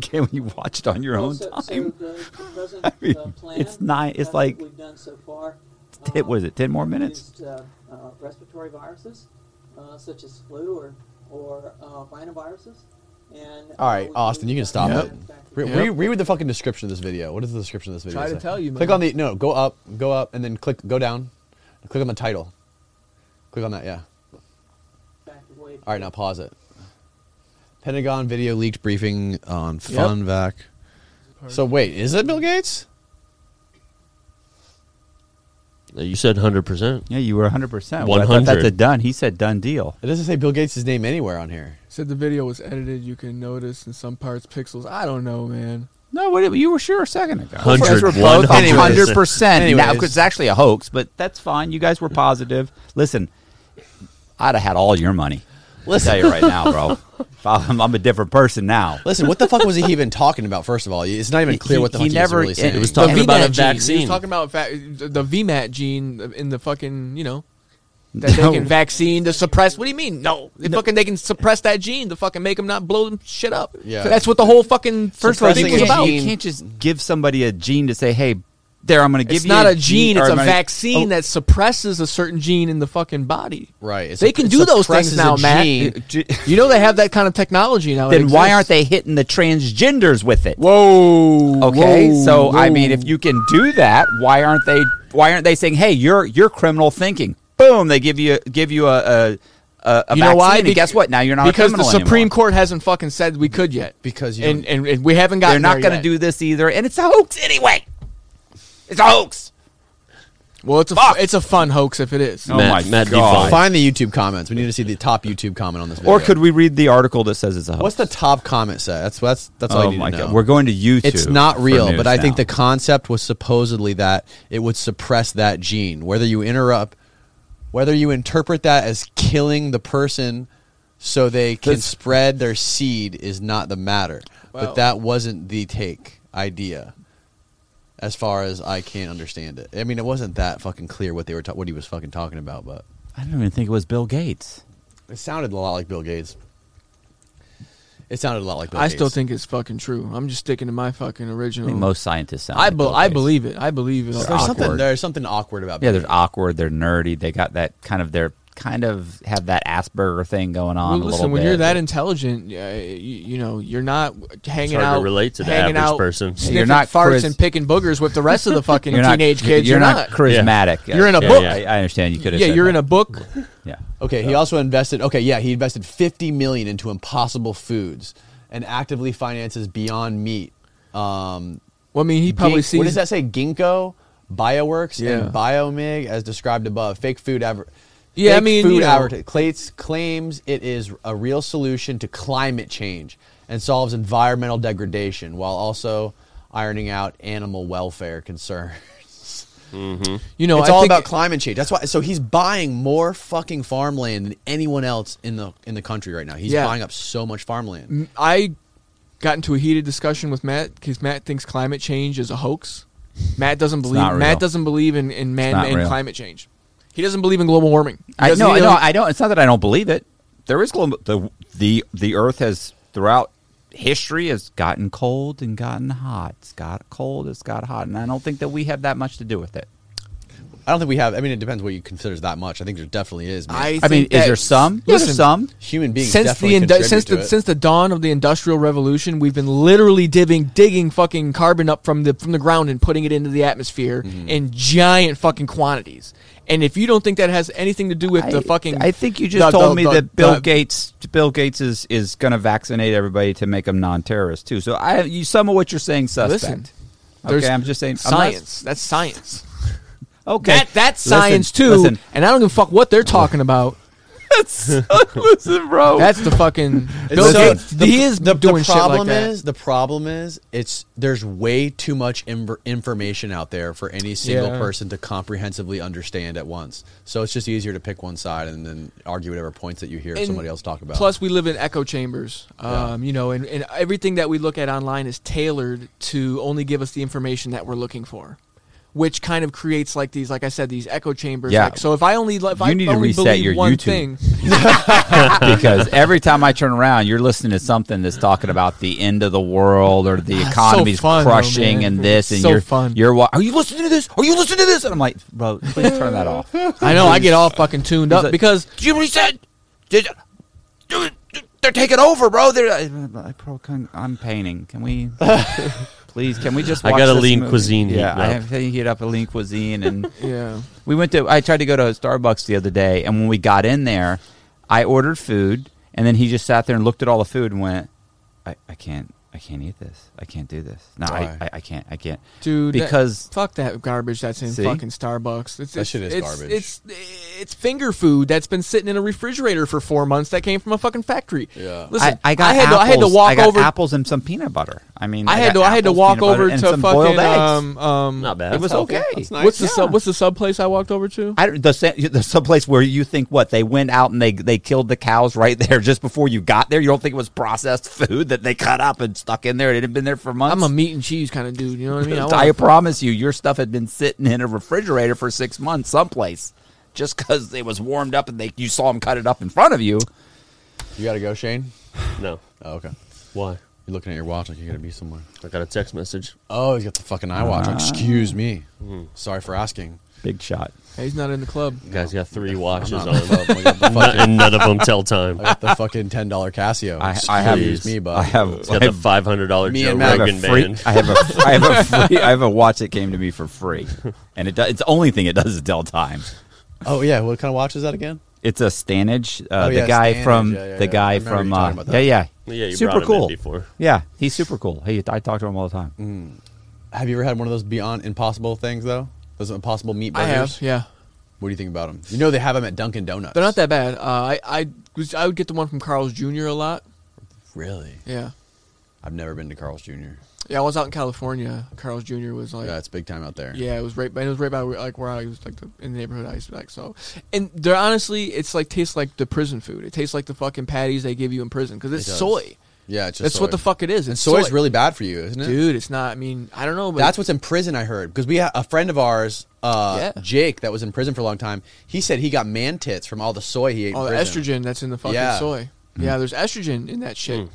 I: Can we watch it on your own
G: so,
I: time?
G: So the present,
I: I mean,
G: uh, plan,
I: it's nine- it's
G: that's what
I: like-
G: we've done so far.
I: It was it ten more minutes.
G: used, uh, uh, respiratory viruses, uh, such as flu or or uh, rhinoviruses. And uh,
A: All right, Austin, you can stop
B: Yep.
A: it. Re-
B: Yep.
A: re- read the fucking description of this video. What is the description of this video?
B: Try to
A: say?
B: tell you,
A: Click
B: man.
A: on the no. Go up, go up, and then click. Go down. Click on the title. Click on that. Yeah.
G: All
A: All right, now pause it. Pentagon video leaked briefing on FunVac. So wait, is it Bill Gates?
D: You said hundred percent.
C: Yeah, you were 100. percent
D: 100.
C: That's a done. He said done deal.
A: It doesn't say Bill Gates' name anywhere on here.
B: Said the video was edited. You can notice in some parts pixels. I don't know, man.
C: No, what, you were sure a second ago.
D: Hundred,
C: You guys were
D: one
C: both
D: hundred.
C: hundred percent. Now,
A: Anyways.
C: 'cause it's actually a hoax, but that's fine. You guys were positive. Listen, I'd have had all your money. Listen, I'll tell you right now, bro. If I'm, I'm a different person now.
A: Listen, what the fuck was he even talking about? First of all, it's not even
C: He-
A: clear what the
C: he
A: fuck he was
C: never-
A: really
C: it
A: saying.
D: It was
C: The
D: talking about
C: VMAT gene.
D: a
B: He was
D: vaccine.
B: talking about fa- the VMAT gene in the fucking you know that they can vaccine to suppress. What do you mean? No, they fucking they can suppress that gene to fucking make them not blow them shit up.
A: Yeah.
B: So that's what the whole fucking first
A: Suppressing
B: thing was
A: a
B: about.
A: gene.
C: You can't just give somebody a gene to say, "Hey, there, I'm going to give
B: It's
C: you."
B: not a gene;
C: or
B: it's a
C: I'm gonna-
B: vaccine
C: Oh,
B: that suppresses a certain gene in the fucking body.
A: Right. It's
B: they
A: a-
B: can
A: it
B: do those
A: suppresses
B: things now,
A: a
B: Matt.
A: gene.
C: G-
B: You know they have that kind of technology now.
C: Oh, then why aren't they hitting the transgenders with it?
B: Whoa.
C: Okay, so I mean, if you can do that, why aren't they? Why aren't they saying, "Hey, you're you're criminal thinking"? Boom! They give you give you a a, a, a
B: you
C: vaccine,
B: know why?
C: and guess what? Now you're not a
B: because the
C: criminal
B: Supreme
C: anymore.
B: Court hasn't fucking said we could yet.
A: Because you
B: and,
A: don't-
B: and, and we haven't gotten.
C: They're not
B: going
C: going to do this either, and it's a hoax anyway. It's a hoax.
B: Well, it's a
C: Fuck.
B: it's a fun hoax if it is.
C: Oh
D: Matt-
C: my
D: Matt
C: God.
D: default.
A: Find the YouTube comments. We need to see the top YouTube comment on this. Video.
C: Or could we read the article that says it's a hoax?
A: What's the top comment say? That's that's that's all
C: oh
A: you need
C: my
A: to know.
C: God! We're going to YouTube.
A: It's not
C: for
A: real,
C: news
A: but I think the
C: now.
A: concept was supposedly that it would suppress that gene. Whether you interrupt, whether you interpret that as killing the person so they can
C: That's-
A: spread their seed is not the matter.
B: Wow.
A: But that wasn't the take idea, as far as I can't understand it. I mean, it wasn't that fucking clear what they were ta- what he was fucking talking about, but
C: I don't even think it was Bill Gates.
A: it sounded a lot like Bill Gates. It sounded a lot like Bill
B: I
A: Gates.
B: still think it's fucking true. I'm just sticking to my fucking
C: I
B: original.
C: think most scientists sound.
B: Hmm. I
C: like
B: be-
C: Bill
B: I
C: Gates.
B: believe it. I believe it.
C: They're
A: there's something
C: awkward.
A: there's something awkward about
C: Yeah,
A: Bill
C: they're awkward. They're nerdy. They got that kind of. They're kind of have that Asperger thing going on.
B: Well,
C: a
B: listen,
C: little
B: when
C: bit.
B: you're that intelligent, uh, you, you know you're not hanging
D: hard to
B: out.
D: relate to the
B: hanging
D: average
B: out,
D: person. Yeah,
B: Sniffing
C: you're not
B: farts
C: Chris-
B: and picking boogers with the rest of the fucking
C: You're not-
B: teenage kids.
C: You're, not, charismatic.
B: Yeah. You're in a
C: Yeah,
B: book.
C: yeah, I understand. You could have.
B: Yeah,
C: said
B: you're in a
C: that.
B: book.
C: Yeah.
A: Okay, he also invested. Okay, yeah, he invested fifty million into Impossible Foods and actively finances Beyond Meat. Um,
B: Well, I mean, he probably
A: Gink-
B: sees.
A: what does that say? Ginkgo, Bioworks,
B: Yeah.
A: and Biomig, as described above. Fake food adver-
B: Yeah, I
A: fake
B: mean,
A: food
B: you know.
A: adverti- clates- claims it is a real solution to climate change and solves environmental degradation while also ironing out animal welfare concerns.
B: You know,
A: it's
B: I
A: all
B: think-
A: about climate change. That's why. So he's buying more fucking farmland than anyone else in the in the country right now. He's
B: Yeah.
A: buying up so much farmland.
B: I got into a heated discussion with Matt because Matt thinks climate change is a hoax. Matt doesn't believe.
C: not real.
B: Matt doesn't believe in in man
C: not
B: in
C: real.
B: climate change. He doesn't believe in global warming. He
C: I,
B: doesn't-
C: no,
B: he
C: no,
B: doesn't-
C: I don't. It's not that I don't believe it. There is global. The the the Earth has throughout history has gotten cold and gotten hot. It's got cold. It's got hot, and I don't think that we have that much to do with it.
A: I don't think we have. I mean, it depends what you consider as that much. I think there definitely is. Man.
B: I,
C: I mean,
B: think
C: is
B: that-
C: there some? Yeah,
B: Listen,
C: there's some.
A: Human beings
B: since the
A: definitely
B: indu-
A: contribute
B: since
A: to
B: the
A: it.
B: since the dawn of the industrial revolution, we've been literally digging digging fucking carbon up from the from the ground and putting it into the atmosphere
A: Mm-hmm.
B: in giant fucking quantities. And if you don't think that has anything to do with the
C: I-
B: fucking,
C: I think you just
B: the-
C: told
B: the-
C: me
B: the-
C: that Bill
B: the-
C: Gates Bill Gates is is going to vaccinate everybody to make them non-terrorists too. So I you some of what you're saying suspect.
B: Listen, there's
C: okay, I'm just saying I'm not-
B: science. that's science.
C: okay,
B: That that's
C: Listen,
B: science too.
C: Listen,
B: And I don't give a fuck what they're talking about.
C: listen, bro.
B: That's the fucking Bill
A: So
B: Gates. he is doing shit like
A: problem
B: that.
A: is the problem is it's there's way too much inv- information out there for any single
B: Yeah.
A: person to comprehensively understand at once. So it's just easier to pick one side and then argue whatever points that you hear
B: And
A: somebody else talk about.
B: Plus, we live in echo chambers, um, you know, and, and everything that we look at online is tailored to only give us the information that we're looking for. which kind of creates like these, like I said, these echo chambers.
C: Yeah.
B: Like, so if I only if I
C: You need to
B: only
C: reset
B: believe
C: your
B: one
C: YouTube.
B: thing,
C: because every time I turn around, you're listening to something that's talking about the end of the world or the
B: Ah, so
C: economy's
B: fun, though,
C: crushing
B: man.
C: and this and
B: So
C: you're
B: fun.
C: you're wa- are you listening to this? Are you listening to this? And I'm like, bro, please turn that off.
B: I know I get all fucking tuned up
C: like-
B: because
C: Did you hear what he said? Did, dude, they're taking over, bro. They're I, I pro- can- I'm painting. Can we please? Can we just?
D: I
C: Watch
D: got a
C: this
D: lean
C: movie?
D: cuisine
C: Yeah,
D: heating
C: I
D: up.
C: have to heat up a lean cuisine, and
B: yeah,
C: we went to. I tried to go to Starbucks the other day, and when we got in there, I ordered food, and then he just sat there and looked at all the food and went, "I, I can't." I can't eat this. I can't do this. No, I,
A: Why?
C: I, I can't. I can't.
B: dude, that-
C: because
B: fuck that garbage that's in
C: See?
B: fucking Starbucks. It's,
A: That
B: it's-
A: shit is
B: it's-
A: garbage.
B: It's it's finger food that's been sitting in a refrigerator for four months that came from a fucking factory.
A: Yeah.
B: listen,
C: I, I got
B: had
C: apples.
B: to I had to walk
C: got
B: over.
C: apples and some peanut butter. I mean,
B: I had
C: got
B: to I had to
C: apples,
B: walk
C: peanut butter,
B: over
C: and
B: to
C: some boiled
B: fucking
C: eggs.
B: um um.
D: Not bad.
C: it was
D: That's healthy.
C: okay.
B: What's the
C: Yeah.
B: sub? What's the sub place I walked over to?
C: I don't, the sa- the some place where you think what they went out and they they killed the cows right there just before you got there. You don't think it was processed food that they cut up and stuck in there. It had been there for months.
B: I'm a meat and cheese kind of dude. You know what I mean? I
C: I
B: wanna-
C: promise you, your stuff had been sitting in a refrigerator for six months someplace, just because it was warmed up and they you saw them cut it up in front of you.
A: You got to go, Shane?
D: No.
A: Oh, okay.
D: Why?
A: You're looking at your watch like you got to be somewhere.
D: I got a text message.
A: Oh, he's got the fucking eye
C: Ah.
A: watch. Excuse me.
B: Hmm.
A: Sorry for asking.
C: Big shot.
B: Hey, he's not in the club.
D: Guys got three watches
A: I'm
D: on,
A: not in the club. I got the
D: Not-
A: fucking,
D: and none of them tell time.
A: I Um, got the fucking ten dollar Casio.
C: I, I have
A: Excuse me, bud.
C: I have.
D: It's got
C: I
D: the
C: have
D: five hundred dollar
A: Me
D: Joe
A: and
C: I have
A: Matt.
D: Rogan
C: a free,
D: band.
C: I have a, I have a free, I have a watch that came to me for free, and it does, it's the only thing it does is tell time.
A: Oh yeah, what kind of watch is that again?
C: It's a Stanage, uh,
A: Oh, yeah,
C: the guy
A: Stanage.
C: from
A: Yeah, yeah,
C: the
A: yeah. I
C: guy
A: remember
C: from
A: you
C: uh,
A: talking about
C: yeah
A: that.
C: yeah
D: Yeah, you
C: super
D: brought him
C: cool
D: in before. Mm.
C: yeah he's super cool. He I talk to him all the time.
A: Have you ever had one of those Beyond Impossible things though? Those Impossible meat
B: I
A: burgers.
B: have. Yeah,
A: What do you think about them? You know they have them at Dunkin' Donuts.
B: they're not that bad. Uh, I I was I would get the one from Carl's Jr. a lot.
A: Really?
B: Yeah,
A: I've never been to Carl's Jr.
B: yeah. I was out in California. Carl's Jr. was like
A: Yeah, it's big time out there.
B: Yeah, it was right. It was right by where- like where I was, like the, in the neighborhood I used to like. So, and they're honestly, it's like tastes like the prison food. It tastes like the fucking patties they give you in prison because it's
A: It does.
B: soy.
A: Yeah, it's just
B: That's
A: soy.
B: what the fuck it is.
A: And
B: It's
A: soy is
B: soy.
A: really bad for you, isn't it?
B: dude. It's not. I mean, I don't know, but
A: That's what's in prison. I heard because we had a friend of ours, uh,
B: Yeah.
A: Jake, that was in prison for a long time. He said he got man tits from all the soy he ate.
B: all
A: in
B: the
A: prison.
B: Oh, estrogen that's in the fucking
A: Yeah. Mm.
B: soy. Yeah, there's estrogen in that shit.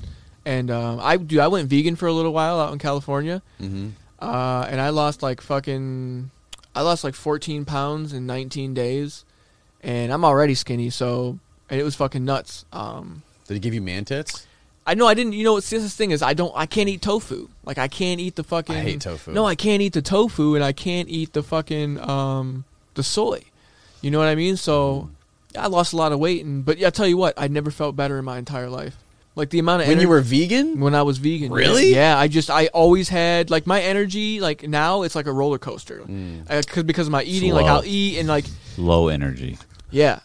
B: And um, I do. I went vegan for a little while out in California,
A: Mm-hmm.
B: uh, and I lost like fucking, I lost like 14 pounds in 19 days, and I'm already skinny. So, and it was fucking nuts. Um,
A: Did he give you man tits?
B: I know I didn't. You know what's this thing is? I don't. I can't eat tofu. Like I can't eat the fucking.
A: I hate tofu.
B: No, I can't eat the tofu, and I can't eat the fucking um the soy. You know what I mean? So I lost a lot of weight, and but yeah, I tell you what, I never felt better in my entire life. Like the amount of
A: When
B: energy,
A: you were vegan?
B: when I was vegan.
A: Really?
B: Yeah, I just I always had like my energy. Like now it's like a roller coaster. I- 'cause- because of my eating, like
D: Slow.
B: I'll eat and like
C: Low energy.
B: yeah,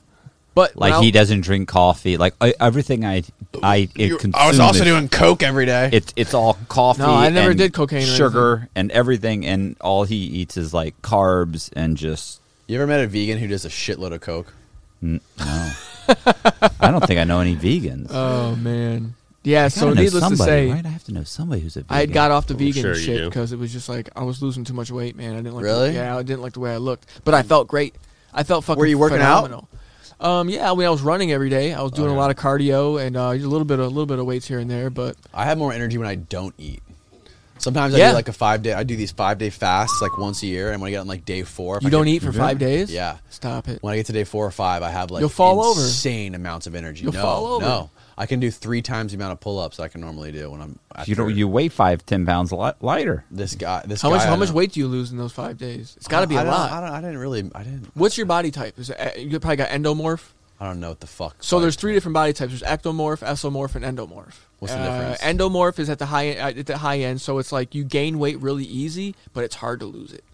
B: but when
C: Like
B: I'll-
C: he doesn't drink coffee. Like I, everything I I it
A: You-
C: consume
A: I was also
C: is-
A: doing coke every day.
C: It's it's all coffee.
B: No, I never
C: and
B: did cocaine or
C: sugar, and everything, and all he eats is like carbs and just.
A: you ever met a vegan who does a shitload of coke?
C: I don't think I know any vegans.
B: Oh man. Yeah.
C: I
B: So
C: gotta know
B: needless to
C: somebody,
B: say.
C: right? I have to know somebody who's a vegan.
B: I had got off the
D: I'm
B: vegan
D: sure you
B: shit
D: do.
B: because it was just like I was losing too much weight, man. I didn't like
A: Really?
B: The, yeah, I didn't like the way I looked, but I felt great. I felt fucking.
A: Were you working out? Oh,
B: phenomenal. Um, yeah, I mean, I was running every day. I was doing a lot of cardio and uh, a little bit, a little bit of weights here and there. But
A: I have more energy when I don't eat. Sometimes I
B: Yeah.
A: do like a five day. I do these five day fasts like once a year, and when I get on like day four, if
B: you
A: I
B: don't
A: get-
B: eat for five days.
A: Yeah.
B: stop it.
A: When I get to day four or five, I have like
B: You'll fall over.
A: insane amounts of energy.
B: You'll
A: no,
B: fall over.
A: no, I can do three times the amount of pull ups I can normally do when I'm. After
C: You don't. You weigh five, ten pounds li- lighter.
A: this guy. This
B: How
A: guy,
B: much?
A: I
B: How much
A: don't-
B: weight do you lose in those five days? It's got to be
A: I
B: a
A: don't-
B: lot.
A: I, don't, I didn't really. I didn't.
B: What's your body type? Is it, eh, you probably got endomorph.
A: I don't know what the fuck.
B: So
A: like-
B: there's three different body types. There's ectomorph, esomorph, and endomorph.
A: What's the
B: Uh,
A: difference?
B: endomorph is at the high uh, at the high end, so it's like you gain weight really easy, but it's hard to lose it.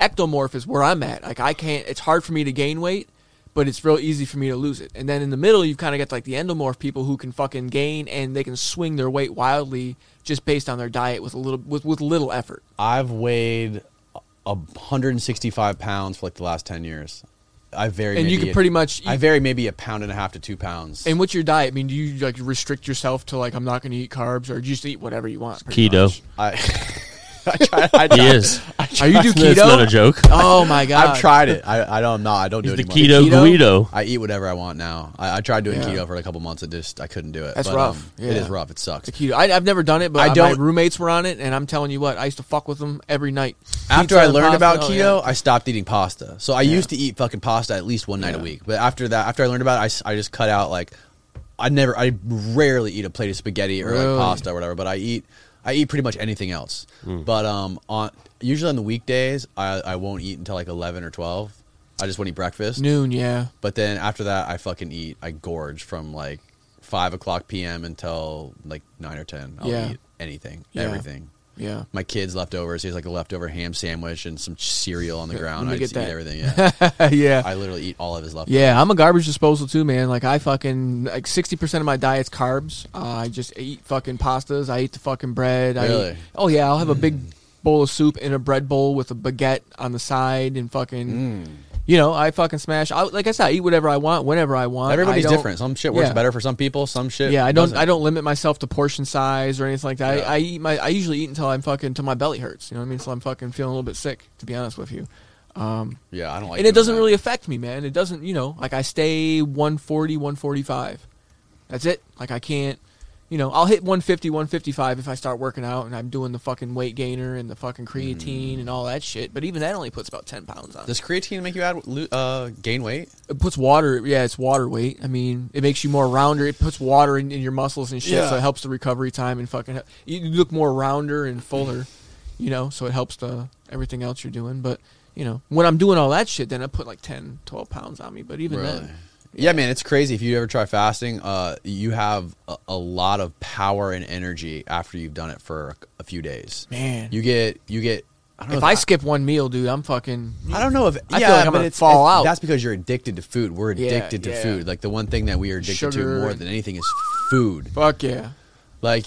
B: Ectomorph is where I'm at. Like I can't. It's hard for me to gain weight, but it's real easy for me to lose it. And then in the middle, you've kind of got like the endomorph people who can fucking gain and they can swing their weight wildly just based on their diet with a little with, with little effort.
A: I've weighed a 165 pounds for like the last 10 years. I vary,
B: And you
A: maybe
B: can
A: a-
B: pretty much
A: I
B: eat-
A: vary maybe a pound and a half to two pounds.
B: And what's your diet? I mean, do you like restrict yourself to like I'm not going to eat carbs, or do you just eat whatever you want? pretty
D: Keto.
B: much?
A: I, I, try, I,
D: He is.
A: I
B: Are you do
D: That's not a
B: keto?
D: joke.
B: Oh my god!
A: I've tried it. I, I don't. I'm not. I don't
D: He's
A: do
D: the
A: it anymore.
D: keto,
B: Keto?
D: Guido.
A: I eat whatever I want now. I, I tried doing
B: Yeah.
A: keto for a couple months. It just I couldn't do it.
B: That's
A: But,
B: rough.
A: um,
B: Yeah.
A: It is rough. It sucks.
B: The keto. I, I've never done it, but
A: I
B: I
A: don't-
B: my roommates were on it, and I'm telling you what, I used to fuck with them every night.
A: After
B: Pizza
A: I
B: and
A: learned
B: pasta,
A: about
B: oh,
A: keto,
B: yeah.
A: I stopped eating pasta. So I used to eat fucking pasta at least one night a week. But after that, after I learned about it, I s- I, just cut out like I never. I rarely eat a plate of spaghetti or
B: Really?
A: like pasta or whatever. But I eat. I eat pretty much anything else.
B: Hmm.
A: But um, on usually on the weekdays, I, I won't eat until like eleven or twelve. I just won't eat breakfast.
B: noon, yeah.
A: But then after that, I fucking eat. I gorge from like five o'clock p.m. until like nine or ten. I'll
B: Yeah.
A: eat anything,
B: Yeah.
A: everything.
B: Yeah.
A: My kids leftovers. He has like a leftover ham sandwich and some cereal on the ground.
B: me
A: I
B: get
A: just eat
B: that.
A: everything. Yeah,
B: yeah.
A: I literally eat all of his leftovers.
B: yeah, I'm a garbage disposal too, man. Like I fucking like 60% of my diet's carbs. Uh, I just eat fucking pastas. I eat the fucking bread. I eat,
A: Really? Mm.
B: Oh yeah, I'll have a big bowl of soup in a bread bowl with a baguette on the side and fucking
A: Mm.
B: You know, I fucking smash. I, like I said, I eat whatever I want, whenever I want. I
A: Everybody's
B: don't-
A: different. Some shit works
B: Yeah.
A: better for some people. Some shit.
B: Yeah, I don't.
A: doesn't.
B: I don't limit myself to portion size or anything like that.
A: Yeah.
B: I, I eat my. I usually eat until I'm fucking until my belly hurts. You know what I mean? Until I'm fucking feeling a little bit sick. To be honest with you,
A: Yeah, I don't like.
B: and it
A: doing
B: doesn't
A: that.
B: really affect me, man. It doesn't. You know, like I stay 140, 145. That's it. Like I can't. You know, I'll hit 150, 155 if I start working out and I'm doing the fucking weight gainer and the fucking creatine and all that shit. But even that only puts about 10 pounds on.
A: Does creatine make you add lo- uh, gain weight?
B: It puts water. Yeah, it's water weight. I mean, it makes you more rounder. It puts water in, in your muscles and shit, so it helps the recovery time and fucking. hel- You you look more rounder and fuller, you know. So it helps the everything else you're doing. But you know, when I'm doing all that shit, then I put like 10, 12 pounds on me. But even
A: Really?
B: then,
A: Yeah, man, it's crazy. If you ever try fasting, uh, you have a, a lot of power and energy after you've done it for a few days.
B: Man.
A: you get you get. I don't know
B: if I skip one meal, dude, I'm fucking.
A: I don't know if
B: I feel
A: yeah,
B: like I'm
A: but
B: gonna
A: it's,
B: fall
A: it's-
B: out.
A: That's because you're addicted to food. We're
B: Yeah,
A: addicted to
B: yeah.
A: food. Like the one thing that we are addicted
B: Sugar
A: to more
B: and-
A: than anything is food.
B: Fuck yeah.
A: Like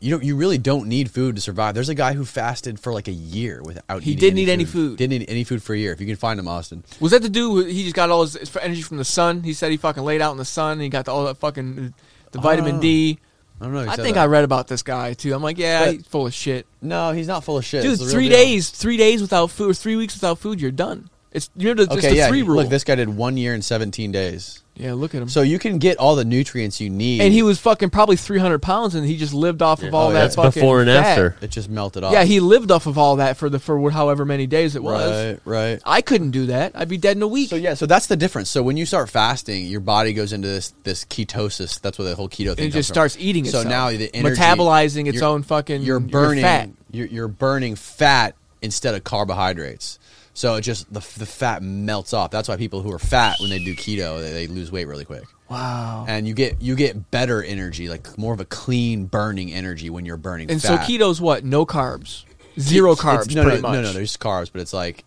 A: you don't, you really don't need food to survive. There's a guy who fasted for like a year without.
B: He
A: eating
B: didn't eat any food.
A: Didn't eat any food for a year. If you can find him, Austin.
B: Was that the dude? Who, he just got all his his energy from the sun. He said he fucking laid out in the sun and he got the, all that fucking the vitamin D.
A: I don't know. if Oh. he
B: I
A: said
B: think
A: that.
B: I read about this guy too. I'm like, yeah,
A: But-
B: he's full of shit.
A: No, he's not full of shit.
B: dude,
A: It's the real
B: three
A: deal.
B: days, three days without food, or three weeks without food, you're done. It's you know, the, it's
A: Okay,
B: the
A: yeah.
B: three rule.
A: Look, this guy did one year and 17 days.
B: yeah, look at him.
A: So you can get all the nutrients you need.
B: and he was fucking probably 300 pounds, and he just lived off of all
A: Oh,
B: that.
A: yeah. That's
B: fucking
D: before and
B: fat.
D: after.
A: It just melted off.
B: Yeah, he lived off of all that for the for however many days it was.
A: Right, right.
B: I couldn't do that. I'd be dead in a week.
A: So yeah, so that's the difference. So when you start fasting, your body goes into this this ketosis. That's where the whole keto thing.
B: and it
A: comes
B: just
A: from.
B: starts eating
A: So
B: itself.
A: now the energy,
B: metabolizing its
A: you're-
B: own fucking.
A: You're
B: your
A: burning.
B: fat.
A: You're, you're burning fat instead of carbohydrates. So it just the the fat melts off. That's why people who are fat when they do keto, they, they lose weight really quick.
B: Wow.
A: And you get you get better energy, like more of a clean burning energy when you're burning.
B: And
A: fat.
B: so keto's what? No carbs, zero carbs,
A: It's- no,
B: pretty
A: no,
B: much.
A: No, no, there's carbs, but it's like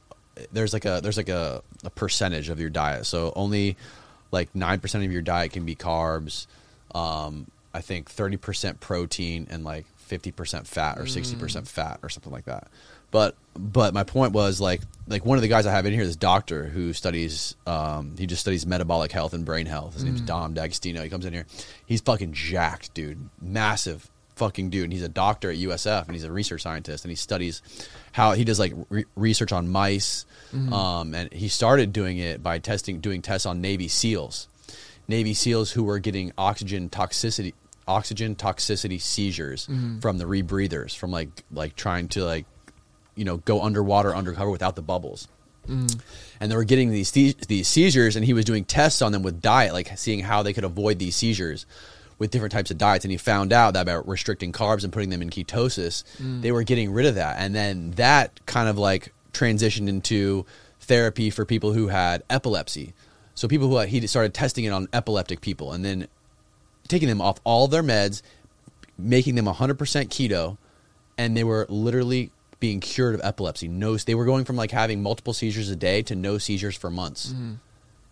A: there's like a there's like a, a percentage of your diet. So only like nine percent of your diet can be carbs. Um, I think thirty percent protein and like fifty percent fat or sixty percent fat or something like that. But but my point was like like one of the guys I have in here, this doctor who studies um, he just studies metabolic health and brain health. His name's Dom D'Agostino. He comes in here, he's fucking jacked, dude, massive fucking dude and he's a doctor at USF and he's a research scientist and he studies how he does like re- research on mice um, and he started doing it by testing doing tests on Navy SEALs Navy SEALs who were getting oxygen toxicity oxygen toxicity seizures from the rebreathers from like like trying to like you know go underwater undercover without the bubbles and they were getting these se- these seizures and he was doing tests on them with diet like seeing how they could avoid these seizures with different types of diets and he found out that by restricting carbs and putting them in ketosis they were getting rid of that and then that kind of like transitioned into therapy for people who had epilepsy so people who had, he started testing it on epileptic people and then taking them off all their meds making them 100% keto and they were literally being cured of epilepsy no they were going from like having multiple seizures a day to no seizures for months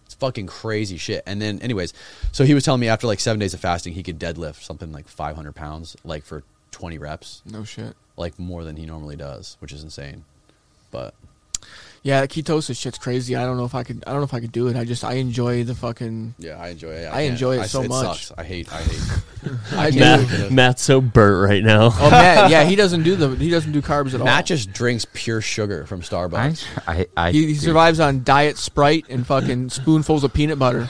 A: it's fucking crazy shit and then anyways so he was telling me after like seven days of fasting he could deadlift something like 500 pounds like for 20 reps
B: No shit.
A: like more than he normally does which is insane but
B: Yeah, that ketosis shit's crazy. I don't know if I could. I don't know if I could do it. I just I enjoy the fucking.
A: Yeah, I enjoy it.
B: I
A: can't-
B: enjoy it so
A: it
B: much.
A: Sucks. I hate. I hate.
B: I do.
D: Matt, Matt's so burnt right now.
B: Oh Matt, yeah, he doesn't do the he doesn't do carbs at all.
A: Matt just drinks pure sugar from
C: I,
A: Starbucks.
C: I, I
B: he, he survives on diet Sprite and fucking spoonfuls of peanut butter.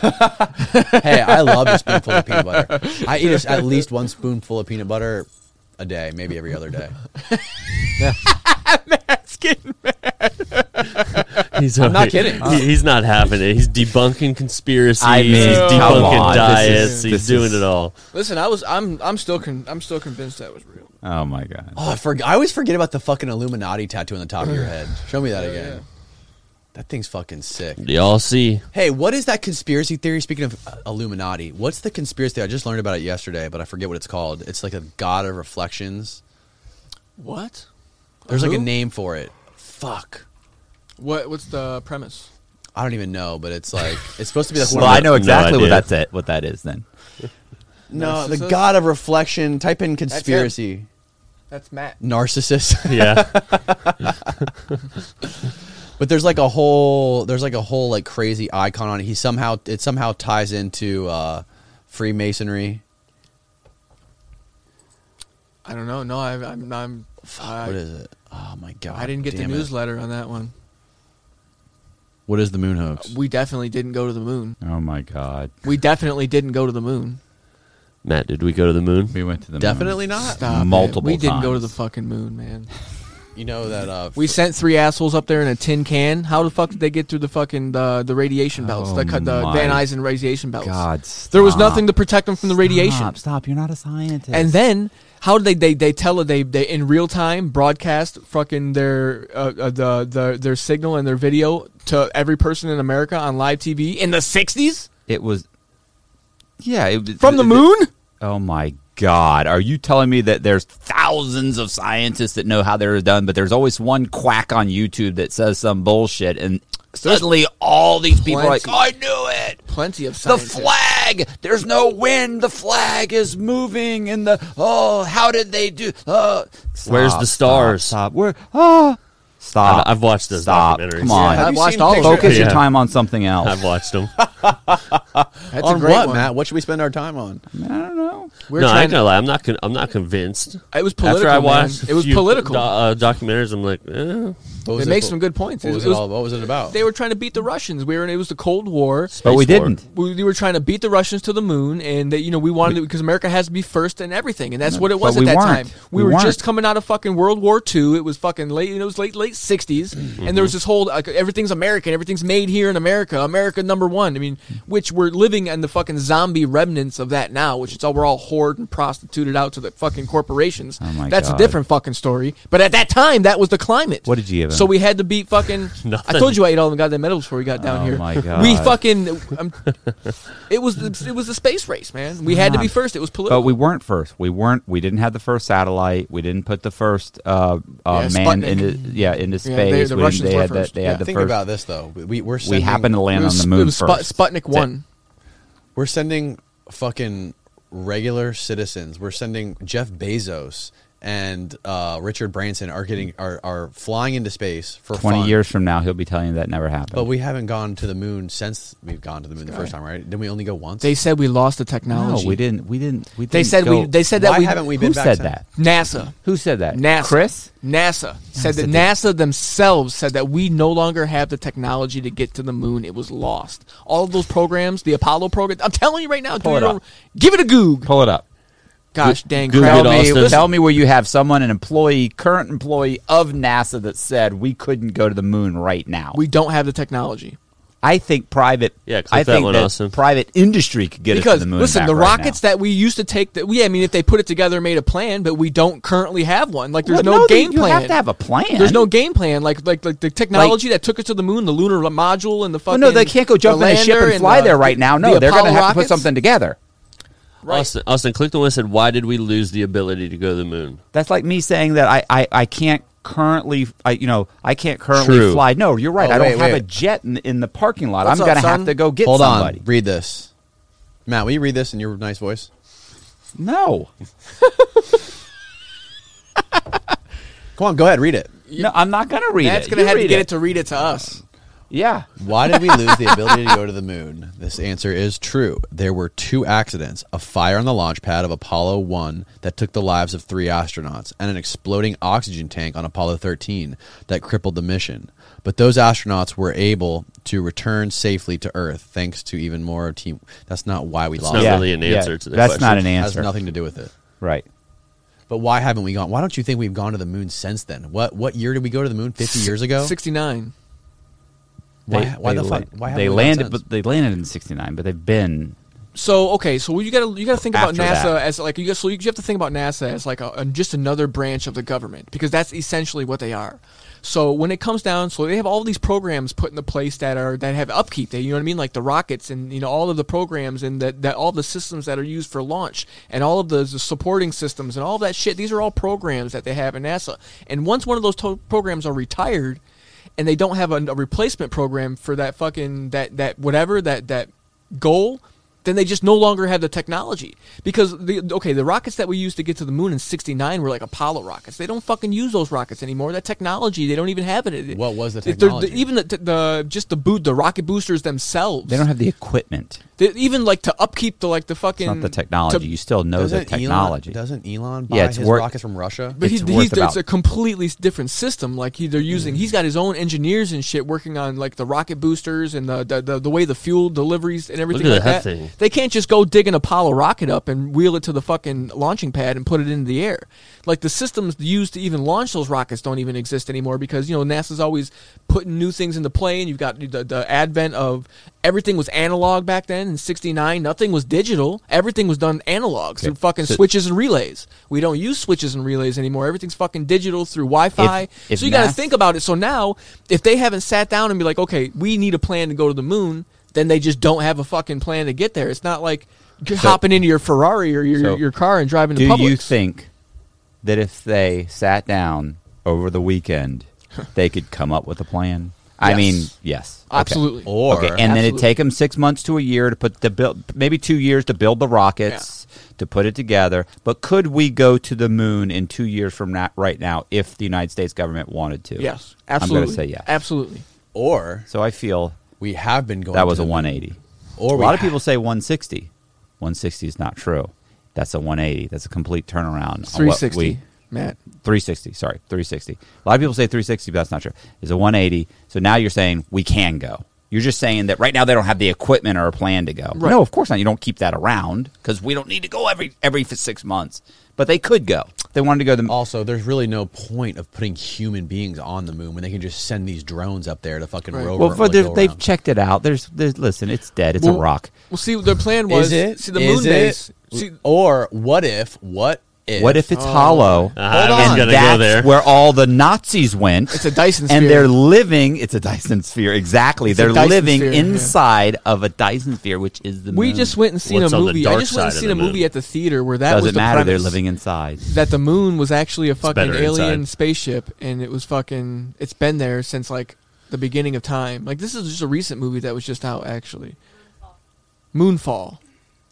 A: hey, I love a spoonful of peanut butter. I eat us- at least one spoonful of peanut butter a day, maybe every other day.
D: He's I'm
A: not kidding.
D: he's not having it. He's debunking conspiracies.
C: I mean,
D: he's
C: come
D: debunking
C: on, this
D: diets.
C: is-
D: he's
C: this
D: doing
C: is-
D: it all.
B: Listen, I was I'm I'm still con- I'm still convinced that was real.
C: Oh my god.
A: Oh, I, forg I always forget about the fucking Illuminati tattoo on the top of your head. Show me that again. That thing's fucking sick.
D: Y'all see?
A: Hey, what is that conspiracy theory? Speaking of uh, Illuminati, what's the conspiracy? theory? I just learned about it yesterday, but I forget what it's called. It's like a god of reflections.
B: What?
A: There's like
B: Who?
A: a name for it. Fuck.
B: What what's the premise?
A: I don't even know, but it's like it's supposed to be like
C: Well,
A: one
C: I
A: of the,
C: know
D: No
C: exactly what
D: idea.
C: that's it. What that is then.
A: no the
B: Narcissus?
A: god of reflection. Type in conspiracy
B: That's Matt.
A: narcissist,
D: Yeah.
A: but there's like a whole there's like a whole like crazy icon on it. He somehow it somehow ties into uh, Freemasonry.
B: I don't know. No, I, I'm I'm. I,
A: what is it? Oh my god!
B: I didn't get the
A: damn it.
B: newsletter on that one.
A: What is the moon hoax?
B: We definitely didn't go to the moon.
C: Oh my god.
B: We definitely didn't go to the moon.
D: Matt, did we go to the moon?
C: We went to the moon.
A: Definitely not.
B: Stop it.
C: Multiple
B: We didn't go to
C: times.
B: the fucking moon, man.
A: You know that uh,
B: We sent three assholes up there in a tin can. How the fuck did they get through the fucking uh, the, the radiation belts?
C: Oh
B: the, cut- the
C: my
B: Van Eisen radiation belts.
C: God.
B: There was
C: stop.
B: nothing to protect them from the radiation.
C: Stop, stop. You're not a scientist.
B: And then how did they they they tell they they in real time broadcast fucking their uh, uh, the the their signal and their video to every person in America on live TV in the sixties
C: it was. Yeah. It,
B: from the
C: it-
B: moon?
C: Oh my God! Are you telling me that there's thousands of scientists that know how they're done, but there's always one quack on YouTube that says some bullshit, and suddenly all these people are like,
B: Plenty.
C: "I knew it."
B: Plenty of
C: The
B: scientists.
C: flag. There's no wind. The flag is moving, and the oh, how did they do? Uh, stop,
D: Where's the
C: stop,
D: stars?
C: Stop. Where? Ah, stop.
D: I've- I've watched those
C: Stop.
D: documentaries.
C: Come on.
B: Yeah, I've
A: you
B: watched
A: seen
B: all of them.
C: Focus your
D: Yeah.
C: time on something else.
D: I've watched them.
B: That's
A: on
B: a great
A: what,
B: one.
A: Matt? What should we spend our time on?
C: I don't know.
B: We're
D: no, I
B: trying.
D: ain't gonna lie. I'm not. Con- I'm not convinced.
B: it was political.
D: After I
B: man.
D: watched, a
B: it was
D: few
B: political.
D: do- uh, documentaries. I'm like, eh.
A: What
B: They
A: was
B: make
A: it-
B: some good points.
A: What
B: It
A: was it,
B: was-
A: all? What was it about?
B: They were trying to beat the Russians. We were. in- It was the Cold War.
C: But we
D: Space war.
C: didn't.
B: We, we were trying to beat the Russians to the moon, and that you know we wanted it because America has to be first in everything, and that's what it was
C: But
B: at
C: we
B: that
C: weren't.
B: time.
C: We
B: We, were
C: weren't.
B: just coming out of fucking World War II. It was fucking late. It was late late 60s
C: Mm-hmm.
B: and there was this whole like, everything's American, everything's made here in America, America number one. I mean, which we're living in the fucking zombie remnants of that now, which it's all we're all whored and prostituted out to the fucking corporations.
C: Oh my
B: that's
C: God.
B: a different fucking story. But at that time, that was the climate.
C: What did you give him?
B: So we had to beat fucking. I told you I ate all the goddamn medals before we got down
C: Oh
B: here.
C: my God.
B: We fucking. I'm, it was the, it was the space race, man. We had to be first. It was political.
C: But we weren't first. We weren't. We didn't have the first satellite. We didn't put the first uh, uh,
B: Yeah,
C: man
B: Sputnik.
C: into yeah into
B: they-
C: space.
B: the
C: We-
B: Russians
C: they
B: were
C: had
B: first.
C: The, they
A: yeah,
C: had the
A: think
C: first.
A: about this though. We- We, we're
C: we
A: sending,
C: happened to land
B: It was-
C: on the moon
B: it was Spu-
C: first.
B: Sputnik one.
A: We're sending fucking regular citizens. We're sending Jeff Bezos and uh, Richard Branson are getting are, are flying into space for
C: Twenty
A: fun.
C: years from now, he'll be telling you that never happened.
A: But we haven't gone to the moon since we've gone to the moon the first time, right? Didn't we only go once?
B: They said we lost the
C: no,
B: technology.
C: we didn't. We didn't. We
B: They
C: didn't
B: said
C: go-
B: we. They said
A: Why
B: that we
A: haven't we
C: Who
A: been back
C: said
A: since?
C: that?
B: NASA.
C: Who said that?
B: NASA.
C: Chris.
B: NASA said that NASA themselves said that we no longer have the technology to get to the moon. It was lost. All of those programs, the Apollo program. I'm telling you right now,
C: Pull
B: do
C: it
B: your
C: up.
B: own- give it a goog.
C: Pull it up.
B: Gosh dang,
D: Google
B: crap.
D: it
C: Tell me,
D: Austin.
C: tell me where you have someone, an employee, current employee of NASA, that said we couldn't go to the moon right now.
B: we don't have the technology.
C: I think private.
D: Yeah, click
C: I
D: that
C: think
D: one,
C: that
D: Austin.
C: private industry could get us
B: because
C: to the moon.
B: listen,
C: back
B: the
C: right now.
B: rockets that we used to take, that yeah, I mean, if they put it together and made a plan, but we don't currently have one. Like, there's
C: Well,
B: no, game
C: you
B: plan.
C: have to have a plan.
B: There's no game plan. Like, like, like the technology that took us to the moon, the lunar module, and the
C: Well,
B: fucking.
C: no, they can't go
B: the
C: jump in a ship
B: lander
C: and fly
B: the-
C: there right now. No,
B: the
C: they're going to
B: Apollo
C: have to put
B: rockets.
C: something together.
D: Austin, Austin, click the one that said, "Why did we lose the ability to go to the moon?"
C: That's like me saying that I, I, I can't currently, I, you know, I can't currently
D: True.
C: fly. No, you're right.
A: Oh,
C: I don't
A: wait,
C: have a
A: wait.
C: jet in, in the parking lot.
B: What's
C: I'm
B: up,
C: going to have
B: son?
C: to go get
A: Hold
C: somebody.
A: on, read this. Matt, will you read this in your nice voice?
C: No.
A: Come on, go ahead, read it.
C: No, I'm not gonna read
B: Matt's
C: it.
B: gonna
C: You
B: have to
C: read
B: get it. to read it to us.
C: Yeah.
A: Why did we lose the ability to go to the moon? This answer is true. There were two accidents a fire on the launch pad of Apollo 1 that took the lives of three astronauts, and an exploding oxygen tank on Apollo 13 that crippled the mission. But those astronauts were able to return safely to Earth thanks to even more team. That's not why we lost.
D: not
A: it.
C: yeah.
D: really an answer to the
C: That's
D: question.
C: not an
A: It has
C: answer.
A: nothing to do with it.
C: Right.
A: But why haven't we gone? Why don't you think we've gone to the moon since then? What what year did we go to the moon? Fifty years ago.
B: Sixty nine.
A: Why,
C: They-
A: why
C: they
A: the
C: la-
A: fuck? Why haven't we
C: they
A: gone
C: landed,
A: since?
C: but they landed in '69, but they've been
B: So okay, so you gotta you gotta think about
C: After
B: NASA
C: that.
B: as like you got- so you have to think about NASA as like a, a- just another branch of the government because that's essentially what they are. So when it comes down, so they have all these programs put into place that are that have upkeep. They you know what I mean, like the rockets and you know all of the programs and that that all the systems that are used for launch and all of the, the supporting systems and all that shit. These are all programs that they have in NASA. And once one of those to- programs are retired, and they don't have a, a replacement program for that fucking that that whatever that that goal then they just no longer have the technology because the okay the rockets that we used to get to the moon in 69 were like apollo rockets they don't fucking use those rockets anymore that technology they don't even have it
A: What was the
B: They're-
A: technology?
B: even the, the just the boot the rocket boosters themselves
C: they don't have the equipment.
B: They- even like to upkeep the like the fucking
C: It's not the technology.
B: to-
C: you still know the technology.
A: Elon, doesn't Elon buy
C: Yeah, it's
A: his
C: work-
A: rockets from Russia?
B: But
C: It's
B: he's,
C: worth
B: he's
C: about-
B: it's a completely s- different system. Like he, they're using, he's got his own engineers and shit working on like the rocket boosters and the the, the, the way the fuel deliveries and everything
D: at
B: like
D: that
B: that.
D: thing.
B: They can't just go dig an Apollo rocket up and wheel it to the fucking launching pad and put it into the air. Like the systems used to even launch those rockets don't even exist anymore because you know NASA's always putting new things into play, and you've got the, the advent of everything was analog back then in '69. Nothing was digital. Everything was done analog through fucking
C: so-
B: switches and relays. We don't use switches and relays anymore. Everything's fucking digital through Wi-Fi.
C: If- if
B: so you got to
C: NAS-
B: think about it. So now, if they haven't sat down and be like, okay, we need a plan to go to the moon, then they just don't have a fucking plan to get there. It's not like g- hopping into your Ferrari or your,
C: so
B: your car and driving to
C: Do
B: public.
C: you think that if they sat down over the weekend, they could come up with a plan? I
B: Yes.
C: mean, yes, Okay.
B: Absolutely.
A: Or
C: okay, and then it'd
B: Absolutely.
C: take them six months to a year to put the build, maybe two years to build the rockets to put it together. But could we go to the moon in two years from now, right now, if the United States government wanted to?
B: yes, absolutely.
C: I'm going to say yes. Uh,
B: Absolutely.
A: or
C: so I feel
A: we have been going.
C: that was
A: to
C: a
A: the moon.
C: 180.
A: Or
C: a
A: we
C: lot of
A: ha-
C: people say 160. 160 is not true. That's a 180. That's a complete turnaround. on
B: Three
C: what
B: sixty,
C: we-
B: Matt.
C: 360. Sorry, 360. A lot of people say 360, but that's not true. It's a 180. So now you're saying we can go. You're just saying that right now they don't have the equipment or a plan to go.
B: Right.
C: No, of course not. You don't keep that around because we don't need to go every every f- six months. But they could go. If They wanted to go. The,
A: Also, there's really no point of putting human beings on the moon when they can just send these drones up there to fucking
B: Right.
A: rover.
C: well, for
A: like,
C: the,
A: go
C: they've
A: around.
C: checked it out. There's, there's listen, it's dead. It's
B: Well-
C: a rock.
B: Well, see, their plan
A: Is
B: was
A: it?
B: see the
A: Is
B: moon
A: it?
B: base. See,
A: or what if? What if?
C: What if it's hollow?
D: Oh. Uh-huh, I
C: and
D: was gonna go
C: that's
D: there.
C: where all the Nazis went.
B: It's a Dyson
C: and
B: sphere.
C: they're living. It's a Dyson sphere, exactly.
B: a
C: they're
B: Dyson
C: living
B: sphere, yeah.
C: inside of a Dyson sphere, which is the.
B: we
C: moon.
B: just went and seen
D: What's
B: a
D: on the
B: movie. I
D: dark
B: just went and
D: side of
B: seen
D: the
B: a movie
D: moon?
B: at the theater where that was
C: doesn't
B: the
C: matter. They're
B: premise.
C: living inside.
B: that the moon was actually a fucking
D: better
B: alien
D: inside.
B: spaceship and it was fucking it's been there since like the beginning of time. Like this is just a recent movie that was just out actually. Moonfall.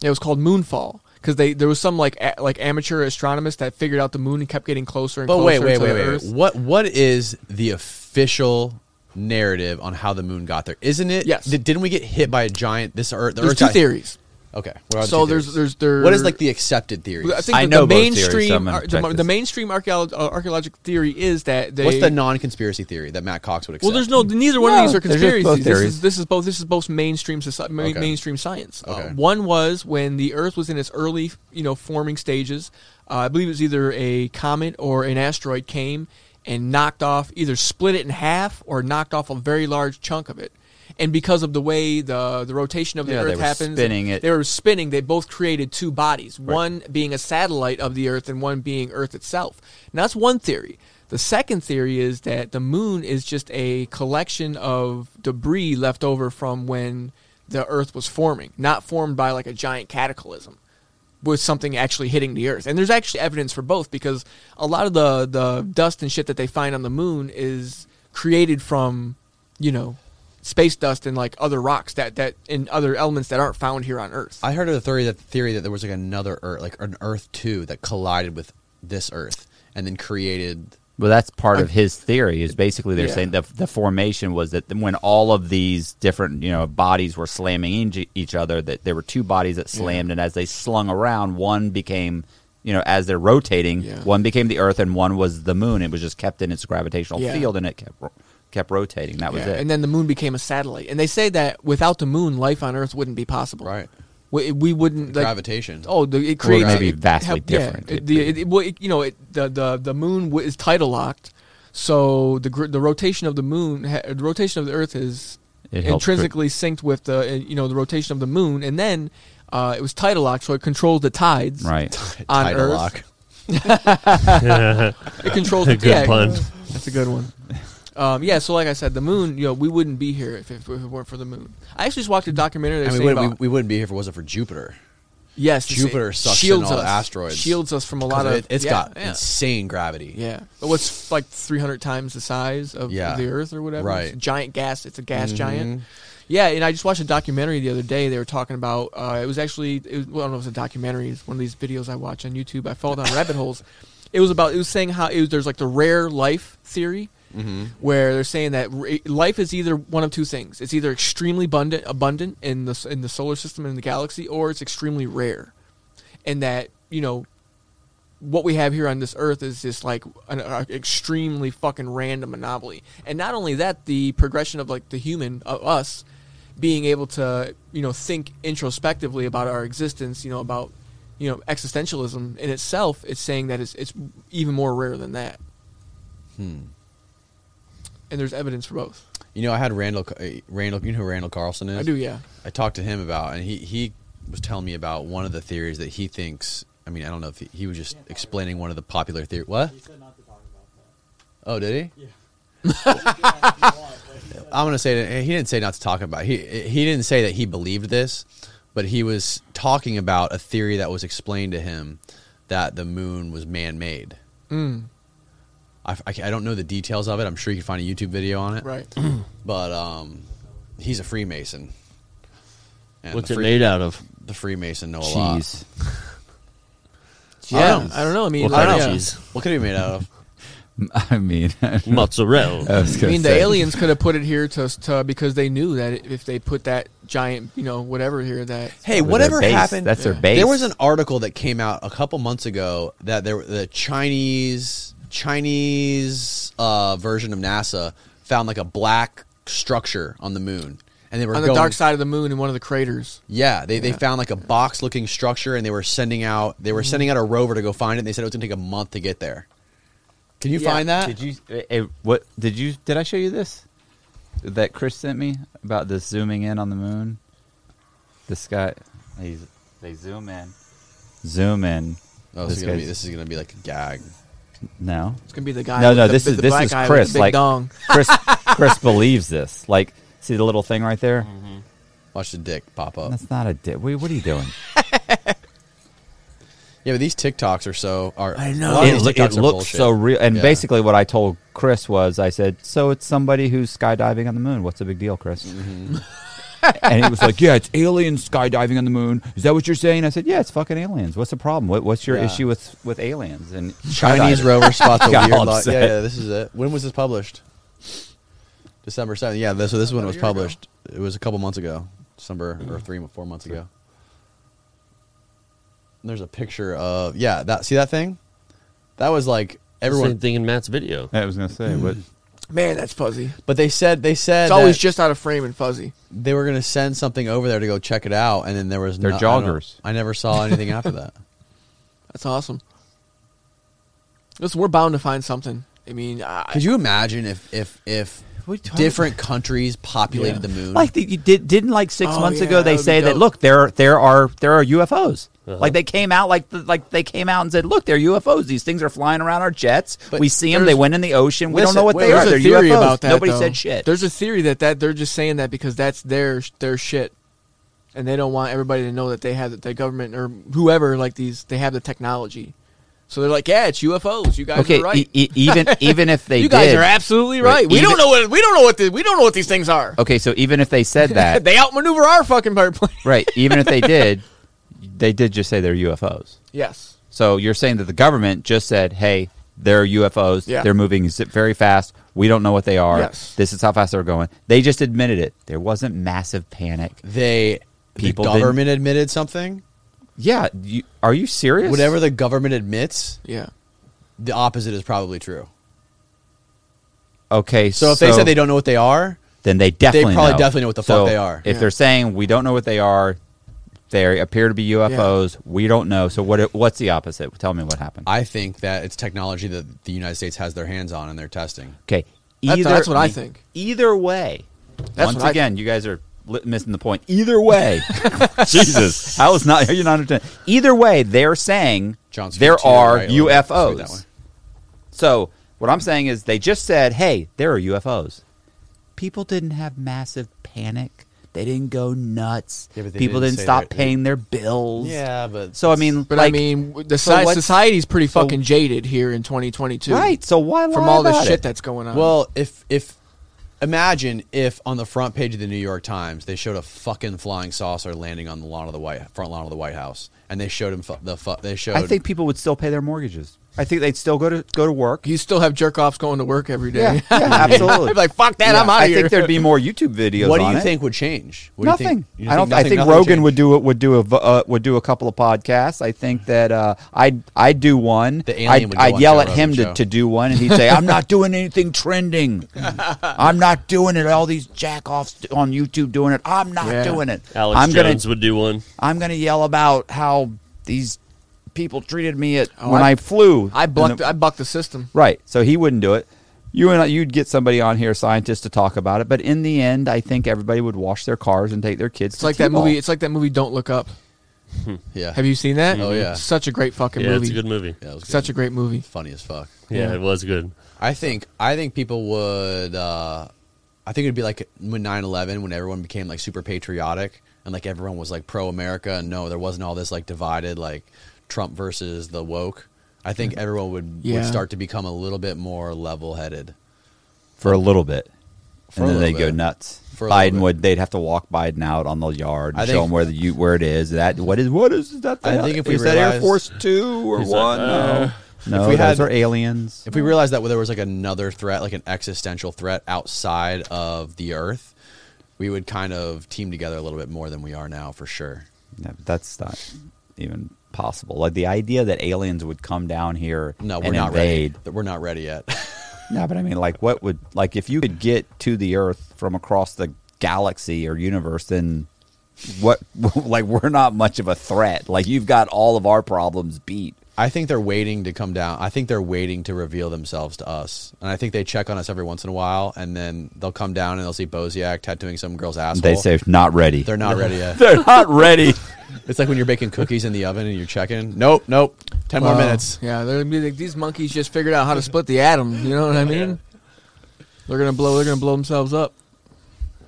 B: Yeah, it was called Moonfall cuz they there was some like a, like amateur astronomist that figured out the moon and kept getting closer and
A: But
B: closer
A: wait, wait,
B: to
A: wait,
B: the
A: wait.
B: Earth.
A: What what is the official narrative on how the moon got there? Isn't it?
B: Yes.
A: Did, not we get hit by a giant? This Earth. The
B: There's
A: Earth
B: two
A: got-
B: theories.
A: Okay. what are the
B: So
A: two
B: there's-
A: theories?
B: there's- there-
A: What is like the accepted theory?
B: I think
C: I
B: the-
C: know
B: the
C: both theories, so I'm
B: mainstream
C: gonna
B: ar-
C: check
B: the, the
C: this.
B: mainstream archeolo- uh, archaeological theory is that they
A: What's the non-conspiracy theory that Matt Cox would accept?
B: Well, there's no neither one
C: No,
B: of these are
C: they're just both
B: conspiracies. This
C: theories.
B: is this is both this is both mainstream society, ma-
A: Okay.
B: mainstream science. Uh,
A: Okay.
B: one was when the Earth was in its early, you know, forming stages. Uh, I believe it was either a comet or an asteroid came and knocked off, either split it in half or knocked off a very large chunk of it. And because of the way the the rotation of the
C: Yeah, they
B: Earth
C: were
B: happens,
C: spinning it.
B: they were spinning. They both created two bodies, one being a satellite of the Earth and one being Earth itself. Now that's one theory. The second theory is that the moon is just a collection of debris left over from when the Earth was forming, not formed by like a giant cataclysm with something actually hitting the Earth. And there's actually evidence for both because a lot of the the dust and shit that they find on the moon is created from, you know, space dust and like other rocks that that and other elements that aren't found here on Earth.
A: I heard of the theory that theory that there was like another Earth, like an Earth two that collided with this Earth and then created
C: Well, that's part of his theory. Is basically they're
B: Yeah.
C: saying the the formation was that when all of these different you know bodies were slamming each- each other, that there were two bodies that slammed, and as they slung around, one became you know as they're rotating,
B: Yeah.
C: one became the Earth and one was the Moon. It was just kept in its gravitational
B: Yeah.
C: field, and it kept ro- kept rotating. That was
B: Yeah,
C: it.
B: And then the moon became a satellite. And they say that without the moon, life on Earth wouldn't be possible.
A: Right.
B: We, we wouldn't like,
A: Gravitation.
B: Oh, the, it creates
C: maybe
B: it-
C: vastly
B: have- yeah,
C: different.
B: it- the- it- it- well, it- you know, it, the the the moon w- is tidal locked, so the gr- the rotation of the moon, ha- the rotation of the Earth is
C: It helps cre-
B: intrinsically synced with the uh, you know the rotation of the moon, and then uh, it was tidal locked, so it controls the tides.
C: right.
B: on
A: Tidal
B: Earth.
A: lock.
B: It controls
D: Good
B: the yeah,
D: pun.
B: That's a good one. Um, yeah, so like I said, the moon, you know, we wouldn't be here if, if, if it weren't for the moon. I actually just watched a documentary.
A: I
B: That
A: mean,
B: was
A: we,
B: saying
A: wouldn't-
B: about,
A: we, we wouldn't be here if it wasn't for Jupiter.
B: yes, it's-
A: Jupiter
B: it
A: sucks in
B: shields
A: all the
B: us,
A: asteroids.
B: Shields us from a
A: 'Cause
B: lot of.
A: it, has
B: yeah,
A: got
B: yeah.
A: insane gravity.
B: Yeah, but what's like 300 times the size of
A: Yeah.
B: the Earth or whatever?
A: Right. Mm-hmm.
B: It's a giant gas. It's a gas giant. Yeah, and I just watched a documentary the other day. They were talking about uh, it was actually it was, well, I don't know if it's a documentary. It's one of these videos I watch on YouTube. I fall down rabbit holes. It was about it was saying how it was, there's like the rare life theory.
A: Mm-hmm.
B: Where they're saying that ra- life is either one of two things: it's either extremely abundant, abundant in the s- in the solar system and in the galaxy, or it's extremely rare, and that you know what we have here on this earth is just like an uh, extremely fucking random anomaly. And not only that, the progression of like the human, of us, being able to you know think introspectively about our existence, you know about you know existentialism in itself is saying that it's it's even more rare than that. Hmm. And there's evidence for both.
A: You know, I had Randall. uh, Randall, you know who Randall Carlson is?
B: I do, yeah.
A: I talked to him about, and he he was telling me about one of the theories that he thinks. I mean, I don't know if he, he was just explaining one of the popular theory. What?
J: He said not to talk about that.
A: Oh, did he?
J: Yeah, if you want, but he said-
A: I'm gonna say that he didn't say not to talk about. It. He he didn't say that he believed this, but he was talking about a theory that was explained to him that the moon was man made.
B: Mm,
A: I, I, I don't know the details of it. I'm sure you can find a YouTube video on it.
B: right.
A: But um, he's a Freemason. And
D: What's
A: the
D: it
A: Free-
D: made out of?
A: The Freemason know a lot.
C: Jeez.
B: Yeah, I don't, know. I mean,
D: What
B: I
D: kind
B: don't
D: of
B: know.
D: cheese?
A: What could it be made out of?
C: I mean, I
D: Mozzarella.
C: was
B: I
C: gonna
B: mean, the
C: say.
B: aliens could have put it here to, to because they knew that if they put that giant, you know, whatever here, that
A: Hey,
C: Their
A: whatever
C: base.
A: happened?
C: That's their
B: Yeah.
C: base.
A: There was an article that came out a couple months ago that there the Chinese Chinese uh, version of NASA found like a black structure on the moon, and they were
B: on the
A: going,
B: dark side of the moon in one of the craters.
A: Yeah, they, they found like a box looking structure, and they were sending out they
B: Mm-hmm.
A: were sending out a rover to go find it. and They said it was gonna take a month to get there. Can you
B: Yeah.
A: find that?
C: Did you? eh, eh, what did you? Did I show you this? That Chris sent me about this zooming in on the moon. This guy, he's they zoom in, zoom in.
A: oh, this, is gonna be,
C: guy's-
A: this is gonna be like a gag.
C: No,
B: It's gonna be the guy.
C: no,
B: with
C: no.
B: the-
C: This
B: the,
C: is this
B: black
C: is
B: guy with
C: Chris.
B: the big
C: Like
B: dong.
C: Chris, Chris believes this. Like, see the little thing right there?
A: Mm-hmm. Watch the dick pop up.
C: That's not a dick. Wait, what are you doing?
A: Yeah, but these TikToks are so are. I
B: know.
A: These
C: it loo- it
A: TikToks are
C: looks
A: bullshit.
C: so real. And
A: Yeah.
C: basically, what I told Chris was, I said, "So it's somebody who's skydiving on the moon. What's the big deal, Chris?"
A: Mm-hmm.
C: and he was like, "Yeah, it's aliens skydiving on the moon. Is that what you're saying?" I said, "Yeah, it's fucking aliens. What's the problem? What, what's your
A: Yeah.
C: issue with with aliens?" And
A: Chinese
C: skydiving.
A: rover spots a
C: Got
A: weird
C: all
A: lot. Yeah,
C: upset.
A: yeah, this is it. When was this published? December 7th. Yeah, this, so this one was
B: About a year ago.
A: published. It was a couple months ago. December or three, four months ago. And There's a picture of, yeah, that. see that thing? That was like
D: Everyone
A: everyone.
D: thing in Matt's video.
C: I was gonna say, what?
B: Man, that's fuzzy.
A: But they said, they said
B: It's always
A: that
B: just out of frame and fuzzy.
A: they were going to send something over there to go check it out. And then there was
C: They're
A: no- I don't-
C: joggers.
A: I never saw anything after that.
B: That's awesome. Listen, we're bound to find something. I mean, I,
A: Could you imagine if, if, if different countries populated the moon?
C: Like the, you did, didn't like six
B: Oh,
C: months
B: yeah,
C: ago
B: that
C: they
B: would be
C: say that
B: dope.
C: look there are there are there are UFOs.
D: Uh-huh.
C: Like they came out like the, like they came out and said look they're UFOs. These things are flying around our jets.
A: But
C: we see them.
A: there's-
C: They went in the ocean. we don't
A: Listen,
C: know what
A: wait,
C: they are.
A: there's
C: They're
A: a
C: UFOs.
A: theory about
B: that,
C: Nobody
B: though.
C: said shit.
B: There's a theory that, that they're just saying that because that's their their shit, and they don't want everybody to know that they have that the government or whoever like these they have the technology. So they're like, yeah, it's UFOs. You guys
C: okay,
B: are right.
C: e- e- even even if they
B: you
C: did,
B: guys are absolutely
C: Right,
B: right. We
C: even-
B: don't know what we don't know what the, we don't know what these things are.
C: okay. So even if they said that,
B: they outmaneuver our fucking bird plane.
C: right? Even if they did, they did just say they're UFOs.
B: Yes.
C: So you're saying that the government just said, "Hey, They're UFOs.
B: Yeah.
C: They're moving zip- very fast. We don't know what they are.
B: Yes.
C: This is how fast they're going. They just admitted it. There wasn't massive panic.
A: They
C: People
A: the
C: didn't-
A: government admitted something.
C: Yeah. You, are you serious?
A: Whatever the government admits,
B: Yeah.
A: the opposite is probably true.
C: Okay.
A: So if they said they don't know what they are,
C: then they definitely
A: probably
C: know.
A: definitely know what the
C: So
A: fuck they are.
C: If
B: Yeah.
C: they're saying we don't know what they are, they appear to be UFOs. We don't know. So what? What's the opposite? Tell me what happened.
A: I think that it's technology that the United States has their hands on and they're testing.
C: Okay. e,
B: That's- that's what I think.
C: Either way, once
B: what I-
C: again, you guys are li- missing the point. Either way,
D: Jesus.
C: I was not. You're not understanding. Either way, they're saying
A: John's
C: there
A: feet too,
C: are
A: right? Or-
C: UFOs.
A: that way.
C: So what I'm saying is they just said, "Hey, there are UFOs." People didn't have massive panic. They didn't go nuts.
A: Yeah, but they
C: People
A: didn't
C: didn't
A: say
C: stop
A: that-
C: paying their bills.
A: Yeah, but
C: So I mean,
B: But
C: like,
B: I mean, w- the
C: so
B: so
C: what's-
B: society's pretty fucking jaded here in 2022.
C: right? So why lie
B: From all the
C: about
B: shit
C: it?
B: that's going on.
A: Well, if if imagine if on the front page of the New York Times they showed a fucking flying saucer landing on the lawn of the White front lawn of the White House, and they showed him fu- the fu- they showed.
C: I think people would still pay their mortgages. I think they'd still go to go to work.
B: you still have jerk offs going to work every day.
C: Yeah, yeah, absolutely.
B: They'd be like, fuck that,
C: Yeah,
B: I'm out
C: I
B: here.
C: think there'd be more YouTube videos.
A: What do
C: on
A: you
C: it.
A: think would change? What
C: nothing.
A: Do you think, you
C: I don't. I
A: nothing-
C: think
A: nothing
C: Rogan
A: change?
C: would do it. Would do a v- uh, would do a couple of podcasts. I think that uh, I I would do one.
A: The alien
C: I'd,
A: would go
C: I'd
A: on
C: yell
A: Joe
C: at him
A: Rogan's
C: to,
A: show.
C: to do one, and he'd say, "I'm not doing anything trending. I'm not doing it. All these jackoffs on YouTube doing it. I'm not
B: Yeah.
C: doing it.
D: Alex
C: I'm
D: Jones
C: gonna
D: would do one.
C: I'm gonna yell about how these people treated me at
B: Oh,
C: when I,
B: I-
C: flew.
B: I
C: And
B: bucked,
C: the-
B: I bucked the system.
C: Right. So he wouldn't do it. You and I, you'd get somebody on here, scientists, to talk about it. But in the end, I think everybody would wash their cars and take their kids.
B: It's
C: to
B: like that
C: T-ball.
B: movie. It's like that movie. Don't look up.
A: Yeah.
B: Have you seen that?
A: Oh, yeah.
B: Such a great fucking
D: Yeah,
B: movie.
D: it's a good movie.
A: Yeah, it was
B: Such
A: good.
B: a great movie.
A: funny as fuck.
D: Yeah, it was good.
A: I think I think people would. Uh, I think it'd be like when 9-11, when everyone became like super patriotic and like everyone was like pro America, and no, there wasn't all this like divided like Trump versus the woke. I think everyone would would
B: Yeah.
A: start to become a little bit more level headed.
C: for a little bit,
A: For
C: and
A: a
C: then they'd
A: little
C: go
A: bit.
C: nuts.
A: For a little
C: Biden
A: bit.
C: would. They'd have to walk Biden out on the yard and
A: I
C: show
A: think-
C: him where the you where it is. That what is what is that?
A: I
C: the-
A: think if we
C: is that Air
A: realized-
C: Force Two or
D: He's
C: one?
D: like, uh,
C: no, no,
A: If we
C: those
A: had-
C: are aliens.
A: If we realized that there was like another threat, like an existential threat outside of the Earth, we would kind of team together a little bit more than we are now, for sure.
C: No, but that's not even possible. Like the idea that aliens would come down here
A: No, we're
C: and
A: not
C: invade.
A: ready. We're not ready yet.
C: No, but I mean, like, what would like if you could get to the Earth from across the galaxy or universe, then what? Like, we're not much of a threat. Like, you've got all of our problems beat.
A: I think they're waiting to come down. I think they're waiting to reveal themselves to us. And I think they check on us every once in a while, and then they'll come down and they'll see Boziak tattooing some girl's asshole.
C: They say not ready.
A: they're not ready yet.
C: They're not ready.
A: it's like when you're baking cookies in the oven and you're checking. Nope, nope. Ten more
B: Wow.
A: minutes.
B: Uh, Yeah, they're gonna be like these monkeys just figured out how to split the atom. You know what I mean? They're gonna blow. They're gonna blow themselves up.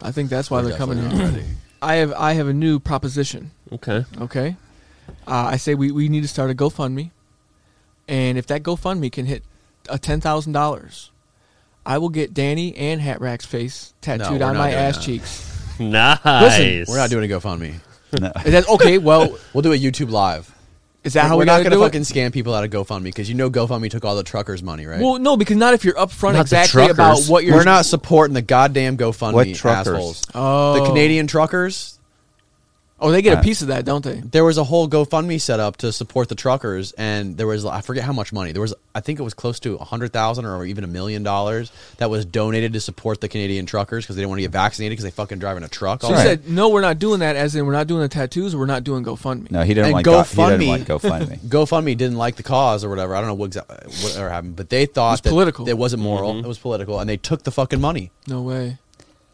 B: I think that's why
A: We're
B: they're coming
A: definitely
B: here.
A: not ready.
B: I have I have a new proposition.
D: Okay.
B: Okay, uh, I say we, we need to start a GoFundMe, and if that GoFundMe can hit a ten thousand dollars, I will get Danny and Hat Rack's face tattooed
A: we're
B: on
A: not
B: my
A: doing
B: ass
A: that.
B: cheeks.
D: Nice.
A: We're not doing a GoFundMe.
B: Is that okay? Well,
A: We'll do a YouTube live.
B: is that how
A: we're
B: we
A: not
B: gotta
A: gonna
B: do it?
A: fucking scam people out of GoFundMe because you know GoFundMe took all the truckers' money, right?
B: Well, no, because not if you're upfront
D: Not the
B: exactly about
D: truckers.
B: what you're.
A: we're not supporting the goddamn GoFundMe
C: What truckers?
A: assholes.
B: Oh.
A: The Canadian truckers.
B: Oh, they get a piece of that, don't they?
A: there was a whole GoFundMe set up to support the truckers, and there was I forget how much money there was. I think it was close to a hundred thousand or even a million dollars that was donated to support the Canadian truckers because they didn't want to get vaccinated because they fucking drive in a truck.
B: So
A: all
B: you
A: day.
B: said no, we're not doing that. As in, we're not doing the tattoos. We're not doing GoFundMe.
C: No, he didn't
A: And
C: like Go, he
A: GoFundMe.
C: didn't like GoFundMe.
A: GoFundMe didn't like the cause or whatever. I don't know what exactly whatever happened, but they thought
B: was
A: that
B: political.
A: It wasn't moral.
C: Mm-hmm.
A: It was political, and they took the fucking money.
B: No way.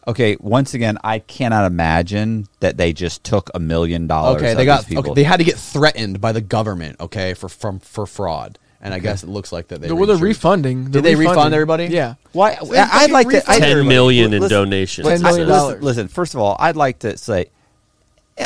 C: okay, once again, I cannot imagine that they just took a million dollars.
A: Okay,
C: of
A: they got.
C: these people.
A: Okay, they had to get threatened by the government. Okay, for from for fraud, and I guess it looks like that they.
B: well, they're
A: reached-
B: refunding. They're
A: they refund
B: refunding.
A: everybody?
B: Yeah.
C: Why? I, I'd like to. I,
D: Ten million in
C: Listen-
D: donations.
B: Ten
D: it
B: million
D: says.
B: dollars.
C: Listen, listen, first of all, I'd like to say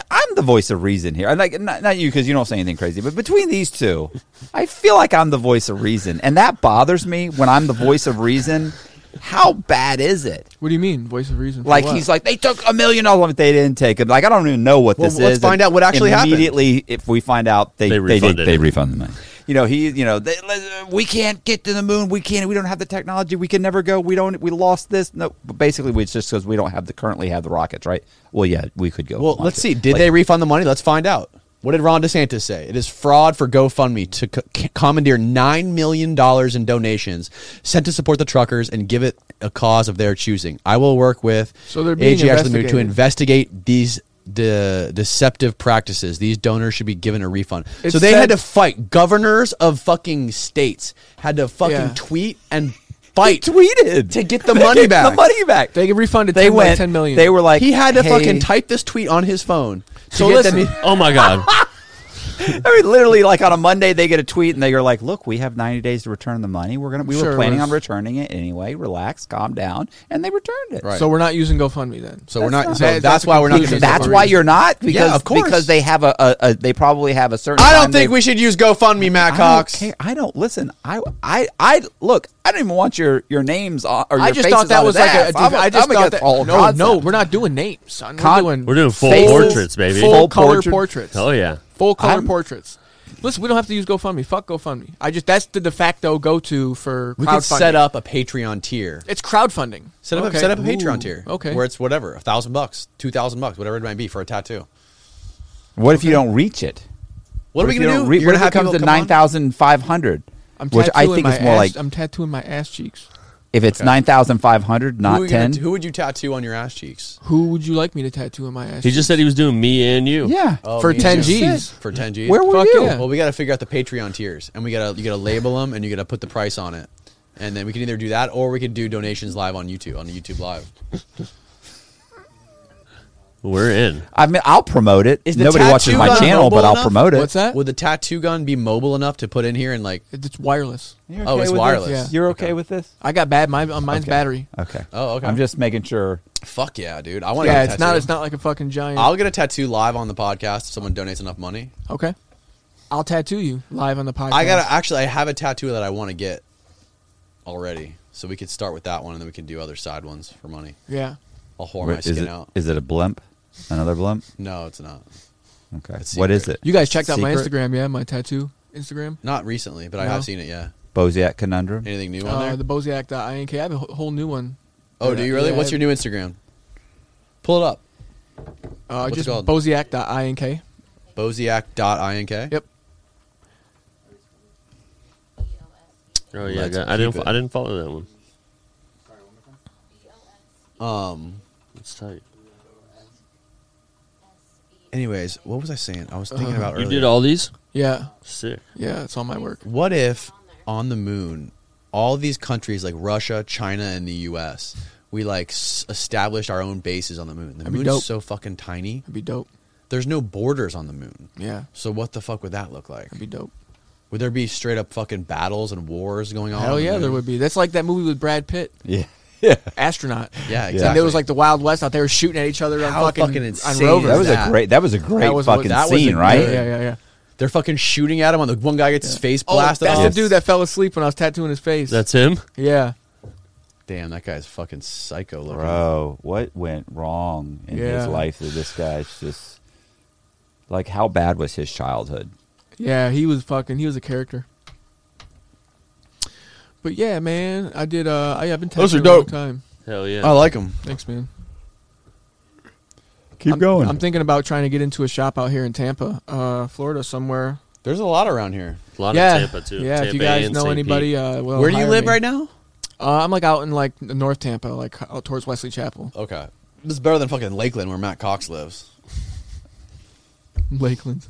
C: I'm the voice of reason here. And like not, not you because you don't say anything crazy, but between these two, I feel like I'm the voice of reason, and that bothers me when I'm the voice of reason. How bad is it?
B: What do you mean, voice of reason? for
C: Like
B: what?
C: he's like they took a million dollars, but they didn't take it. Like I don't even know what
A: Well,
C: this
A: let's
C: is.
A: find out what actually happened.
C: immediately. If we find out, they
D: They
C: they, they,
D: refunded
C: they
D: it.
C: refund the money. you know, he, you know, they, let- we can't get to the moon. We can't. We don't have the technology. We can never go. We don't. We lost this. No, but basically, it's just because we don't have the currently have the rockets, right? Well, yeah, we could go.
A: Well,
C: launch
A: let's
C: it.
A: see. Did
C: Like,
A: they refund the money? Let's find out. What did Ron DeSantis say? It is fraud for GoFundMe to co- c- commandeer $9 million in donations sent to support the truckers and give it a cause of their choosing. I will work with
B: So they're being
A: AGS Limited to
B: investigated.
A: investigate these de- deceptive practices. These donors should be given a refund.
B: It
A: so they
B: said-
A: had to fight. Governors of fucking states had to fucking
B: Yeah.
A: tweet and fight
C: tweeted
A: to get the
C: They
A: money
C: get
A: back.
C: The money back.
B: They refunded
C: They
B: 10 by
C: went.
B: 10 million.
C: They were like
A: he had to
C: hey-
A: fucking type this tweet on his phone.
B: So
A: So listen,
B: listen-
D: Oh my god.
C: I mean, literally, like on a Monday, they get a tweet and they are like, "Look, we have 90 days to return the money. We're gonna. We
B: Sure,
C: were planning
B: let's-
C: on returning it anyway. Relax, calm down." And they returned it.
A: Right.
B: So we're not using GoFundMe then.
A: So we're
C: That's
A: not.
C: not-
A: so
B: That-
A: that's,
B: that's
A: why we're not.
B: conclusion.
A: Gonna
C: That's
A: support
C: why
A: it.
C: you're not because
A: of course.
C: because they have a, a, a they probably have a certain.
A: I don't
C: time
A: think
C: they-
A: we should use GoFundMe, Matt Cox.
C: I don't, care. I don't listen. I I I look. I don't even want your your names on. Or
B: I
C: your
B: just
C: faces
B: thought that
C: on
B: was
C: his
B: like a.
C: ass.
B: a
C: I'm
B: I just
C: I'm
B: thought
C: against
B: that.
A: Oh,
C: all
B: no, no,
C: concept.
B: we're not doing names, son. We're
C: Con-
B: doing
D: We're doing full
C: Faces.
D: portraits, baby.
B: full,
C: Full
B: color
C: portrait-
B: portraits.
D: Oh yeah.
B: Full color
C: I'm-
B: portraits. Listen, we don't have to use GoFundMe. Fuck GoFundMe. I just that's the de facto go to for
A: We could
B: crowdfunding.
A: set up a Patreon tier.
B: It's crowdfunding.
A: Set up,
B: Okay.
A: a, set up a Patreon
B: Ooh,
A: tier.
B: Okay.
A: Where it's whatever, a thousand bucks, two thousand bucks, whatever it might be for a tattoo.
C: What if you don't reach it?
A: What, are we
C: if you
A: gonna
C: don't
A: do?
C: re-
A: You're
C: what
A: gonna
C: if it
A: have
C: comes
A: people
C: to
A: come on?
C: nine thousand five hundred?
B: I'm
C: Which I
B: tattooing
C: think
B: my
C: is more
B: ass-
C: like
B: I'm tattooing my ass cheeks.
C: if it's nine thousand five hundred,
A: Who are
C: not
A: you gonna-
C: ten.
A: Who would you tattoo on your ass cheeks?
B: Who would you like me to tattoo in my ass?
D: He just said he was doing me and you.
C: Yeah.
A: Oh,
B: for
A: me
B: 10
A: too.
B: G's.
A: For ten G's.
C: Where were
B: Fuck
C: you?
B: yeah.
A: Well, we got to figure out the Patreon tiers, and we got to you got to label them, and you got to put the price on it, and then we can either do that or we could do donations live on YouTube on YouTube Live.
D: We're in.
C: I mean, I'll promote it.
A: Is the
C: Nobody watches
A: tattoo
C: my
A: gun
C: channel,
A: mobile
C: but I'll
A: enough?
C: promote it.
B: What's that?
A: Would the tattoo gun be mobile enough to put in here and like?
B: It's wireless.
C: You're
A: Oh, it's
C: with this?
A: wireless.
B: Yeah.
C: You're okay, with this?
B: I got bad. My uh, mine's
C: Okay.
B: battery.
C: Okay.
A: Oh, okay.
C: I'm just making sure.
A: Fuck yeah, dude! I want to.
B: Yeah,
A: get a
B: it's not.
A: tattoo.
B: It's not like a fucking giant.
A: I'll get a tattoo live on the podcast if someone donates enough money.
B: okay. I'll tattoo you live on the podcast.
A: I gotta actually. I have a tattoo that I want to get already, so we could start with that one, and then we can do other side ones for money.
B: Yeah.
A: I'll whore my
C: Wait, is
A: skin
C: it
A: out.
C: is it a blimp? Another blimp?
A: no, it's not.
C: Okay.
A: It's
C: What is it?
A: secret.
B: You guys checked out my
C: Secret?
B: Instagram, yeah? My tattoo Instagram.
A: Not recently, but I
B: No.
A: have seen it. Yeah.
C: Bozak conundrum.
A: Anything new on
B: Uh,
A: there?
B: the Bozyak.ink. I have a wh- whole new one.
A: oh, do you really?
B: yeah,
A: What's
B: I-
A: your new Instagram? Pull it up.
B: Uh,
A: What's it
B: just
A: called?
B: Bozyak.ink.
A: Boziak.ink.
B: Yep.
D: Oh yeah. I
A: Let's
D: got- I
A: keep
D: didn't.
A: it.
D: I didn't follow that one.
A: Um.
D: It's tight.
A: Anyways, what was I saying? I was
B: Uh-huh.
A: thinking about
D: You
A: earlier.
D: did all these.
B: Yeah.
D: Oh, Sick.
B: Yeah, it's all my work.
A: What if on the moon, all these countries like Russia, China, and the U.S. We like s- established our own bases on the moon. The
B: That'd be
A: moon's
B: dope.
A: so fucking tiny.
B: It'd be dope.
A: There's no borders on the moon.
B: Yeah.
A: So what the fuck would that look like?
B: It'd be dope.
A: Would there be straight up fucking battles and wars going on?
B: Hell
A: on the
B: yeah, there
A: moon?
B: would be. That's like that movie with Brad Pitt,
C: Yeah. Yeah.
B: Astronaut.
A: Yeah, exactly.
B: And there was like the Wild West out. They were shooting at each other on
A: How
B: fucking,
A: fucking
B: on
A: insane
B: rovers.
C: That was
A: that?
C: a great that was a great
B: was what-
C: fucking
A: that was a-
C: scene, right?
B: Yeah, yeah, yeah. yeah.
A: they're fucking shooting at him. On the one guy gets his face
B: Oh, that's
A: blasted off.
B: the dude that fell asleep when I was tattooing his face.
D: That's him.
B: yeah.
A: Damn, that guy's fucking psycho looking.
C: Bro, what went wrong in
B: Yeah.
C: his life that this guy's just like how bad was his childhood?
B: Yeah, he was fucking. He was a character. But yeah, man, I did. Uh, I, I've been
A: Those are
B: tattooing a long
A: dope.
B: time.
D: Hell yeah.
A: I like him.
B: Thanks, man.
C: Keep
B: I'm,
A: Oh,
B: I'm thinking about trying to get into a shop out here in Tampa, uh, Florida, somewhere.
A: There's a lot around here.
D: a lot
B: yeah,
D: of Tampa too.
B: yeah. if you
D: Tampa
B: guys
D: and
B: know
D: St.
B: anybody,
D: Pete.
B: uh, well,
A: Where do you
B: hire
A: live
B: me.
A: right now?
B: Uh, I'm like out in like n- North Tampa, like out towards Wesley Chapel,
A: Okay, this is better than fucking Lakeland where Matt Cox lives.
B: Lakeland.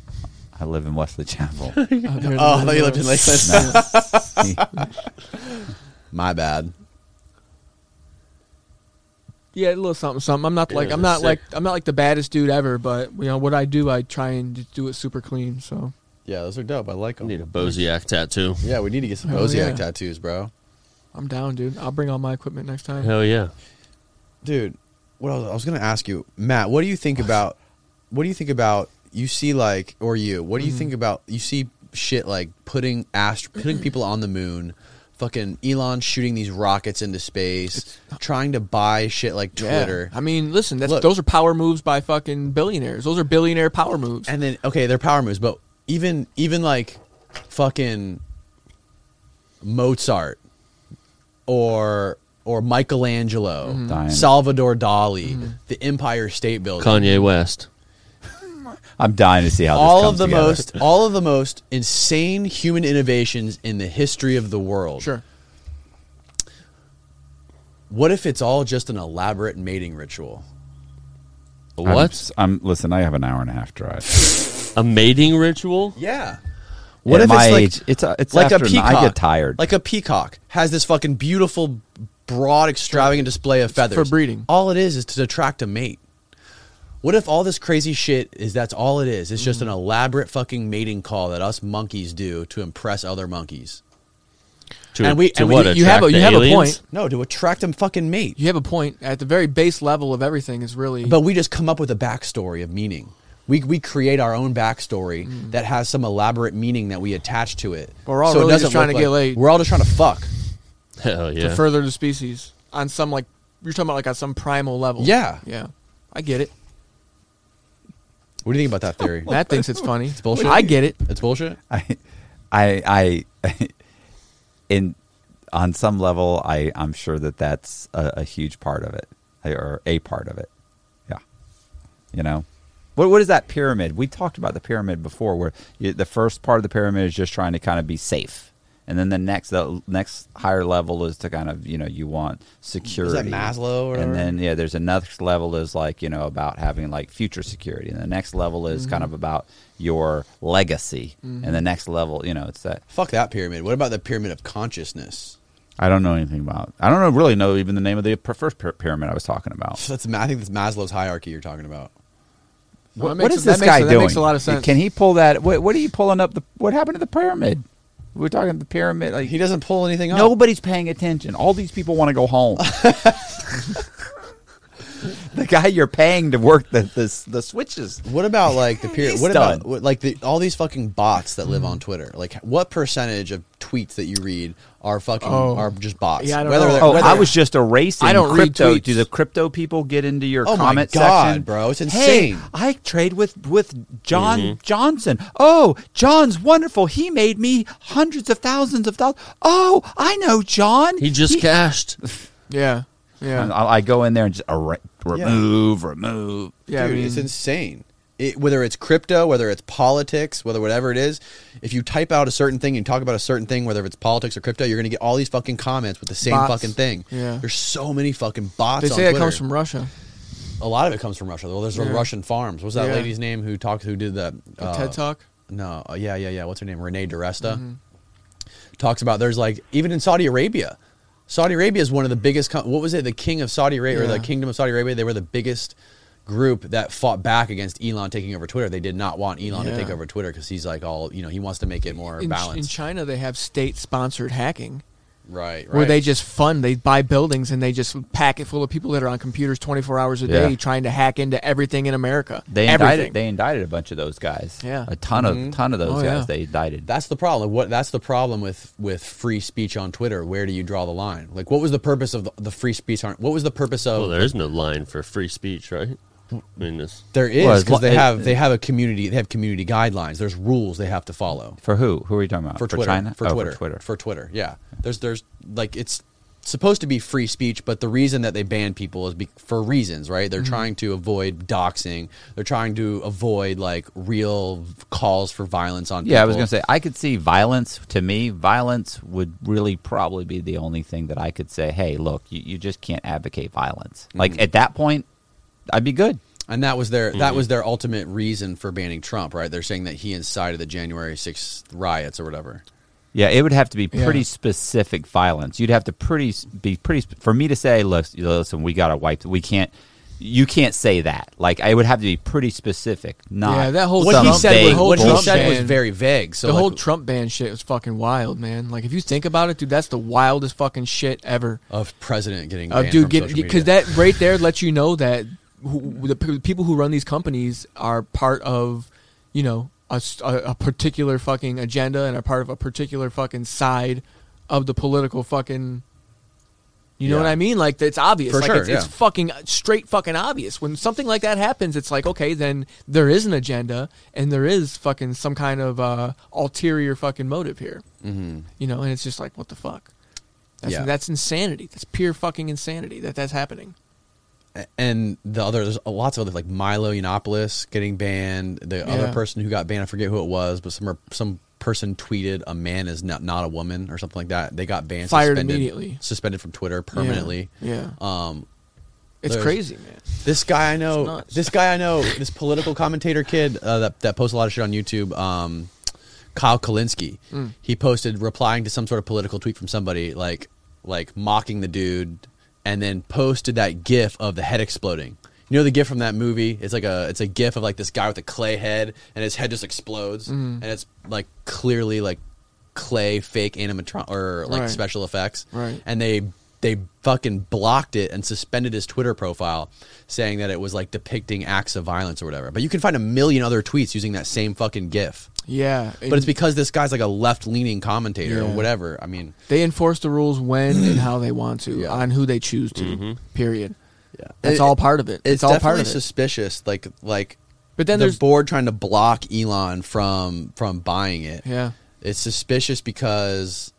C: I live in Wesley Chapel.
B: Out there in the
A: Oh, I
B: middle
A: thought you lived in
B: of-
A: Lakeland.
C: No.
A: My bad.
B: Yeah, a little something, something. I'm not
D: Yeah,
B: like I'm not
D: that's
B: like
D: sick.
B: I'm not like the baddest dude ever, but you know what I do, I try and just do it super clean. So
A: Yeah, those are dope. I like
D: I
A: them.
D: need a Bozyak tattoo.
A: yeah, we need to get some
B: Hell
A: Bozyak
B: yeah.
A: tattoos, bro.
B: I'm down, dude. I'll bring all my equipment next time.
D: Hell yeah.
A: Dude, what else- I was going to ask you, Matt, what do you think about? What do you think about? You see, like, or you? What do you think about? You see shit like putting ast- putting people on the moon. Fucking Elon shooting these rockets into space, trying to buy shit like
B: Yeah.
A: Twitter.
B: I mean, listen, that's,
A: Look.
B: those are power moves by fucking billionaires. Those are billionaire power moves.
A: and then okay, they're power moves, but even even like fucking Mozart or or Michelangelo,
C: Dying.
A: Salvador Dali, the Empire State Building,
D: Kanye West.
C: I'm dying to see how
A: all
C: this
A: of
C: comes
A: the
C: together.
A: most all of the most insane human innovations in the history of the world.
B: Sure.
A: What if it's all just an elaborate mating ritual?
C: I'm
D: What?
C: s- I'm, listen. I have an hour and a half drive.
D: A mating ritual?
A: Yeah.
C: At
A: What if
C: my
A: it's like
C: age, it's a, it's
A: like a
C: after n-
A: peacock?
C: I get tired.
A: Like a peacock has this fucking beautiful, broad, extravagant display of feathers
B: for breeding.
A: All it is is to attract a mate. What if all this crazy shit is that's all it is? It's
B: Mm.
A: just an elaborate fucking mating call that us monkeys do to impress other monkeys.
D: To,
A: And we-
D: to
A: and we-
D: what?
B: you have
D: attract
B: a- you
D: the
B: have a
D: aliens?
B: point.
A: No, to attract a fucking mate.
B: You have a point. At the very base level of everything is really.
A: But we just come up with a backstory of meaning. We, we create our own backstory that has some elaborate meaning that we attach to it.
B: Mm. But we're all really just trying
A: look
B: to get laid.
A: We're all just trying to fuck.
D: Hell
B: to
D: yeah.
B: further the species on some like you're talking about like on some primal level.
A: Yeah.
B: yeah, I get it.
A: What do you think about that theory?
B: Matt thinks it's funny. It's
A: bullshit.
B: I get it.
A: It's bullshit.
C: I, I, I, in on some level, I I'm sure that that's a, a huge part of it, eh, or a part of it. Yeah, you know, what what is that pyramid? We talked about the pyramid before, where you, the first part of the pyramid is just trying to kind of be safe, and then the next the next higher level is to kind of you know you want security.
A: Maslow or whatever?
C: and then yeah, there's another level is like you know about having like future security, and the next level is kind
A: Mm-hmm.
C: of about your legacy, and the next level you know it's that
A: Fuck that pyramid. What about the pyramid of consciousness?
C: I don't know anything about. I don't know, really know even the name of the py- first pyra- pyramid I was talking about.
A: That's I think that's Maslow's hierarchy you're talking about.
B: Well, that
C: what
B: makes-
C: is
B: that
C: this
B: makes-
C: guy doing?
B: That makes a lot of sense.
C: Can he pull that? What, what are you pulling up? The what happened to the pyramid? We're talking the pyramid. Like
A: He doesn't pull anything up.
C: nobody's paying attention. All these people want to go home. the guy you're paying to work the the, the switches.
A: What about like the pyramid?
C: He's
A: What about
C: done. Mm.
A: what, like the, all these fucking bots that live on Twitter? Like, what percentage of tweets that you read are fucking
B: Oh.
A: are just bots?
B: Yeah, I don't
A: whether
B: know.
A: they're-
C: Oh,
A: whether-
C: I was just erasing.
B: I don't read
C: crypto.
B: tweets.
C: Do the crypto people get into your
A: Oh my
C: comment
A: God,
C: section,
A: bro, it's
C: Hey,
A: insane.
C: I trade with with John
B: Mm-hmm.
C: Johnson. Oh, John's wonderful. He made me hundreds of thousands of dollars. Oh, I know John.
D: He just cashed.
B: Yeah, yeah,
C: I, I go in there and just er- remove, remove.
B: yeah. I
A: dude,
B: mean,
A: it's insane. It, whether it's crypto, whether it's politics, whether whatever it is, if you type out a certain thing and talk about a certain thing, whether it's politics or crypto, you're going to get all these fucking comments with the same
B: Bots.
A: fucking thing.
B: Yeah.
A: There's so many fucking bots.
B: they
A: on
B: say it
A: Twitter.
B: comes from Russia.
A: a lot of it comes from Russia. Well, there's the
B: Yeah.
A: Russian farms. What's that
B: Yeah.
A: lady's name who talked? Who did that?
B: The
C: Uh,
B: TED Talk. Mm-hmm.
A: No, uh, yeah, yeah, yeah. What's her name? Renee Diresta talks about there's like even in Saudi Arabia. Saudi Arabia is one of the biggest. co what was it? The king of Saudi Arabia or
B: Yeah.
A: the kingdom of Saudi Arabia. They were the biggest group that fought back against Elon taking over Twitter. They did not want Elon
B: Yeah.
A: to take over Twitter because he's like all you know. He wants to make it more
B: In, in
A: balanced.
B: China, they have state-sponsored hacking
A: right, right.
B: where they just fund. They buy buildings and they just pack it full of people that are on computers 24 hours a
C: Yeah.
B: day trying to hack into everything in America.
C: They
B: everything.
C: indicted. They indicted a bunch of those guys.
B: Yeah.
C: a ton
A: Mm-hmm.
C: of ton of those
B: Oh,
C: guys.
B: yeah.
C: They indicted.
A: That's the problem. What that's the problem with with free speech on Twitter. Where do you draw the line? Like, what was the purpose of the, the free speech on? What was the purpose of?
D: Well, Oh, there is no line for free speech, right? I mean, this.
A: there is
C: Well, as
A: because
C: lo-
A: they
C: it-
A: have they have a community they have community guidelines. There's rules they have to follow
C: for who? Who are you talking about?
A: for, Twitter
C: China?
A: for
C: Oh,
A: Twitter
C: For Twitter.
A: for Twitter. Yeah, there's there's like it's supposed to be free speech, but the reason that they ban people is be, for reasons, right?
C: Mm-hmm.
A: They're trying to avoid doxing. They're trying to avoid like real calls for violence on.
C: Yeah, I was
A: people.
C: going to say I could see violence. To me, violence would really probably be the only thing that I could say. Hey, look, you, you just can't advocate violence. Like at that point, I'd be good.
A: And that was their that was their ultimate reason for banning Trump, right? They're saying that he incited the January sixth riots or whatever.
C: Yeah, it would have to be pretty
B: Yeah.
C: specific violence. You'd have to pretty s- be pretty sp- for me to say, look, you know, listen, we got to wipe. We can't. You can't say that. Like I would have to be pretty specific. Not
B: Yeah, that whole
C: some
A: What he
B: Trump
A: said,
C: vague
A: was,
B: ban-
A: what he
B: Trump
A: said was
B: ban-
A: very vague. So
B: the
A: like,
B: whole Trump ban shit was fucking wild, man. Like if you think about it, dude, that's the wildest fucking shit ever.
A: of president getting
B: Uh,
A: banned
B: dude,
A: from
B: get
A: social
B: because
A: media.
B: that right there lets you know that who, the p- people who run these companies are part of, you know, a, s- a- a particular fucking agenda and are part of a particular fucking side of the political fucking You know
A: Yeah.
B: what I mean? Like it's obvious.
A: For
B: like
A: sure,
B: it's, it's
A: yeah.
B: fucking uh, straight fucking obvious. When something like that happens, it's like okay, then there is an agenda and there is fucking some kind of uh, ulterior fucking motive here. Mm-hmm. You know, and it's just like what the fuck. That's,
A: Yeah.
B: that's insanity. That's pure fucking insanity that that's happening.
A: A- and the other there's lots of other like Milo Yiannopoulos getting banned. The
B: Yeah.
A: other person who got banned, I forget who it was, but some some person tweeted a man is not not a woman or something like that. They got banned,
B: Fired
A: suspended,
B: immediately.
A: suspended from Twitter permanently.
B: Yeah.
A: Um,
B: it's
A: there's-
B: crazy, man.
A: this guy I know,
B: nuts.
A: this guy I know, this political commentator kid uh, that that posts a lot of shit on YouTube. Um, Kyle Kalinske, he posted replying to some sort of political tweet from somebody, like like mocking the dude, and then posted that GIF of the head exploding. You know the GIF from that movie? It's like a it's a GIF of like this guy with a clay head, and his head just explodes, and it's like clearly like clay fake animatron or like
B: Right.
A: special effects,
B: Right.
A: And they they fucking blocked it and suspended his Twitter profile, saying that it was like depicting acts of violence or whatever. But you can find a million other tweets using that same fucking GIF
B: Yeah,
A: but it's because this guy's like a left leaning commentator
B: Yeah.
A: or whatever. I mean,
B: they enforce the rules when and how they want to
A: Yeah.
B: on who they choose to.
D: Mm-hmm.
B: Period.
A: yeah,
B: That's all part of it. It's,
A: It's,
B: all
A: definitely
B: part of it.
A: suspicious. Like like,
B: But then
A: the
B: there's-
A: board trying to block Elon from from buying it.
B: Yeah.
A: it's suspicious because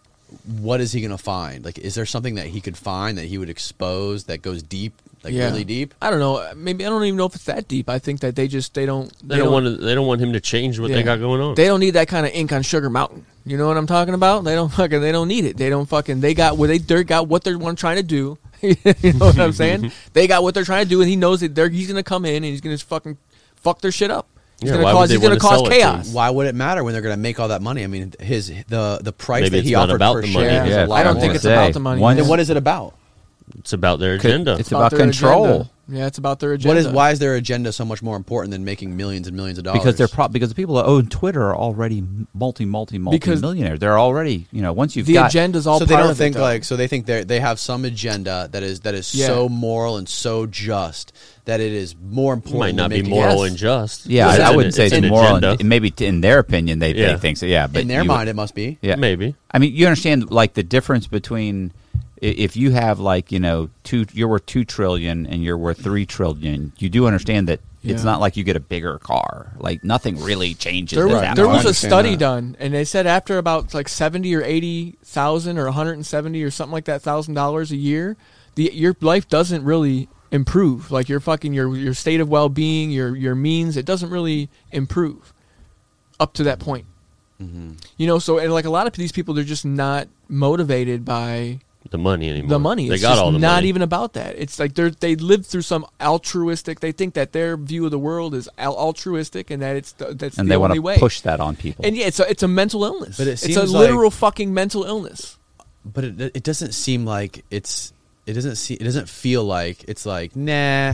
A: what is he going to find? Like, is there something that he could find that he would expose that goes deep, like really deep?
B: I don't know. Maybe I don't even know if it's that deep. I think that they just they don't
D: They, don't, want to, they don't want him to change what
B: yeah.
D: they got going on.
B: They don't need that kind of ink on Sugar Mountain. You know what I'm talking about? They don't fucking they don't need it. They don't fucking they got what they they got what they're want trying to do. you know what I'm saying? they got what they're trying to do, and he knows that they're he's gonna come in and he's gonna just fucking fuck their shit up. He's
D: Yeah,
B: gonna
D: why would
B: cause
D: they
B: he's gonna
D: wanna
B: cause
D: sell it to
B: chaos.
A: Why would it matter when they're going to make all that money? I mean, his the the price
D: Maybe
A: that
D: it's
A: he
D: not
A: offered
D: about
A: per
D: the money.
A: share is a
D: Yeah,
A: lot
B: I don't
A: more.
B: think it's about the money.
H: Once-
A: Then what is it about?
D: it's about their agenda.
H: It's about
B: their
H: control.
B: agenda. Yeah, it's about their agenda.
A: What is why is their agenda so much more important than making millions and millions of dollars?
C: Because
H: Because they're pro- because the people that own Twitter are already multi multi multi
B: Because-
H: millionaires. They're already you know once you've
B: the
H: got
B: agenda's
A: so
B: all part
A: they don't
B: of it,
A: think
B: though.
A: like so they think they they have some agenda that is that is
B: Yeah.
A: so moral and so just that it is more
D: it
A: important.
D: might not
A: than
D: be
A: making-
D: moral
B: Yes.
D: and just.
H: yeah I,
D: an-
H: I wouldn't say it's,
D: an
H: moral
D: agenda.
H: and maybe t- in their opinion they,
D: Yeah.
H: they think so yeah but
A: in their
H: you-
A: mind, it must be.
H: yeah
D: Maybe.
H: I mean, you understand like the difference between i- if you have like you know two, you're worth two trillion and you're worth three trillion. You do understand that it's
B: Yeah.
H: not like you get a bigger car. Like nothing really changes.
B: There
H: at
B: was
H: that
B: there
H: point.
B: was a
A: understand
B: study
A: that.
B: done, and they said after about like seventy or eighty thousand or one hundred and seventy or something like that thousand dollars a year, the your life doesn't really improve. Like your fucking your your state of well being, your your means, it doesn't really improve up to that point.
D: Mm-hmm.
B: You know, so and like a lot of these people, they're just not motivated by
D: The money anymore.
B: the money.
D: They
B: it's
D: got
B: just
D: all the
B: not
D: money.
B: even about that. It's like they're they live through some altruistic. They think that their view of the world is al- altruistic and that it's the, that's
H: and
B: the
H: they
B: only
H: want
B: way.
H: to push that on people.
B: And yeah, it's a, it's a mental illness.
A: But it
B: it's a
A: seems
B: literal
A: like-
B: fucking mental illness.
A: But it, it doesn't seem like it's it doesn't see it doesn't feel like it's like nah,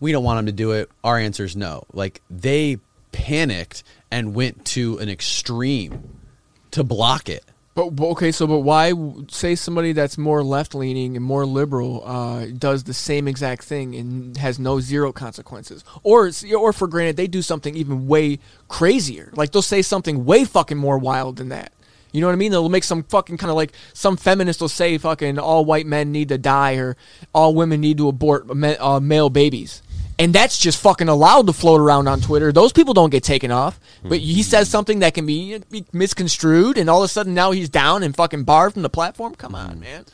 A: we don't want them to do it. Our answer is no. Like they panicked and went to an extreme to block it.
B: But, but okay, so but why w- say somebody that's more left leaning and more liberal uh, does the same exact thing and has no zero consequences, or it's- or for granted they do something even way crazier, like they'll say something way fucking more wild than that. You know what I mean? They'll make some fucking kind of like some feminist will say fucking all white men need to die or all women need to abort ma- uh, male babies. And that's just fucking allowed to float around on Twitter. Those people don't get taken off. But
A: Mm-hmm.
B: he says something that can be, be misconstrued, and all of a sudden now he's down and fucking barred from the platform. Come
A: Mm-hmm.
B: on, man.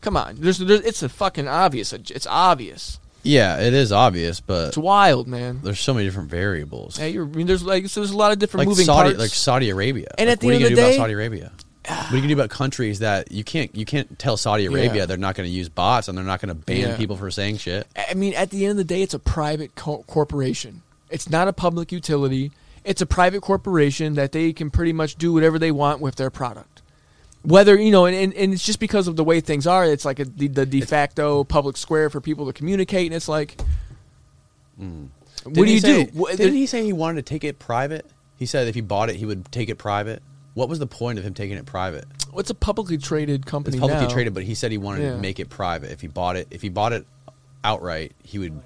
B: Come on. There's, there's, it's a fucking obvious. It's obvious.
A: Yeah, it is obvious, but
B: It's wild, man.
A: there's so many different variables.
B: Hey, you're, I mean, there's like so there's a lot of different
A: like
B: moving
A: Saudi,
B: parts.
A: like Saudi Arabia.
B: And
A: Like,
B: at the
A: what
B: end
A: are you gonna do
B: of the day- ah.
A: about Saudi Arabia? What are you gonna do about countries that you can't you can't tell Saudi Arabia
B: Yeah.
A: they're not going to use bots and they're not going to ban
B: Yeah.
A: people for saying shit?
B: I mean, at the end of the day, it's a private co- corporation. It's not a public utility. It's a private corporation that they can pretty much do whatever they want with their product. Whether, you know, and, and, and it's just because of the way things are, it's like a, the, the de facto public square for people to communicate. And it's like, what
A: Hmm. Didn't
B: do
A: he
B: you
A: say-
B: do? What-
A: Didn't he say he wanted to take it private? He said if he bought it, he would take it private. What was the point of him taking it private?
B: What's a publicly traded company?
A: It's publicly
B: now?
A: traded, but he said he wanted
B: Yeah.
A: to make it private. If he bought it, if he bought it outright, he would.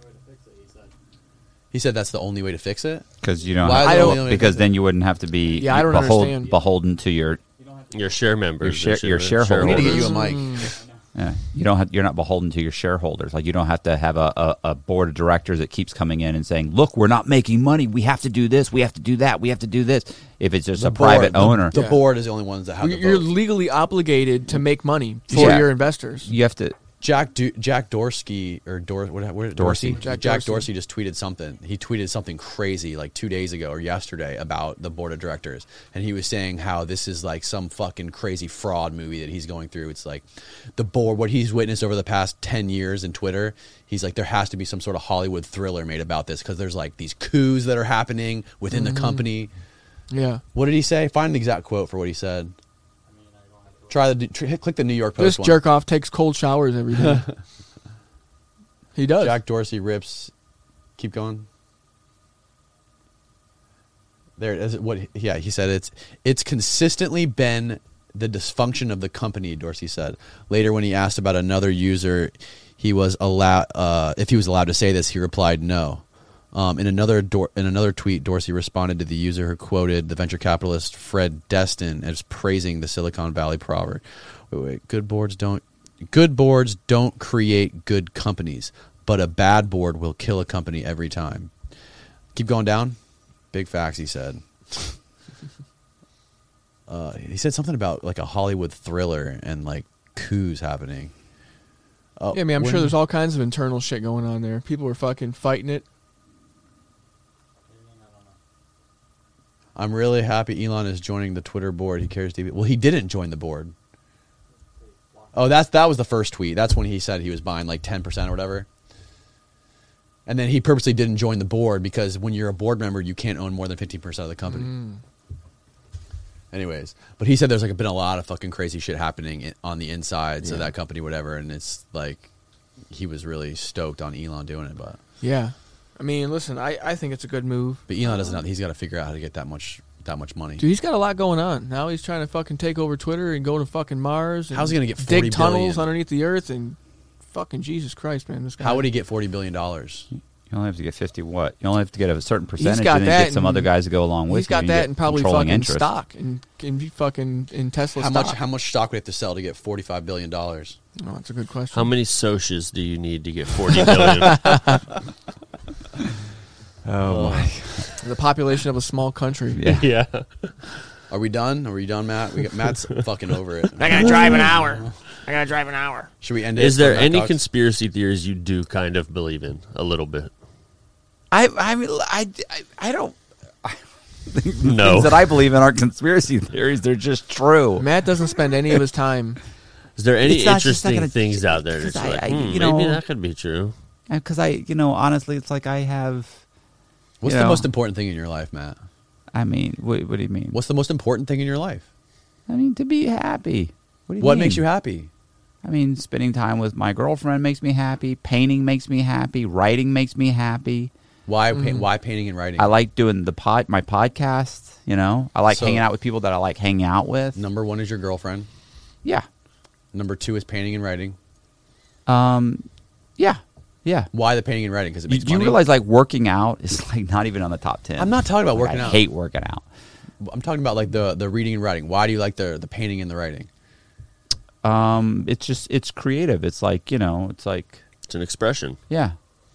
A: He said that's the only way to fix it.
H: because you don't,
A: Why
H: have-
A: I don't-
H: because then you wouldn't have to be
B: Yeah, I don't
H: behold-
B: understand.
H: beholden to your
K: You don't have to.
D: Your share members.
H: Your
D: and
H: share- your
D: shit,
H: shareholders.
A: We need to get you a
B: Mm.
A: mic.
K: I know.
C: Yeah. You don't have, you're not beholden to your shareholders. Like you don't have to have a, a, a board of directors that keeps coming in and saying, "Look, we're not making money. We have to do this. We have to do that. We have to do this." If it's just a private
A: board, the-
C: owner,
A: The
B: Yeah.
A: board is the only ones that have.
B: You're,
A: the
B: you're
A: vote.
B: legally obligated to make money for
C: Yeah.
B: your investors.
C: you have to.
A: Jack Do- Jack Dorsky or Dor- what, what,
C: Dorsey.
A: Dorsey
B: Jack
A: Jack,
B: Dorsey.
A: Dorsey. just tweeted something. He tweeted something crazy like two days ago or yesterday about the board of directors, and he was saying how this is like some fucking crazy fraud movie that he's going through. It's like the board what he's witnessed over the past ten years in Twitter. He's like there has to be some sort of Hollywood thriller made about this because there's like these coups that are happening within the company.
B: Yeah.
A: What did he say? Find the exact quote for what he said. Try the tr- click the New York Post.
B: This
A: one.
B: jerk off takes cold showers every day. he does.
A: Jack Dorsey rips. Keep going. There it is. What? Yeah, he said it's it's consistently been the dysfunction of the company. Dorsey said later when he asked about another user, he was allowed uh, if he was allowed to say this. He replied no. Um, in another Dor- in another tweet, Dorsey responded to the user who quoted the venture capitalist Fred Destin as praising the Silicon Valley proverb. Wait, wait, good boards don't good boards don't create good companies, but a bad board will kill a company every time. Keep going down. Big facts, he said. uh, he said something about like a Hollywood thriller and like coups happening. Oh,
B: yeah, I mean, I'm
A: when-
B: sure there's all kinds of internal shit going on there. People are fucking fighting it.
A: I'm really happy Elon is joining the Twitter board. He cares deeply. Well, he didn't join the board. Oh, that's that was the first tweet. That's when he said he was buying like 10% or whatever. And then he purposely didn't join the board because when you're a board member, you can't own more than 15% of the company. Anyways, but he said there's like been a lot of fucking crazy shit happening i- on the insides of that company whatever and it's like he was really stoked on Elon doing it, but
B: Yeah. I mean, listen, I, I think it's a good move.
A: but Elon doesn't know, he's got to figure out how to get that much that much money.
B: Dude, he's got a lot going on. Now he's trying to fucking take over Twitter and go to fucking Mars. And
A: How's he gonna get 40
B: dig tunnels
A: billion?
B: underneath the earth and fucking Jesus Christ, man, this guy.
A: How would he get 40 billion dollars?
C: You only have to get fifty. What? You only have to get a certain percentage,
B: got
C: and then
B: that
C: get some other
B: and-
C: guys to go along with.
B: He's
C: you,
B: got
C: you
B: that
C: get
B: and probably
C: controlling
B: fucking
C: interest.
B: stock and and be fucking in Tesla
A: How
B: stock.
A: much how much stock would you have to sell to get forty five billion dollars?
B: No, that's a good question.
D: How many socias do you need to get 40 billion?
C: Oh, my.
B: the population of a small country.
C: Yeah.
D: yeah.
A: Are we done? Are we done, Matt? We got, Matt's fucking over it.
L: I gotta drive an hour. I gotta drive an hour.
A: Should we end it?
D: Is there any
A: Dogs?
D: conspiracy theories you do kind of believe in a little bit?
C: I, I, mean, I, I, I don't.
D: No.
C: Things that I believe in aren't conspiracy theories. They're just true.
B: Matt doesn't spend any of his time.
D: Is there any
C: It's not- it's just not
D: interesting
C: gonna-
D: things out there that's
C: because I-
D: like,
C: I-
D: hmm,
C: you know-
D: maybe that could be true?
C: Because I, you know, honestly, it's like I have.
A: What's
C: you
A: the
C: know,
A: most important thing in your life, Matt?
C: I mean, what, what do you mean?
A: What's the most important thing in your life?
C: I mean, to be happy. What, do you
A: What
C: mean?
A: makes you happy?
C: I mean, spending time with my girlfriend makes me happy. Painting makes me happy. Writing makes me happy.
A: Why pa- why painting and writing?
C: Mm-hmm. I like doing the pod, my podcast. You know, I like
A: So-
C: hanging out with people that I like hanging out with.
A: Number one is your girlfriend.
C: Yeah,
A: Number two is painting and writing.
C: um, yeah, yeah.
A: Why the painting and writing? Because it
C: You,
A: makes
C: do you
A: money.
C: realize like working out is like not even on the top ten.
A: I'm not talking about
C: Like,
A: working
C: I
A: out.
C: hate working out.
A: I'm talking about like the the reading and writing. Why do you like the the painting and the writing?
C: Um, it's just it's creative. It's like you know, it's like
D: It's an expression.
C: yeah.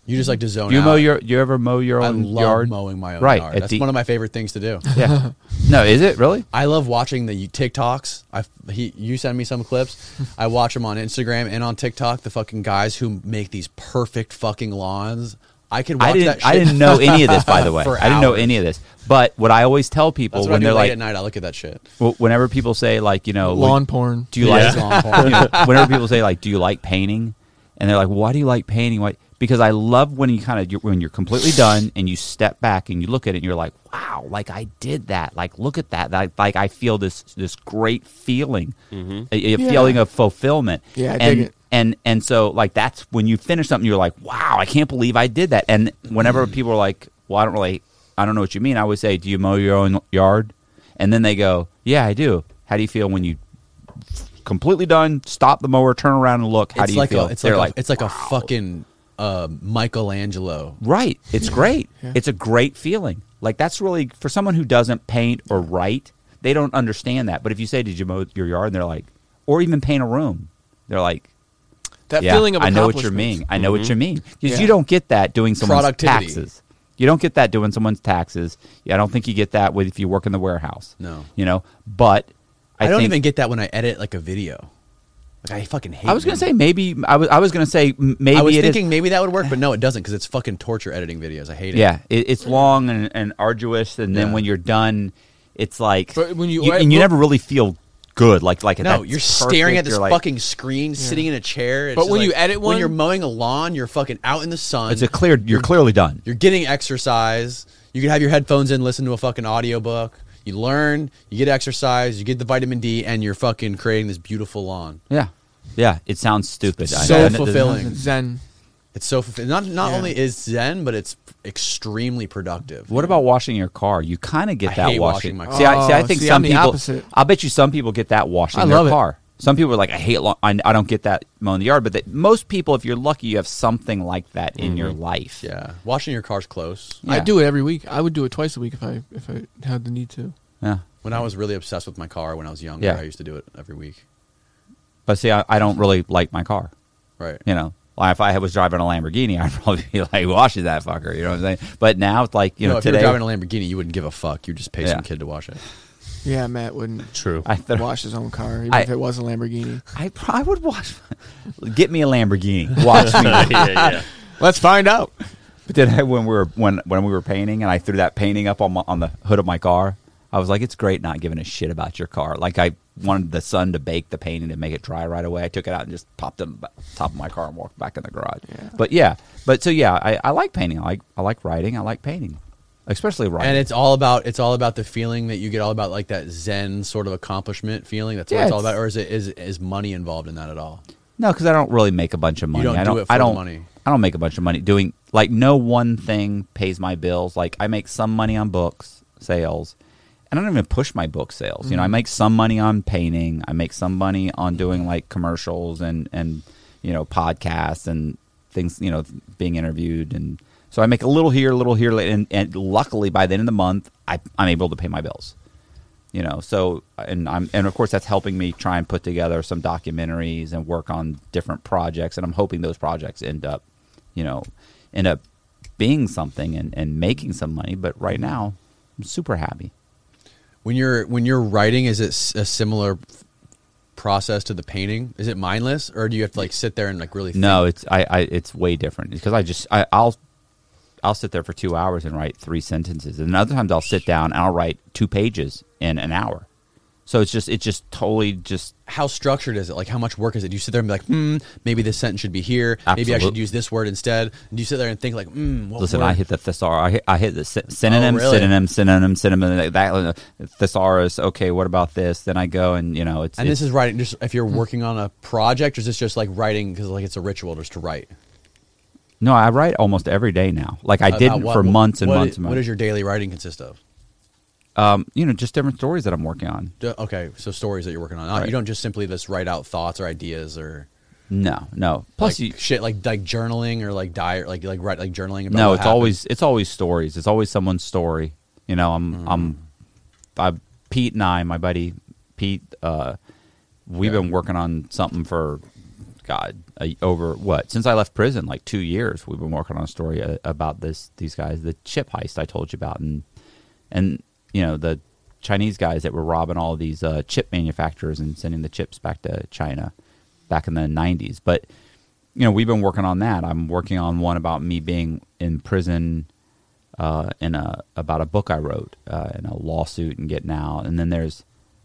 A: You just like to zone
C: Do Mm-hmm. you
A: out.
C: mow your? You ever mow your
A: Oh, I
C: own
A: love
C: yard?
A: mowing my own
C: Right,
A: yard.
C: at
A: That's
C: the-
A: one of my favorite things to do.
C: Yeah. no, is it really?
A: I love watching the TikToks. I he you send me some clips. I watch them on Instagram and on TikTok. The fucking guys who make these perfect fucking lawns. I could watch
C: I
A: that.
C: didn't.
A: Shit.
C: I didn't know any of this. By the way,
A: For
C: I didn't know
A: hours.
C: any of this. But what I always tell people
A: That's what I
C: when
A: do
C: they're
A: late
C: like,
A: at night. I look at that shit.
C: Well, whenever people say like, you know,
B: Lawn
C: would-
B: porn.
C: do you
A: Yeah.
C: like? you know, whenever people say like, do you like painting? And they're like, why do you like painting? Why? Because I love when you kind of you're, when you're completely done and you step back and you look at it and you're like, wow, like I did that. Like look at that. Like, like I feel this this great feeling, a, a
B: Yeah.
C: feeling of fulfillment.
B: Yeah, I dig
C: and
B: it.
C: and and so like that's when you finish something you're like wow i can't believe i did that and whenever people are like well i don't really i don't know what you mean i always say do you mow your own yard and then they go yeah i do how do you feel when you completely done stop the mower turn around and look how
A: it's
C: do you
A: like
C: feel
A: a, it's
C: They're
A: like, a, it's like a fucking uh, Michelangelo.
C: right it's great
B: Yeah.
C: it's a great feeling like that's really for someone who doesn't paint or write they don't understand that but if you say did you mow your yard and they're like or even paint a room they're like
B: That
C: Yeah,
B: feeling of
C: I know what you
B: accomplishment.
C: mean. I know what you mean because
B: Yeah.
C: you don't get that doing someone's
A: Mm-hmm. Productivity.
C: taxes. You don't get that doing someone's taxes. Yeah, I don't think you get that with if you work in the warehouse.
A: No.
C: you know. But I,
A: I, don't
C: think,
A: even get that when I edit like a video. Like I fucking hate.
C: I was gonna
A: when-
C: say maybe I was. I was gonna say m- maybe
A: I was
C: it is-
A: thinking maybe that would work, but no, it doesn't because it's fucking torture editing videos. I hate it.
C: Yeah, it, it's long and, and arduous, and then
A: Yeah.
C: when you're done, it's like
B: But when you-
C: and you
B: well-
C: never really feel good. Like like
A: No,
C: that's
A: you're staring
C: perfect,
A: at this
C: you're like-
A: fucking screen, sitting in a chair. It's
B: But
A: just
B: when
A: like-
B: you edit
A: when
B: one-
A: you're mowing a lawn, you're fucking out in the sun.
C: It's a clear. You're clearly done.
A: You're getting exercise. You can have your headphones in, listen to a fucking audiobook. You learn, you get exercise, you get the vitamin D, and you're fucking creating this beautiful lawn.
C: Yeah, yeah. It sounds stupid. I
A: So
C: know, and it doesn't-
A: fulfilling.
B: Zen.
A: It's so fulfilling. Not not
B: Yeah.
A: only is Zen, but it's extremely productive.
C: What about washing your car? You kind of get
A: I
C: that
A: hate washing
C: washing.
A: my
C: See, I, see, I
B: Oh,
C: think
B: see,
C: some
B: I'm the
C: people.
B: opposite.
C: I bet you some people get that washing
B: I
C: their
B: love it.
C: car. Some people are like, I hate. Lo- I, I don't get that mowing the yard, but that most people, if you're lucky, you have something like that in your life.
A: Mm-hmm. Yeah, washing your car's close.
B: I
C: Yeah.
B: do it every week. I would do it twice a week if I if I had the need to.
C: yeah.
A: When I was really obsessed with my car when I was younger,
C: Yeah.
A: I used to do it every week.
C: But see, I, I don't really like my car.
A: Right.
C: You know, like if I was driving a Lamborghini, I'd probably be like, washing that fucker. You know what I'm saying? But now it's like, you
A: no,
C: know,
A: if you were
C: today.
A: driving a Lamborghini, you wouldn't give a fuck. You'd just pay
C: Yeah.
A: some kid to wash it.
B: Yeah, Matt wouldn't
D: True.
C: I, thought-
B: wash his own car even
C: I-
B: if it was a Lamborghini.
C: I, pro- I would wash. Get me a Lamborghini. Watch me
D: yeah, yeah.
B: Let's find out.
C: But then I, when we were when when we were painting, and I threw that painting up on my, on the hood of my car, I was like, "It's great not giving a shit about your car." Like I wanted the sun to bake the painting to make it dry right away. I took it out and just popped it on the top of my car and walked back in the garage. But yeah, but so yeah, I, I like painting. I like I like writing. I like painting, especially writing.
A: And it's all about it's all about the feeling that you get all about like that Zen sort of accomplishment feeling. That's what
C: Yeah,
A: it's all
C: it's-
A: about. Or is it is is money involved in that at all?
C: No, because I don't really make a bunch of money.
A: don't
C: I
A: do
C: don't.
A: it for
C: I
A: the
C: don't.
A: money.
C: I don't make a bunch of money doing like no one thing pays my bills. Like I make some money on books sales, and I don't even push my book sales. You know,
A: Mm-hmm.
C: I make some money on painting. I make some money on doing like commercials and and you know podcasts and things. You know, being interviewed and so I make a little here, a little here, and, and luckily by the end of the month, I, I'm able to pay my bills you know so and i'm and of course that's helping me try and put together some documentaries and work on different projects and i'm hoping those projects end up you know end up being something and, and making some money but right now i'm super happy
A: When you're when you're writing, is it s- a similar f- process to the painting? Is it mindless, or do you have to like sit there and like really?
C: no it's i, I it's way different because i just I, i'll i'll sit there for two hours and write three sentences and other times i'll sit down and i'll write two pages in an hour so it's just it's just totally just
A: How structured is it? Like how much work is it? Do you sit there and be like, hmm, maybe this sentence should be here. Maybe I should
C: Absolute-
A: use this word instead. And do you sit there and think like, hmm, what
C: Listen,
A: word?
C: I hit the thesaurus. I hit, I hit the sy- synonym,
A: Oh, really?
C: synonym, synonym, synonym. That, that thesaurus. Okay, what about this? Then I go and you know it's.
A: And
C: it's-
A: this is writing. Just if you're working on a project, or is this just like writing because like it's a ritual just to write?
C: no, I write almost every day now. Like I
A: About
C: didn't
A: what-
C: for months and
A: what-
C: months and months.
A: What does your daily writing consist of?
C: um, you know, just different stories that I'm working on.
A: D- Okay, so stories that you're working on. Uh, You
C: Right.
A: don't just simply just write out thoughts or ideas or
C: No, no. Plus,
A: like
C: you,
A: shit like like journaling or like diet like like write like journaling. About
C: no,
A: what
C: it's
A: happened.
C: always it's always stories. It's always someone's story. You know, I'm
A: Mm.
C: I'm, I Pete and I, my buddy Pete, uh, we've been working on something for God a, over what since I left prison, like two years. We've been working on a story uh, about this these guys, the chip heist I told you about, and and you know the Chinese guys that were robbing all these uh, chip manufacturers and sending the chips back to China back in the '90s, but you know, we've been working on that. I'm working on one about me being in prison uh, in a about a book I wrote uh, in a lawsuit and getting out. And then there's,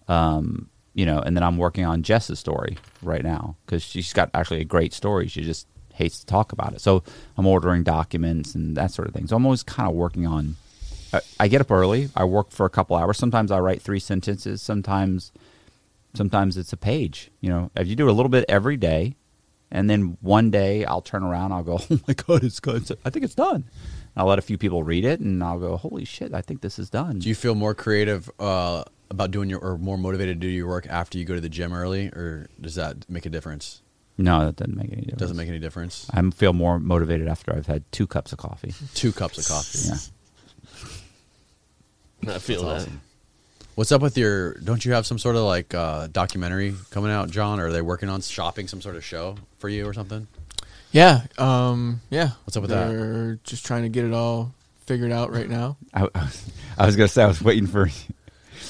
C: um, you know, and then I'm working on Jess's story right now because she's got actually a great story. She just hates to talk about it. So I'm ordering documents and that sort of thing. So I'm always kind of working on. I, I get up early. I work for a couple hours. Sometimes I write three sentences. Sometimes sometimes it's a page. You know, if you do a little bit every day, and then one day I'll turn around, I'll go, oh my god, it's good. I think it's done. And I'll let a few people read it, and I'll go, holy shit, I think this is done.
A: Do you feel more creative uh, about doing your or more motivated to do your work after you go to the gym early, or does that make a difference?
C: no, that doesn't make any difference.
A: Doesn't make any difference.
C: I feel more motivated after I've had two cups of coffee.
A: Two cups of coffee.
C: Yeah.
D: I feel that.
A: What's up with your? Don't you have some sort of like uh, documentary coming out, John? Or are they working on shopping some sort of show for you or something?
B: Yeah. Um, yeah.
A: What's up with that?
B: They're just trying to get it all figured out right now.
C: I, I was, I was gonna say I was waiting for,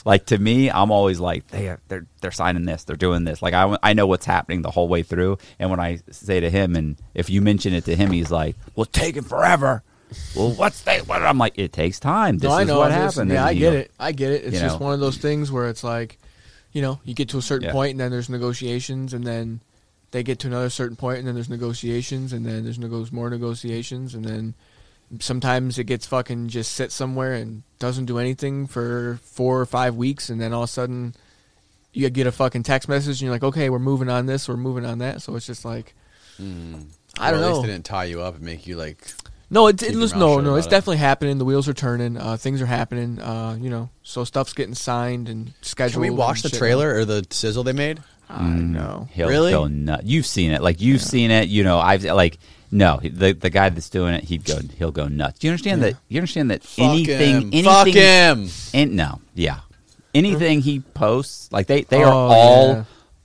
C: like to me, I'm always like they are, they're they're signing this, they're doing this. Like I I know what's happening the whole way through, and when I say to him, and if you mention it to him, he's like, "Well, taking forever." Well, what's they? What I'm like, it takes time. This
B: no, I
C: is
B: know
C: what
B: I just-
C: happened.
B: Yeah,
C: And
B: I
C: you
B: get
C: go,
B: it. I get it. It's
C: you
B: just
C: know.
B: one of those things where it's like, you know, you get to a certain
C: Yeah.
B: point and then there's negotiations, and then they get to another certain point and then there's negotiations, and then there's nego- more negotiations, and then sometimes it gets fucking just sit somewhere and doesn't do anything for four or five weeks, and then all of a sudden you get a fucking text message and you're like, okay, we're moving on this, we're moving on that. So it's just like,
C: Hmm.
B: I
A: Or
B: don't
A: at
B: know.
A: least they didn't tie you up and make you like.
B: No, it, it
A: Keep your
B: was
A: mouth
B: no,
A: shut
B: no.
A: about
B: It's
A: it.
B: definitely happening. The wheels are turning. Uh, things are happening. Uh, you know, so stuff's getting signed and scheduled.
A: Can we watch
B: and
A: the
B: shit.
A: trailer or the sizzle they made?
B: I know.
C: He'll
A: Really?
C: go nuts. You've seen it. Like you've seen it. You know, I've like no, the the guy that's doing it, he'd go he'll go nuts. Do you understand that you understand that anything
A: Fuck him.
C: anything
A: Fuck him.
C: And no, yeah. Anything he posts, like they they are
B: Oh,
C: all
B: yeah.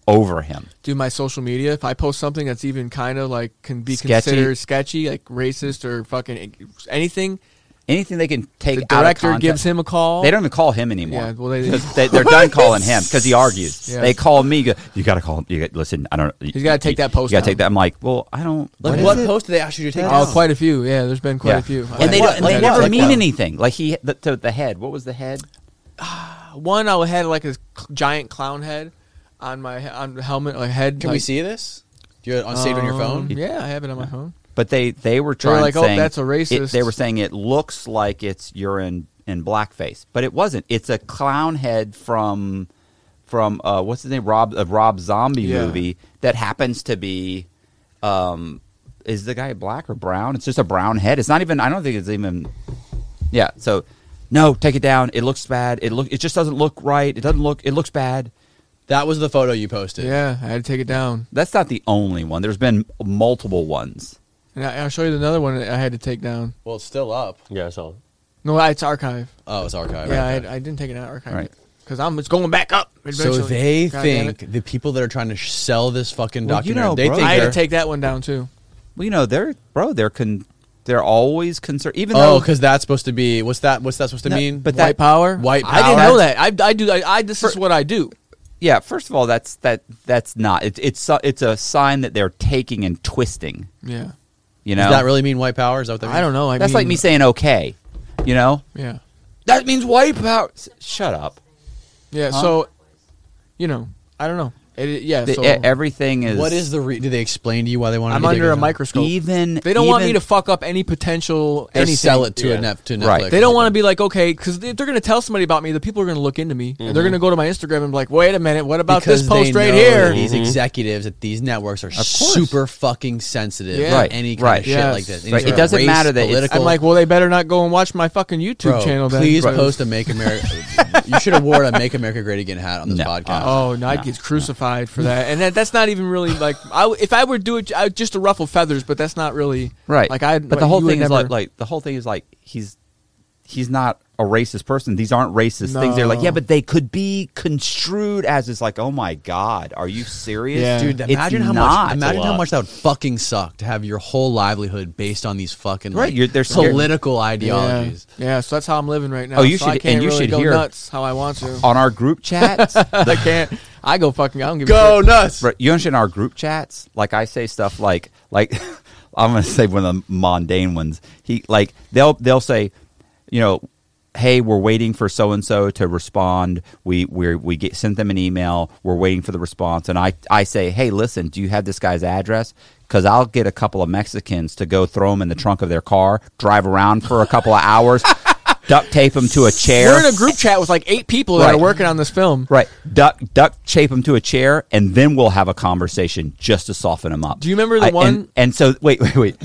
C: over him.
B: Do my social media. If I post something that's even kind of like can be
C: Sketchy.
B: considered sketchy, like racist or fucking anything,
C: Anything they can take
B: the
C: out of
B: director
C: context-
B: gives him a call.
C: They don't even call him anymore.
B: Yeah, well, they-
C: 'Cause they, are done calling him because he argues.
B: Yeah.
C: They call me. Go, you got to call. You got, listen. I don't.
B: He's gotta take that post
C: You got to
B: down.
C: take that. I'm like, well, I don't.
A: Like
C: is
A: what,
C: it?
A: post did they ask you to take?
B: Oh,
A: down?
B: quite a few. Yeah, there's been quite a few. I
C: And they,
B: think
C: don't, they
B: that
C: never
B: it's like uh,
C: mean
B: a-
C: anything. Like he, the, to the head. What was the head?
B: One, I had like a cl- giant clown head on my he- on the helmet, like head.
A: Can we
B: like,
A: see this? Do you have it on saved on your
B: um,
A: phone?
B: Yeah, I have it on my phone.
C: But they they were
B: were
C: trying.
B: like, "Oh,
C: saying,
B: that's a
C: It,
B: racist."
C: they were saying it looks like it's you're in in blackface, but it wasn't. It's a clown head from from uh, what's his name Rob a Rob Zombie
B: Yeah.
C: movie that happens to be. Um, is the guy black or brown? It's just a brown head. It's not even. I don't think it's even. Yeah. So, no, take it down. It looks bad. It look. It just doesn't look right. It doesn't look. It looks bad.
A: That was the photo you posted.
B: Yeah, I had to take it down.
C: That's not the only one. There's been multiple ones.
B: And I, I'll show you another one that I had to take down.
A: Well, it's still up.
D: Yeah, I saw. it.
B: No, it's archive.
A: Oh, it's archived.
B: yeah, I,
A: Okay.
B: I didn't take it out of archive.
C: Right.
B: Because I'm it's going back up.
A: So
B: eventually.
A: they
B: God damn it.
A: think the people that are trying to sh- sell this fucking
C: Well, you
A: documentary,
C: know,
A: they
C: bro,
A: think
B: I had
A: they're,
B: to take that one down too.
C: Well, you know, they're bro, they're con- they're always concerned. Even
A: oh,
C: though,
A: because that's supposed to be what's that? What's that supposed to
C: No,
A: mean?
C: but
B: White
C: that-
B: power.
A: White
B: I didn't
A: power?
B: know that. I, I do. I, I this is what I do.
C: yeah, first of all, that's that that's not it, it's so- it's a sign that they're taking and twisting.
B: Yeah.
C: You know,
A: does that really mean white power? Is that what that means?
B: I don't know. I
C: that's like
B: mean,
C: me saying okay. You know,
B: Yeah.
C: that means white power. S- Shut up.
B: Yeah. So, you know, I don't know. It, it- yeah.
C: The-
B: so
C: e- everything is
A: What is the? Re- do they explain to you why they want?
B: I'm
A: to
B: under a microscope.
C: even.
B: they don't want
C: even-
B: me to fuck up any potential.
A: They
B: anything.
A: sell it to
D: Yeah.
A: a Nef- to Netflix.
C: Right.
A: or
B: They don't want to
A: something.
B: be like okay, because they're going to tell somebody about me. The people are going to look into me. And they're going to go to my Instagram and be like, "Wait a minute, what about
A: Mm-hmm. because
B: this post
A: they
B: right
A: know
B: here?"
A: that These
C: Mm-hmm.
A: executives at these networks are
C: course.
A: super fucking sensitive.
B: Yeah.
A: to
C: Right,
A: Any kind
C: right.
A: of shit
B: Yes.
A: like this. And
C: Right,
A: these
C: it
A: are
C: doesn't
A: race,
C: matter that it's-
A: political.
B: I'm like, well, they better not go and watch my fucking YouTube
A: Bro,
B: channel. Then.
A: Please
B: Bro.
A: post a "Make America." you should award a "Make America Great Again" hat on this
C: No.
A: podcast.
B: Oh no, I'd get crucified for that, and that, that's not even really like. I w if I were to do it, I, would just to ruffle feathers, but that's not really
C: right?
B: Like I,
C: but the whole
B: you would
C: thing is
B: never-
C: like, like the whole thing is like he's he's not a racist person. These aren't racist things. They're like,
B: No.
C: yeah, but they could be construed as it's like, oh my god, are you serious,
B: Yeah.
A: Dude,
C: It's
A: imagine how
C: not.
A: much imagine
D: It's a
A: how
D: lot.
A: much that would fucking suck to have your whole livelihood based on these fucking
C: Right,
A: like,
C: you're- they're scared.
A: political
B: yeah,
A: ideologies.
B: yeah. So that's how I'm living right now.
C: Oh, you
B: so
C: should-
B: I can't
C: and you
B: really
C: should
B: go
C: hear-
B: nuts how I want to.
C: on our group chats.
B: I can't. I go fucking. I don't give a
A: Go
B: shit.
A: nuts.
C: Right, you understand our group chats? Like I say stuff like like I'm gonna say one of the mundane ones. He like they'll they'll say, you know, hey, we're waiting for so and so to respond. We we we get sent them an email. We're waiting for the response, and I I say, hey, listen, do you have this guy's address? Because I'll get a couple of Mexicans to go throw them in the trunk of their car, drive around for a couple of hours, duct tape them to a chair.
B: We're in a group chat with like eight people that
C: Right.
B: are working on this film.
C: Right. Duck, duck, chafe him to a chair, and then we'll have a conversation just to soften him up.
B: Do you remember the
C: and-
B: one-
C: And so, wait, wait, wait.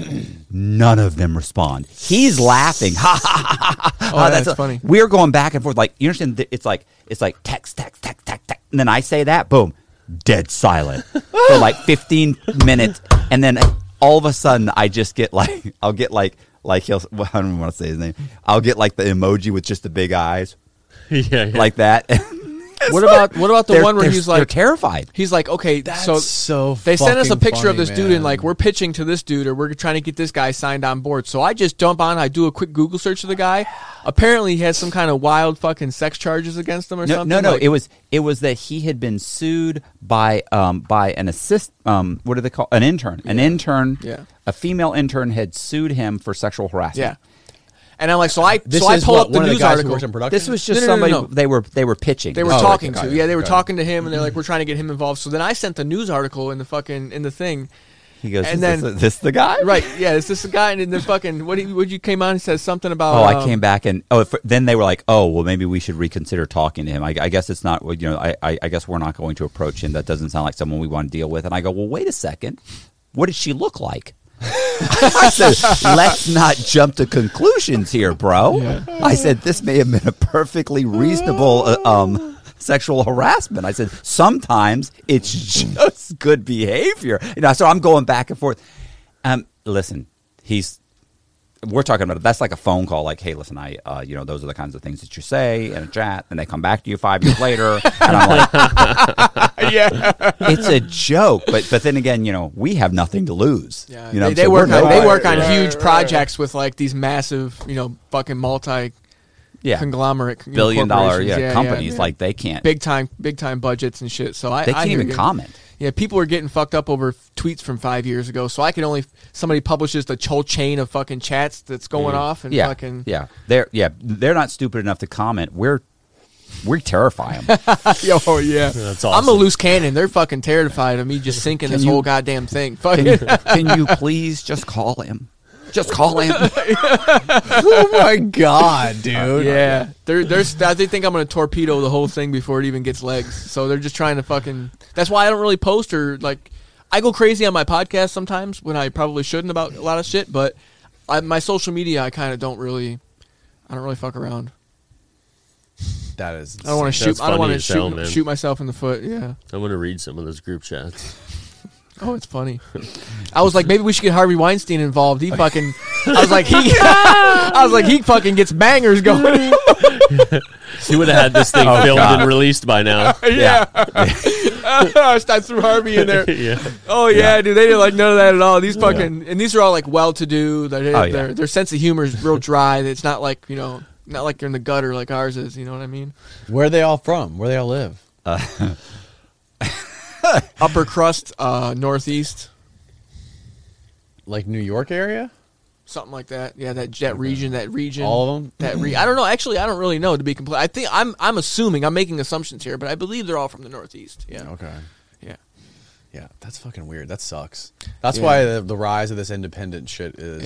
C: None of them respond. He's laughing. Ha ha
B: Oh,
C: ha.
B: that's, funny.
C: We're going back and forth. Like you understand? that It's like it's like text, text, text, text, text. And then I say that, boom, dead silent for like 15 minutes, and then all of a sudden I just get like I'll get like like he'll well, I don't even want to say his name. I'll get like the emoji with just the big eyes.
D: Yeah, yeah.
C: like that.
B: What about what about the
C: They're-
B: one where
C: they're-
B: he's
C: they're
B: like
C: terrified.
B: He's like, okay,
A: That's
B: so
A: so
B: they sent us a
A: fucking
B: picture of
A: funny,
B: this dude
A: man.
B: and like we're pitching to this dude or we're trying to get this guy signed on board. So I just jump on, I do a quick Google search of the guy. Apparently he has some kind of wild fucking sex charges against him or
C: No,
B: something.
C: no, no.
B: like-
C: it was it was that he had been sued by um by an assist um what do they call an intern an intern
B: Yeah.
C: a female intern had sued him for sexual harassment.
B: yeah. And I'm like, so I
A: This
B: so I
A: is
B: pull
A: what,
B: up the
A: one of the
B: news
A: guys who
B: article.
A: works in production?
C: This was just
B: No, no, no,
C: somebody
B: no.
C: they were they were pitching.
B: They were
A: Oh, okay,
B: talking
A: got
B: to.
A: it,
B: Yeah, they were
A: got it.
B: talking to him, and they're like, "We're trying to get him involved." So then I sent the news article in the fucking in the thing.
C: He goes,
B: and
C: is
B: then-
C: this, this the guy?
B: Right? Yeah, it's this guy, and then the fucking what? He, what you came on and said something about?
C: Oh,
B: um,
C: I came back and oh, if, then they were like, oh, well, maybe we should reconsider talking to him. I, I guess it's not, you know, I, I, I guess we're not going to approach him. That doesn't sound like someone we want to deal with. And I go, well, wait a second, what did she look like? I said, let's not jump to conclusions here, bro. I said this may have been a perfectly reasonable uh, um, sexual harassment. I said sometimes it's just good behavior. You know, so I'm going back and forth. Um, listen, he's we're talking about that's like a phone call like hey listen i uh, you know those are the kinds of things that you say in a chat and they come back to you five years later and i'm like yeah it's a joke but but then again you know we have nothing to lose
B: Yeah,
C: you know
B: they, they
C: so we're
B: work on, they
C: nobody.
B: work on huge projects with like these massive, you know, fucking multi
C: yeah
B: conglomerate you know,
C: billion dollar
B: corporations.
C: yeah,
B: yeah,
C: companies
B: yeah.
C: like they can't
B: big time big time budgets and shit. So I
C: they
B: I
C: can't
B: hear
C: even
B: you.
C: comment
B: Yeah, people are getting fucked up over f- tweets from five years ago. So I can only somebody publishes the whole chain of fucking chats that's
D: Mm.
B: going off and
C: yeah
B: fucking
C: yeah they're yeah they're not stupid enough to comment we're we terrify them
B: oh yeah.
D: That's
B: I'm a
D: awesome.
B: loose cannon. They're fucking terrified of me just sinking this
C: you-
B: whole goddamn thing.
C: can,
B: Fucking
C: you, can you please just call him just call him
A: oh my god, dude!
B: yeah, they're they're st- they think I'm gonna torpedo the whole thing before it even gets legs. So they're just trying to fucking. That's why I don't really post or like. I go crazy on my podcast sometimes when I probably shouldn't about a lot of shit, but I, my social media I kind of don't really. I don't really fuck around.
A: That is.
B: I don't want to
D: That's
B: shoot. I
D: funny
B: don't want to
D: as hell,
B: shoot,
D: man.
B: shoot myself in the foot. Yeah.
D: I want to read some of those group chats.
B: Oh, it's funny. I was like, maybe we should get Harvey Weinstein involved. He fucking. I was like, he. I was like, he fucking gets bangers going.
D: He would have had this thing filmed and released by now.
B: yeah. I threw Harvey in there.
D: yeah.
B: Oh yeah, dude, they didn't like none of that at all. These fucking and these are all like well-to-do. Their
C: Oh, yeah.
B: their, their sense of humor is real dry. It's not like you know, not like you're in the gutter like ours is. You know what I mean?
A: Where are they all from? Where they all live?
B: Upper crust, uh, northeast,
A: Like New York area?
B: something like that. Yeah, that that region, that region,
A: All of them?
B: That re- I don't know. Actually, I don't really know to be complete. I think I'm I'm assuming I'm making assumptions here, but I believe they're all from the northeast. Yeah,
A: Okay.
B: yeah.
A: Yeah, that's fucking weird. That sucks. That's
B: Yeah.
A: why the, the rise of this independent shit is is,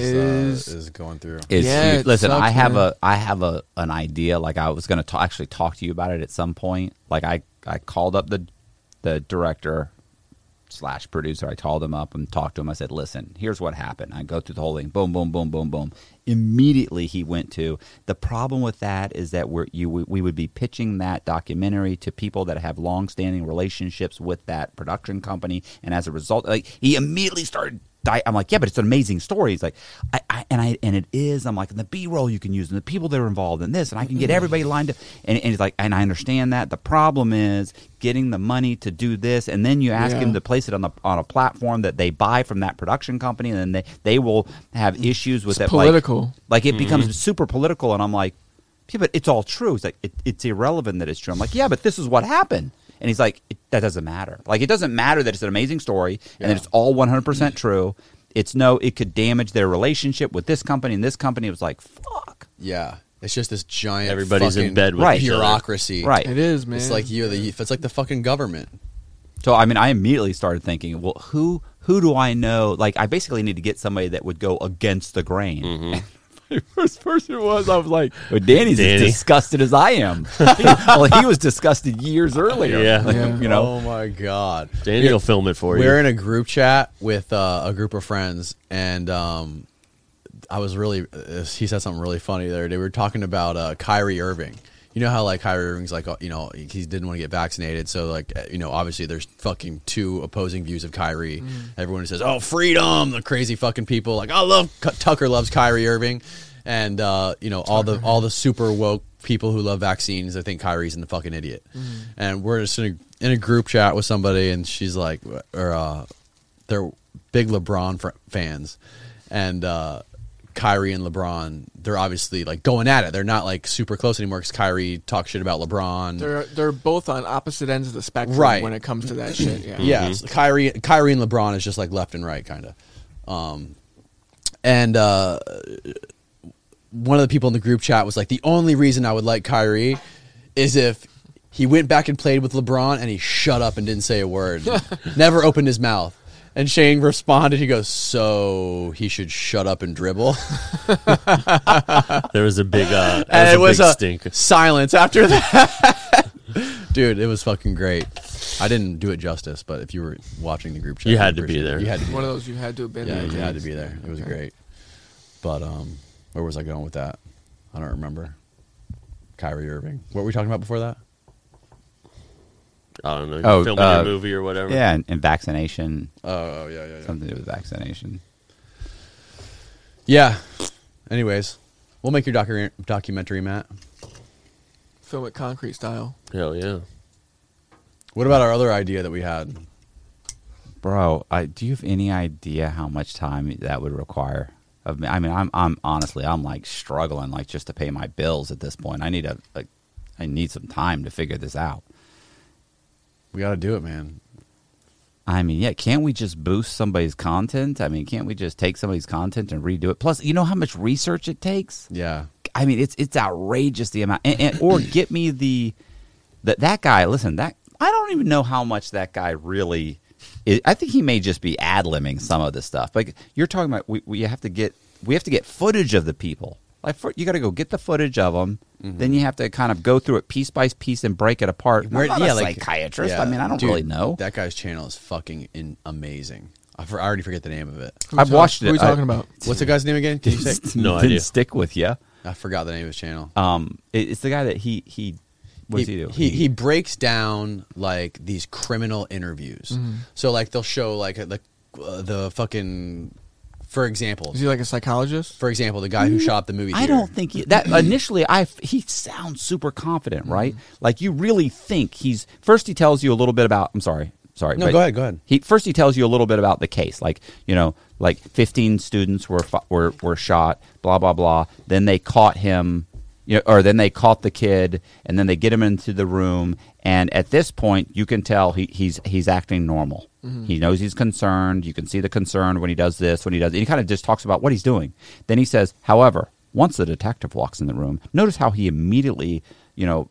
B: Is-
A: uh, is going through.
C: is
B: Yeah,
C: huge.
B: it
C: Listen, I
B: sucks,
C: have
B: man.
C: a I have a an idea. Like I was going to actually talk to you about it at some point. Like I I called up the the director slash producer. I called him up and talked to him. I said, "Listen, here's what happened." I go through the whole thing. Boom, boom, boom, boom, boom. Immediately he went to the problem with that is that we're you we, we would be pitching that documentary to people that have long-standing relationships with that production company, and as a result, like he immediately started. Di- I'm like, yeah, but it's an amazing story. He's like, I, I and I and it is. I'm like, and the B-roll you can use, and the people that are involved in this, and I can get everybody lined up. And, and he's like, and I understand that. The problem is getting the money to do this, and then you ask
B: Yeah.
C: him to place it on the on a platform that they buy from that production company, and then they they will have issues with
B: It's
C: it. like-
B: political.
C: Like, it becomes super political, and I'm like, yeah, but it's all true. It's like it, it's irrelevant that it's true. I'm like, yeah, but this is what happened. And he's like, it, that doesn't matter. Like, it doesn't matter that it's an amazing story and that it's all 100% true. It's no, it could damage their relationship with this company and this company. It was like, fuck.
A: Yeah, it's just this giant.
D: Everybody's in
A: fucking
D: bed with
C: Right. each other.
A: bureaucracy.
C: Right.
B: It is, man.
A: It's like you. The, it's like the fucking government.
C: So I mean, I immediately started thinking, well, who who do I know? Like, I basically need to get somebody that would go against the grain. First person was, I was like, Mm-hmm. well, Danny's as
D: Danny.
C: disgusted as I am. well, he was disgusted years earlier.
D: Yeah.
C: Like,
B: Yeah.
C: you know.
A: Oh my god.
D: Danny will film it for you.
A: We're in a group chat with uh, a group of friends, and um, I was really. Uh, he said something really funny the other day. We were talking about uh, Kyrie Irving. You know how like Kyrie Irving's like uh, you know he he didn't want to get vaccinated, so like uh, you know obviously there's fucking two opposing views of Kyrie. Everyone who says oh freedom, the crazy fucking people like I love Tucker loves Kyrie Irving, and uh, you know all the all the super woke people who love vaccines that think Kyrie's an fucking idiot. And we're just in a, in a group chat with somebody, and she's like, or uh, they're big LeBron fr- fans, and uh, Kyrie and LeBron, they're obviously like going at it. They're not like super close anymore because Kyrie talks shit about LeBron.
B: They're they're both on opposite ends of the spectrum
A: Hmm. Right.
B: when it comes to that shit. Yeah.
A: Yeah,
D: Mm-hmm.
A: so Kyrie, Kyrie and LeBron is just like left and right, kind of. Um, and uh, one of the people in the group chat was like, the only reason I would like Kyrie is if he went back and played with LeBron and he shut up and didn't say a word, never opened his mouth. And Shane responded, he goes, so he should shut up and dribble.
D: There was a big, uh, there
A: and it
D: was
A: was
D: a
A: a
D: big stink.
A: silence after that. Dude, it was fucking great. I didn't do it justice, but if you were watching the group chat,
D: You
A: I
D: had to be
A: appreciate it.
D: there.
A: You had to be
B: One of those you had to have been
A: yeah,
B: there.
A: you had to
B: James.
A: be there. It was great. But um, where was I going with that? I don't remember. Kyrie Irving. What were we talking about before that?
D: I don't know.
C: Oh,
D: filming
C: uh,
D: your movie or whatever.
C: Yeah, and, and vaccination,
A: Oh yeah, yeah,
C: something to do with vaccination.
A: yeah. Yeah. Anyways, we'll make your docu- documentary, Matt.
B: Film it concrete style.
D: Hell yeah.
A: What about our other idea that we had?
C: Bro, I, do you have any idea how much time that would require of me? I mean, I'm, I'm honestly, I'm like struggling, like just to pay my bills at this point. I need a, like, I need some time to figure this out.
A: We got to do it, man.
C: I mean, yeah, can't we just boost somebody's content? I mean, can't we just take somebody's content and redo it? Plus, you know how much research it takes?
A: Yeah.
C: I mean, it's it's outrageous the amount. And, and, or get me the that that guy. Listen, that I don't even know how much that guy really. Is. I think he may just be ad libbing some of the stuff. Like you're talking about, we, we have to get we have to get footage of the people. Like for, you got to go get the footage of them.
A: Mm-hmm.
C: Then you have to kind of go through it piece by piece and break it apart.
A: Where-
C: I'm not
A: yeah,
C: a
A: like-
C: psychiatrist.
A: yeah,
C: I mean, I don't
A: dude,
C: really know.
A: That guy's channel is fucking in- amazing. I, for, I already forget the name of it.
B: Who
C: I've
B: talk-
C: watched it.
B: Who are you
C: I-
B: talking about?
A: What's the guy's name again? Can you say?
D: No
C: didn't
D: idea.
C: stick with you.
A: I forgot the name of his channel.
C: Um, it- it's the guy that he he. What does he, do?
A: He, he breaks down like these criminal interviews.
C: Mm-hmm.
A: So like they'll show like the uh, the fucking for example
B: Is he like a psychologist?
A: for example the guy who shot up the movie.
C: "Mm, I
A: theater.
C: don't think he, that initially. I he sounds super confident, right? Like you really think he's. First, he tells you a little bit about. I'm sorry, sorry.
A: No,
C: but
A: go ahead, go ahead.
C: He first he tells you a little bit about the case, like you know, like 15 students were fu- were were shot, blah blah blah. Then they caught him, you know, or then they caught the kid, and then they get him into the room. And at this point, you can tell he, he's he's acting normal.
A: Mm-hmm.
C: He knows he's concerned. You can see the concern when he does this, when he does. He kind of just talks about what he's doing. Then he says, however, once the detective walks in the room, notice how he immediately, you know,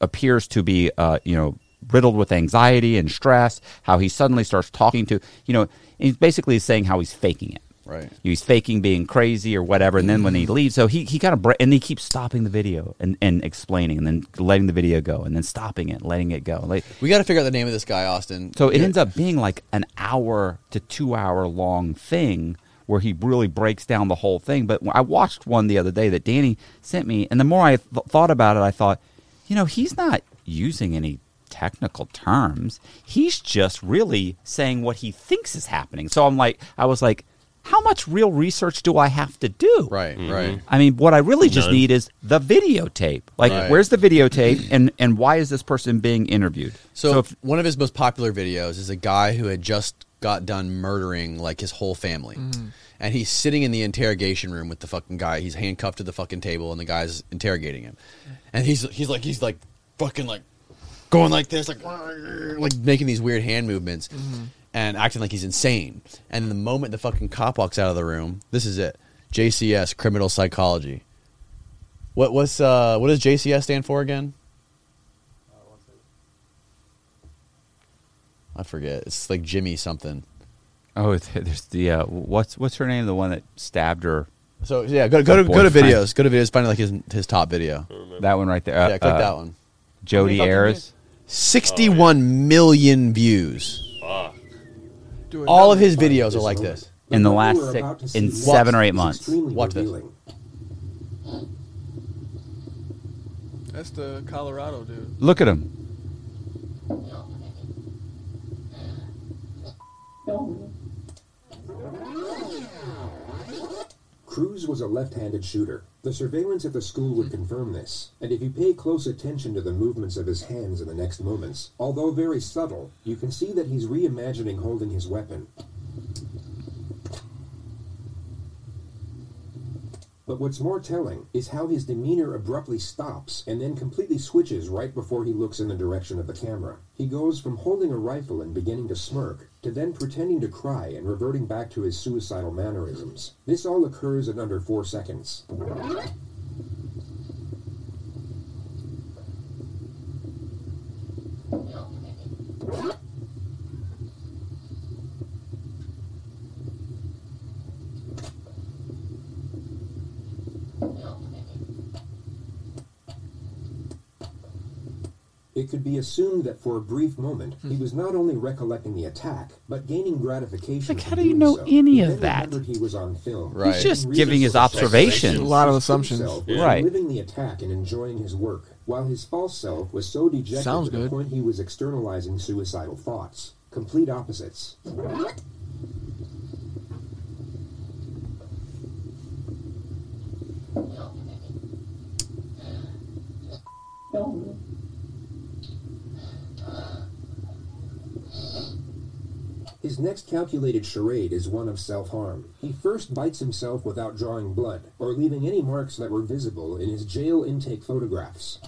C: appears to be, uh, you know, riddled with anxiety and stress. How he suddenly starts talking to, you know, he's basically saying how he's faking it.
A: Right.
C: He's faking being crazy or whatever, and then when he leaves, so he, he kind of bre- and he keeps stopping the video and, and explaining, and then letting the video go, and then stopping it, letting it go. Like
A: We got to figure out the name of this guy, Austin.
C: so it ends up being like an hour to two hour long thing where he really breaks down the whole thing. But I watched one the other day that Danny sent me, and the more I th- thought about it, I thought, you know, he's not using any technical terms. He's just really saying what he thinks is happening. So I'm like, I was like, how much real research do I have to do?
A: Right, right.
C: I mean, what I really just
D: None.
C: need is the videotape. Like,
A: Right.
C: where's the videotape, and and why is this person being interviewed?
A: So,
C: if-
A: one of his most popular videos is a guy who had just got done murdering like his whole family. And he's sitting in the interrogation room with the fucking guy. He's handcuffed to the fucking table and the guy's interrogating him. And he's he's like he's like fucking like going like this like like making these weird hand movements and acting like he's insane. And the moment the fucking cop walks out of the room, this is it. JCS criminal psychology. What what's uh what does JCS stand for again? I forget. It's like Jimmy something.
C: Oh, th- there's the uh, what's what's her name? The one that stabbed her.
A: So yeah, go go to go to
C: Boyfriend.
A: videos. Go to videos. Find like his his top video.
C: That one right there. Uh,
A: yeah, click
C: uh,
A: that one.
C: Jody
G: How many
C: Ayers.
A: Sixty one million views.
B: Do it
A: All
B: now.
A: of his videos are like this.
C: In the last six- in seven or eight months.
A: Watch this.
B: That's the Colorado dude.
C: Look at him.
M: Cruz was a left-handed shooter. The surveillance at the school would confirm this, and if you pay close attention to the movements of his hands in the next moments, although very subtle, you can see that he's reimagining holding his weapon. But what's more telling is how his demeanor abruptly stops and then completely switches right before he looks in the direction of the camera. He goes from holding a rifle and beginning to smirk to then pretending to cry and reverting back to his suicidal mannerisms. This all occurs in under four seconds. It could be assumed that for a brief moment,
C: Hmm.
M: he was not only recollecting the attack, but gaining gratification.
C: Like,
M: from
C: how do you
M: doing
C: know
M: so.
C: any
M: He
C: of
M: then
C: that?
M: remembered He was on film.
A: Right.
C: just giving his observations.
B: A lot of assumptions.
M: was
C: Right.
M: Living the attack and enjoying his work, while his false self was so dejected
B: Sounds
M: to the
B: good.
M: point he was externalizing suicidal thoughts. Complete opposites. His next calculated charade is one of self-harm. He first bites himself without drawing blood, or leaving any marks that were visible in his jail intake photographs.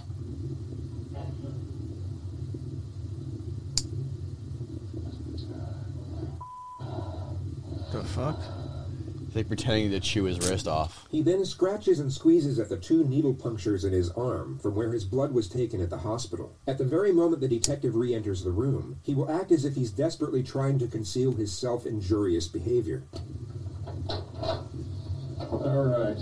B: The fuck?
A: It's like pretending to chew his wrist off.
M: He then scratches and squeezes at the two needle punctures in his arm from where his blood was taken at the hospital. At the very moment the detective re-enters the room, he will act as if he's desperately trying to conceal his self-injurious behavior.
N: All right.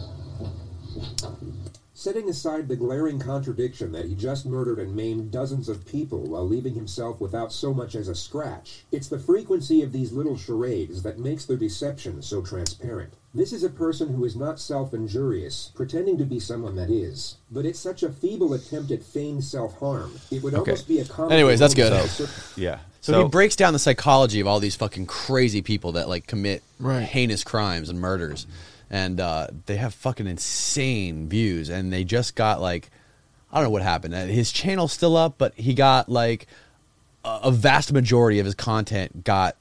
M: Setting aside the glaring contradiction that he just murdered and maimed dozens of people while leaving himself without so much as a scratch, it's the frequency of these little charades that makes their deception so transparent. This is a person who is not self-injurious, pretending to be someone that is. But it's such a feeble attempt at feigned self-harm. It would
C: Okay.
M: almost be a common
A: Anyways, that's good.
C: Yeah.
A: So, he breaks down the psychology of all these fucking crazy people that like commit
B: Right.
A: heinous crimes and murders, and uh, they have fucking insane views. And they just got like, I don't know what happened. Uh, His channel's still up, but he got like a, a vast majority of his content got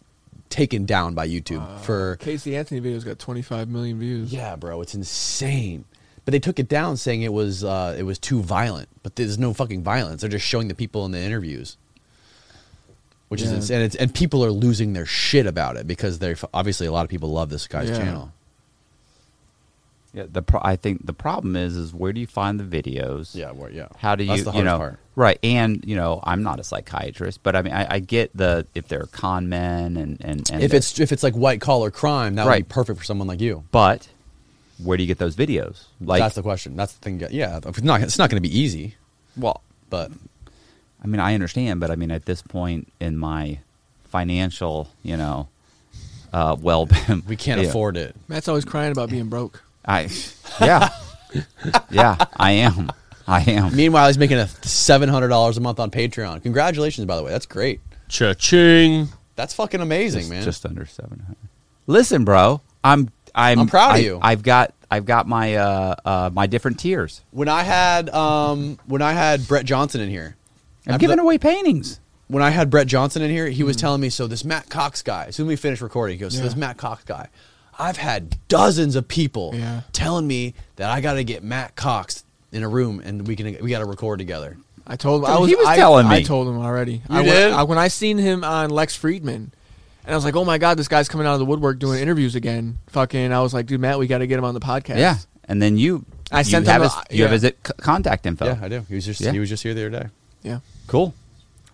A: taken down by YouTube for
B: Casey Anthony video's got 25 million views.
A: yeah, bro, it's insane. But they took it down, saying it was uh, it was too violent. But there's no fucking violence. They're just showing the people in the interviews, which is
B: Yeah.
A: insane. And, it's, and people are losing their shit about it because they're obviously a lot of people love this guy's
B: Yeah.
A: channel.
C: Yeah, the pro- I think the problem is is where do you find the videos?
A: Yeah, where- yeah.
C: How do you
A: That's the
C: you
A: hardest
C: know
A: part.
C: right? And you know, I'm not a psychiatrist, but I mean, I, I get the if they're con men and and, and
A: if it's if it's like white collar crime, that would
C: Right.
A: be perfect for someone like you.
C: but where do you get those videos? Like,
A: That's the question. That's the thing. Yeah, it's not it's not going to be easy,
C: well,
A: but
C: I mean, I understand, but I mean, at this point in my financial, you know, uh, well,
A: we can't
C: you know,
A: afford it.
B: Matt's always crying about being broke.
C: I, yeah, yeah, I am, I am.
A: Meanwhile, he's making a seven hundred dollars a month on Patreon. Congratulations, by the way. That's great.
D: Cha-ching.
A: That's fucking amazing,
C: just,
A: man.
C: just under seven hundred. Listen, bro, I'm I'm
A: I'm proud of
C: I-
A: you.
C: I've got I've got my uh, uh my different tiers.
A: when I had um, when I had Brett Johnson in here,
C: I'm
A: after
C: giving
A: the-
C: away paintings.
A: When I had Brett Johnson in here, he was telling me so this Matt Cox guy. As soon as we finished recording, he goes, "So this
B: Hmm. Yeah.
A: Matt Cox guy, I've had dozens of people
B: Yeah.
A: telling me that I got to get Matt Cox in a room and we can we got to record together."
B: I told him.
C: Dude,
B: I was,
C: he was
B: I,
C: telling
B: I
C: me.
B: told him already. I,
A: did?
B: When, I, when I seen him on Lex Friedman, and I was like, "Oh my god, this guy's coming out of the woodwork doing interviews again." Fucking, I was like, "Dude, Matt, we got to get him on the podcast."
C: Yeah, and then you
B: I
C: you
B: sent
C: have
B: them
C: his,
B: a-
C: you have
B: yeah.
C: his c- contact info.
A: Yeah, I do. He was just
C: Yeah.
A: he was just here the other day.
B: yeah,
C: Cool.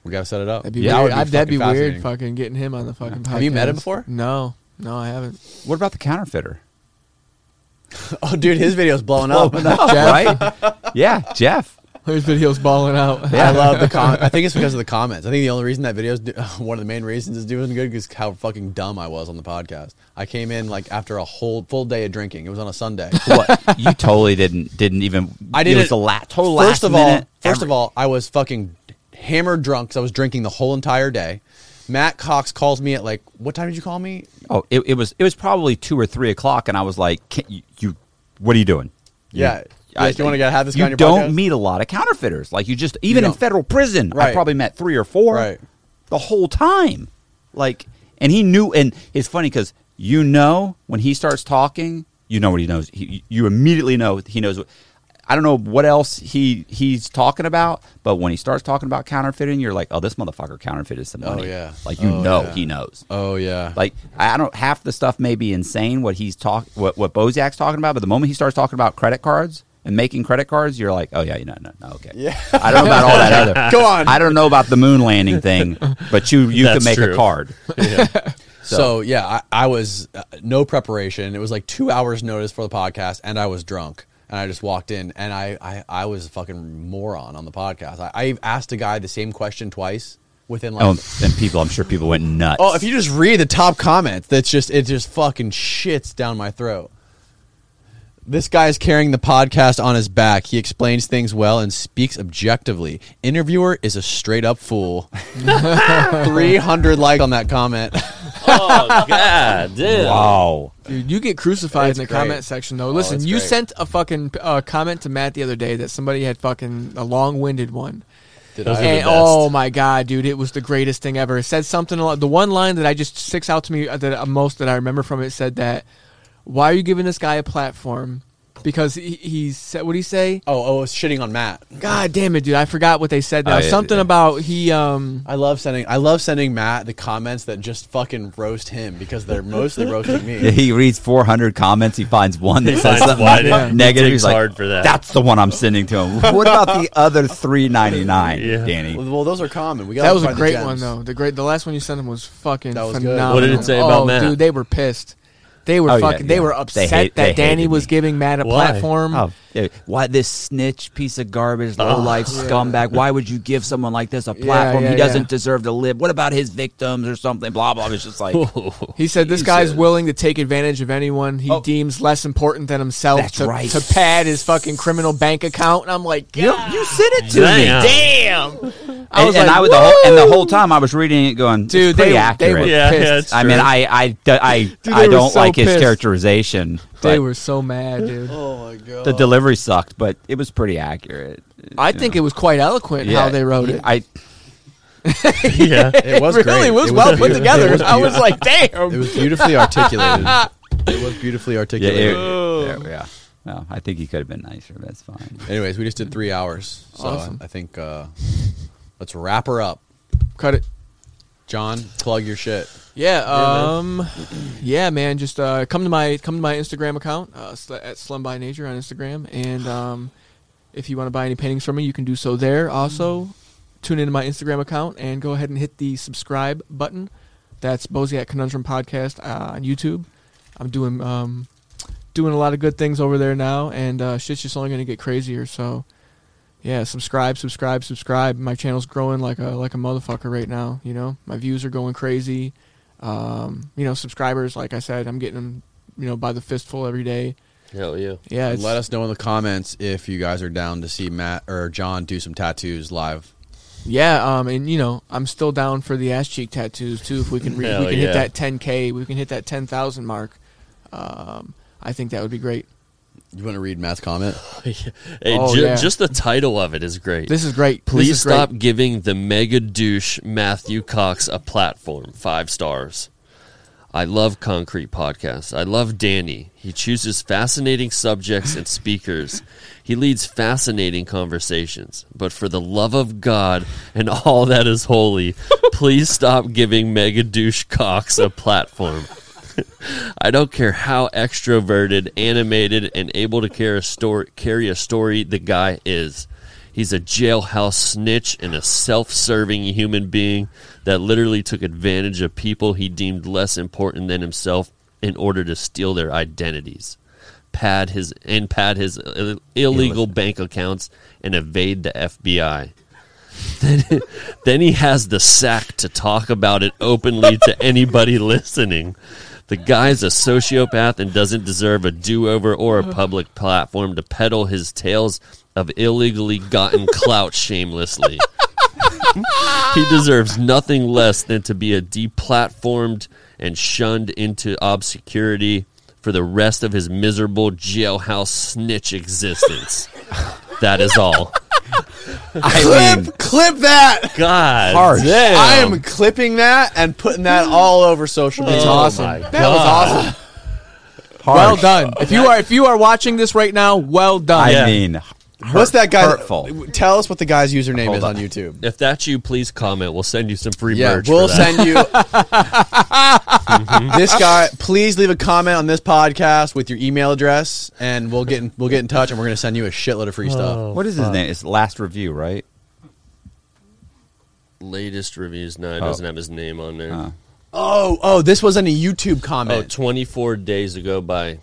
A: We got to set it up.
B: that'd be
C: Yeah,
B: weird.
A: that
B: I-
A: would be
B: that'd be
A: fucking
B: weird.
A: fascinating.
B: Fucking getting him on the fucking. podcast.
A: Have you met him before?
B: No, no, I haven't.
C: What about the counterfeiter?
A: Oh, dude, his video's blowing up.
C: right? Yeah, Jeff.
B: His videos balling out.
A: I love the com- I think it's because of the comments. I think the only reason that video's do- one of the main reasons is doing good is how fucking dumb I was on the podcast. I came in like after a whole full day of drinking. It was on a Sunday.
C: What you totally didn't didn't even.
A: I
C: It
A: didn't.
C: was the la- total
A: first
C: last
A: of all,
C: minute,
A: first
C: every-
A: of all, I was fucking hammered drunk because I was drinking the whole entire day. Matt Cox calls me at like what time did you call me?
C: Oh, it, it was it was probably two or three o'clock, and I was like, Can, you, you, what are you doing? You-
A: Yeah. Yes, you wanna get- have this guy
C: You
A: on your
C: don't
A: podcast?
C: meet a lot of counterfeiters. Like you just even in
A: don't.
C: federal prison, I
A: Right.
C: probably met three or four
A: Right.
C: the whole time. Like, and he knew, and it's funny because you know when he starts talking, you know what he knows. He, you immediately know he knows. What, I don't know what else he he's talking about, but when he starts talking about counterfeiting, you're like, oh, this motherfucker counterfeited some
A: Oh,
C: money.
A: yeah.
C: like you
A: Oh,
C: know
A: yeah.
C: he knows.
A: Oh yeah.
C: Like I I don't half the stuff may be insane what he's talk what what Bozak's talking about, but the moment he starts talking about credit cards and making credit cards, you're like, oh yeah, no, no, no, okay.
A: Yeah.
C: I don't know about all that other.
A: Go on.
C: I don't know about the moon landing thing, but you you can
D: That's
C: make a
D: true.
C: card.
A: So, yeah, I, I was uh, no preparation. It was like two hours notice for the podcast, and I was drunk. And I just walked in, and I I, I was a fucking moron on the podcast. I, I asked a guy the same question twice within like.
C: Oh, and people, I'm sure people went nuts.
A: oh, if you just read the top comments, that's just it just fucking shits down my throat. This guy is carrying the podcast on his back. He explains things well and speaks objectively. Interviewer is a straight up fool. 300 likes on that comment.
D: Oh god, dude.
C: wow,
B: Dude, you get crucified
A: It's
B: in the
A: great. Oh,
B: comment section though. Listen,
A: it's
B: you
A: great.
B: sent a fucking uh, comment to Matt the other day that somebody had fucking a long-winded one.
A: Did
D: Those
A: I-
D: are the
B: And,
D: best.
B: oh my god, dude, it was the greatest thing ever. It said something. al- The one line that I just sticks out to me uh, that uh, most that I remember from it said that, "Why are you giving this guy a platform?" Because he, he said, "What did he say?"
A: Oh, oh, it's shitting on Matt.
B: God damn it, dude! I forgot what they said. Now
C: Oh, yeah,
B: something
C: yeah.
B: about he. um
A: I love sending I love sending Matt the comments that just fucking roast him because they're mostly roasting me.
C: he reads 400 comments, he finds one that
D: He
C: says
D: finds
C: something
D: one, yeah.
C: negative.
D: He
C: He's
D: digs
C: like,
D: hard for that.
C: that's the one I'm sending to him. What about the other 399,
D: Yeah.
C: Danny?
A: Well, well, those are common. We got
B: That was a great one though. The great, the last one you sent him was fucking
A: That was good.
B: phenomenal.
D: What did it say about
B: oh,
D: Matt?
B: Dude, they were pissed. They were
C: Oh, yeah,
B: fucking. They
C: yeah.
B: were
C: They
B: upset
C: hate- they
B: that Danny
C: hated
B: was
C: me.
B: giving Matt a
D: Why?
B: platform.
C: Oh, yeah. Why this snitch piece of garbage, low life scumbag? Why would you give someone like this a
B: Yeah,
C: platform?
B: yeah,
C: he doesn't
B: yeah.
C: deserve to live. What about his victims or something? Blah blah. It's just like
B: He said this guy's willing to take advantage of anyone he deems less important than himself
C: That's
B: to,
C: right.
B: to pad his fucking criminal bank account. And I'm like,
C: you,
B: God.
C: you sent it to
D: Damn.
C: me.
L: Damn.
C: I was and,
B: like,
C: I was the whole, and the whole time I was reading it, going, it's
B: dude,
C: pretty
B: they,
C: accurate.
B: they were
D: Yeah, yeah,
B: pissed.
D: it's-
C: I mean, I I I,
B: Dude, they
C: I
B: were
C: don't
B: so
C: like his
B: pissed.
C: characterization.
B: they
C: but
B: were so mad, dude.
A: Oh my god.
C: the delivery sucked, but it was pretty accurate.
B: I think it was quite eloquent how they wrote it.
C: I
D: Yeah.
A: it was
B: really
A: great.
B: was
A: It
B: well put
A: beautiful.
B: together.
A: It was,
B: I was like,
A: it
B: damn.
A: was beautifully articulated. It was beautifully
C: yeah it-
A: articulated.
C: yeah yeah. Well, I think he could have been nicer. but That's fine.
A: Anyways, we just did three hours, so
B: Awesome.
A: I, I think uh, let's wrap her up.
B: Cut it.
A: John, plug your shit.
B: Yeah, um, yeah, man. Just uh, come to my come to my Instagram account uh, sl- at Slum by Nature on Instagram, and um, if you want to buy any paintings from me, you can do so there. Also, tune into my Instagram account and go ahead and hit the subscribe button. That's Bozak Conundrum Podcast uh, on YouTube. I'm doing um, doing a lot of good things over there now, and uh, shit's just only going to get crazier. So, yeah, subscribe, subscribe, subscribe. My channel's growing like a like a motherfucker right now. You know, my views are going crazy. Um, you know, subscribers, like I said, I'm getting them, you know, by the fistful every day.
D: Hell yeah.
B: Yeah, it's,
A: Let us know in the comments if you guys are down to see Matt or John do some tattoos live.
B: yeah. Um, and you know, I'm still down for the ass cheek tattoos too. If we can, re-
D: Hell
B: we can
D: yeah.
B: hit that 10k, we can hit that 10,000 mark. Um, I think that would be great.
A: You want to read Matt's comment?
D: Hey,
B: Oh,
D: ju-
B: yeah.
D: Just the title of it is great.
B: This is great. This
D: Please
B: is great.
D: stop giving the mega douche Matthew Cox a platform. Five stars. I love concrete podcasts. I love Danny. He chooses fascinating subjects and speakers. He leads fascinating conversations. But for the love of God and all that is holy, please stop giving mega douche Cox a platform. I don't care how extroverted, animated, and able to carry a story, carry a story the guy is. He's a jailhouse snitch and a self serving human being that literally took advantage of people he deemed less important than himself in order to steal their identities, pad his and pad his Ill- illegal bank accounts and evade the FBI. Then he has the sack to talk about it openly to anybody listening. The guy's a sociopath and doesn't deserve a do over or a public platform to peddle his tales of illegally gotten clout shamelessly. he deserves nothing less than to be a deplatformed and shunned into obscurity for the rest of his miserable jailhouse snitch existence. that is all.
A: clip, clip that.
D: God,
A: Harsh.
D: damn.
A: I am clipping that and putting that all over social media.
B: That's awesome. That was awesome.
A: Harsh.
B: Well done. If you are if you are watching this right now, well done.
C: I mean,
A: What's that guy?
C: Hurtful.
A: Tell us what the guy's username
C: Hold
A: is
C: on.
A: on YouTube.
D: If that's you, please comment. We'll send you some free
A: Yeah,
D: merch.
A: we'll
D: for that.
A: send you. This guy, please leave a comment on this podcast with your email address, and we'll get in, we'll get in touch, and we're gonna send you a shitload of free stuff.
C: what is his name? Uh, It's last review, right?
D: latest reviews. No, it doesn't have his name on there.
C: Oh.
A: Oh, oh, this wasn't a YouTube
D: Oh,
A: comment.
D: 24 days ago by.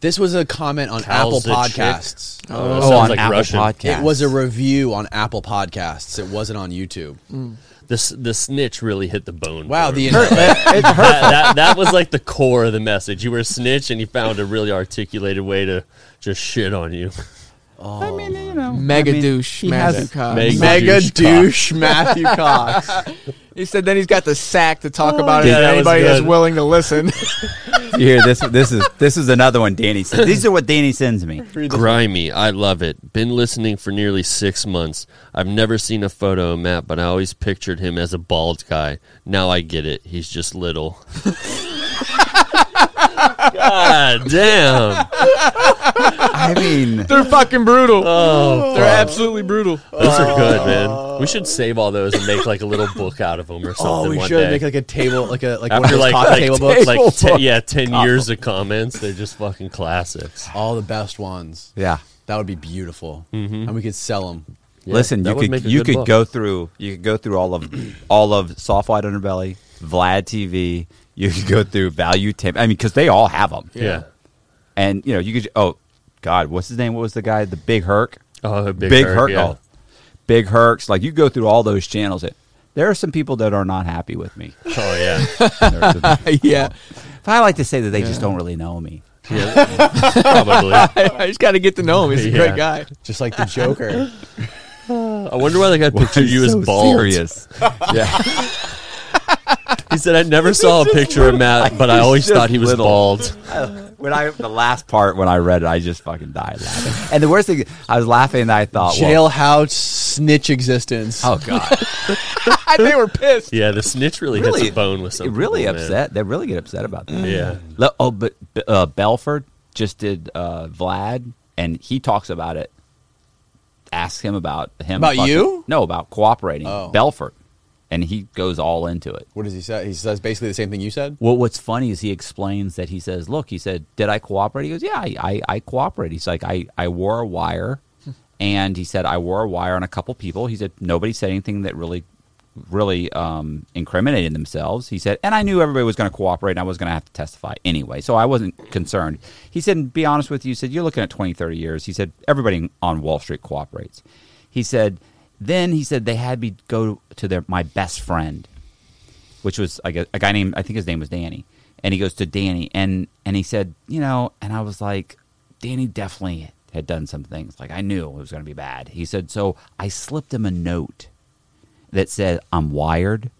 A: this was a comment on
D: How's
A: Apple
D: the chick?
A: Podcasts.
D: Oh, that
C: Oh,
D: sounds
C: on
D: like
C: Apple
D: Russian.
C: Podcasts.
A: It was a review on Apple Podcasts. It wasn't on YouTube.
D: This the snitch really hit the bone.
A: Wow,
D: for
A: the
D: him.
A: it
D: that, that that was like the core of the message. You were a snitch, and he found a really articulated way to just shit on you.
C: I mean, you know,
B: Mega
C: I mean,
B: douche,
C: he
B: Matthew
C: has-
B: Cox.
D: Meg-
A: mega
D: douche
A: douche Matthew Cox.
B: He said then he's got the sack to
C: Oh,
B: talk about
D: yeah,
B: it.
D: that
B: to
D: was
B: anybody that's
D: good.
B: willing to listen.
C: You hear this? This is this is another one. Danny sends. These are what Danny sends me.
D: Grimy, I love it. Been listening for nearly six months. I've never seen a photo of Matt, but I always pictured him as a bald guy. Now I get it. He's just little. God damn.
C: I mean,
B: They're fucking brutal.
D: Oh,
B: They're absolutely brutal.
D: Those are
C: Oh.
D: good, man. We should save all those and make like a little book out of them or something.
A: Oh, we
D: one
A: should
D: day.
A: make like a table, like a like one of
D: after
A: those
D: like
A: coffee
D: like,
A: table
D: t-
A: books. Oh.
D: like te- yeah, ten years of comments. They're just fucking classics.
A: All the best ones.
C: yeah.
A: That would be beautiful,
D: Mm-hmm.
A: and we could sell them.
C: Listen,
D: that
C: you
D: would
C: could
D: make a
C: you
D: good
C: could
D: book.
C: go through you could go through all of all of soft white underbelly, Vlad TV. You could go through value Tim. I mean, because they all have them.
D: Yeah.
C: and you know you could. Oh God, what's his name? What was the guy? The Big Herc.
D: Oh, big, Herc,
C: Herc.
D: yeah.
C: Oh, Big Hercs. Like you go through all those channels. It, there are some people that are not happy with me.
D: Oh, yeah.
C: There are some-
B: yeah.
C: But I like to say that they just don't really know me.
D: Yeah, probably. I
B: I just got to get to know him. He's a
D: Yeah.
B: great guy.
A: Just like the Joker.
D: wonder why the guy pictured you
C: so
D: as bald.
C: Serious. yeah.
D: He said, "I never saw a picture of Matt, but I
C: He's
D: always
C: just
D: thought he was
C: little.
D: bald."
C: When I the last part when I read it, I just fucking died laughing. And the worst thing, I was laughing and I thought, well,
A: Jailhouse snitch existence.
C: Oh God!
B: they were pissed.
D: Yeah, the snitch really,
C: Really-
D: hits a bone with
C: It
D: something.
C: really upset. They really get upset about that.
D: Yeah.
C: Le- Oh, but B- uh, Belford just did uh, Vlad, and he talks about it. Ask him about him.
A: About
C: fucking-
A: you?
C: No, about cooperating.
A: Oh.
C: Belford, and he goes all into it.
A: What does he say? He says basically the same thing you said.
C: Well, what's funny is he explains that he says, "Look," he said, "Did I cooperate?" He goes, "Yeah, I, I, I cooperate." He's like, "I, I wore a wire," and he said, "I wore a wire on a couple people." He said, "Nobody said anything that really, really um, incriminated themselves." He said, "And I knew everybody was going to cooperate, and I was going to have to testify anyway, so I wasn't concerned." He said, and "Be honest with you," he said, "You're looking at 20, 30 years." He said, "Everybody on Wall Street cooperates." He said, "Then he said they had me go to their my best friend." which was like a, a guy named I think his name was Danny, and he goes to Danny and and he said, you know, and I was like, Danny definitely had done some things like I knew it was going to be bad. He said, so I slipped him a note that said, I'm wired,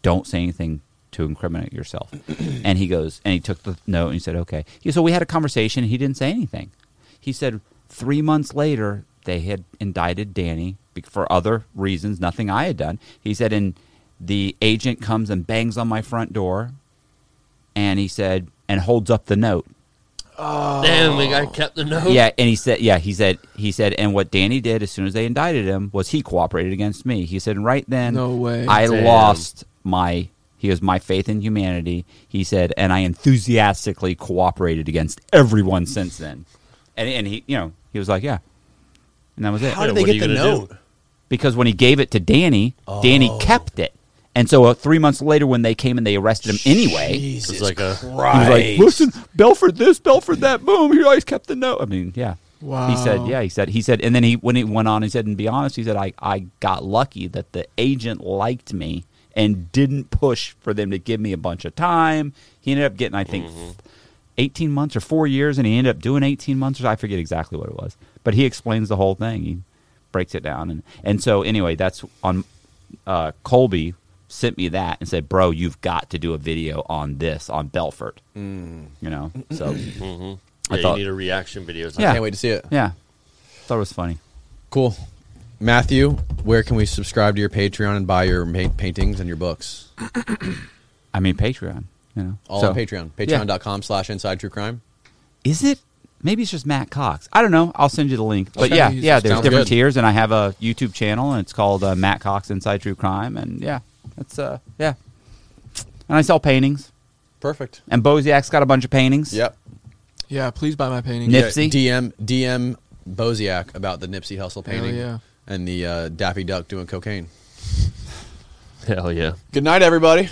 C: don't say anything to incriminate yourself. and he goes and he took the note and he said, okay. He so we had a conversation. He didn't say anything. He said three months later they had indicted Danny be- for other reasons, nothing I had done. He said, and the agent comes and bangs on my front door, and he said, and holds up the note.
D: Damn, the guy kept the note.
C: Yeah, and he said, yeah, he said, he said, and what Danny did as soon as they indicted him was he cooperated against me. He said, right then,
B: No way.
C: I
D: Damn.
C: lost my, he was my faith in humanity. He said, and I enthusiastically cooperated against everyone since then. And and he, you know, he was like, yeah, and that was it.
A: How did
D: Yeah,
A: they
D: what are
A: get
D: you
A: the
D: gonna do?
A: note?
C: because when he gave it to Danny,
A: Oh.
C: Danny kept it. And so uh, three months later, when they came and they arrested him anyway,
D: It
A: Jesus
D: was like a
C: he was
A: Christ.
C: like, "Listen, Belford this, Belford that. Boom! He always kept the note." I mean, yeah. He said,
B: Wow.
C: "Yeah." He said, "He said," and then he when he went on, he said, "And be honest," he said, "I I got lucky that the agent liked me and didn't push for them to give me a bunch of time." He ended up getting, I think, eighteen months or four years, and he ended up doing eighteen months. Or I forget exactly what it was, but he explains the whole thing. He breaks it down, and and so anyway, that's on uh, Colby sent me that and said, "Bro, you've got to do a video on this on Belfort."
D: Mm.
C: You know, so
D: Mhm.
C: I
D: Yeah,
C: thought-
D: you need a reaction video.
A: I can't wait to see it.
C: Yeah, thought it was funny.
A: Cool. Matthew, where can we subscribe to your Patreon and buy your ma- paintings and your books?
C: I mean, Patreon. You know,
A: All
C: So-
A: on Patreon.
C: Yeah.
A: Patreon.com slash inside true crime.
C: Is it? Maybe it's just Matt Cox. I don't know. I'll send you the link. But
A: Okay.
C: yeah, yeah. There's
A: Sounds
C: different
A: good.
C: tiers, and I have a YouTube channel, and it's called uh, Matt Cox Inside True Crime, and yeah, that's uh, yeah. And I sell paintings,
A: Perfect.
C: and Boziak's got a bunch of paintings.
A: Yep.
B: Yeah, please buy my painting.
C: Nipsey?
A: Yeah, DM DM Boziak about the Nipsey Hustle painting
B: yeah.
A: and the uh, Daffy Duck doing cocaine.
D: Hell yeah.
A: Good night, everybody.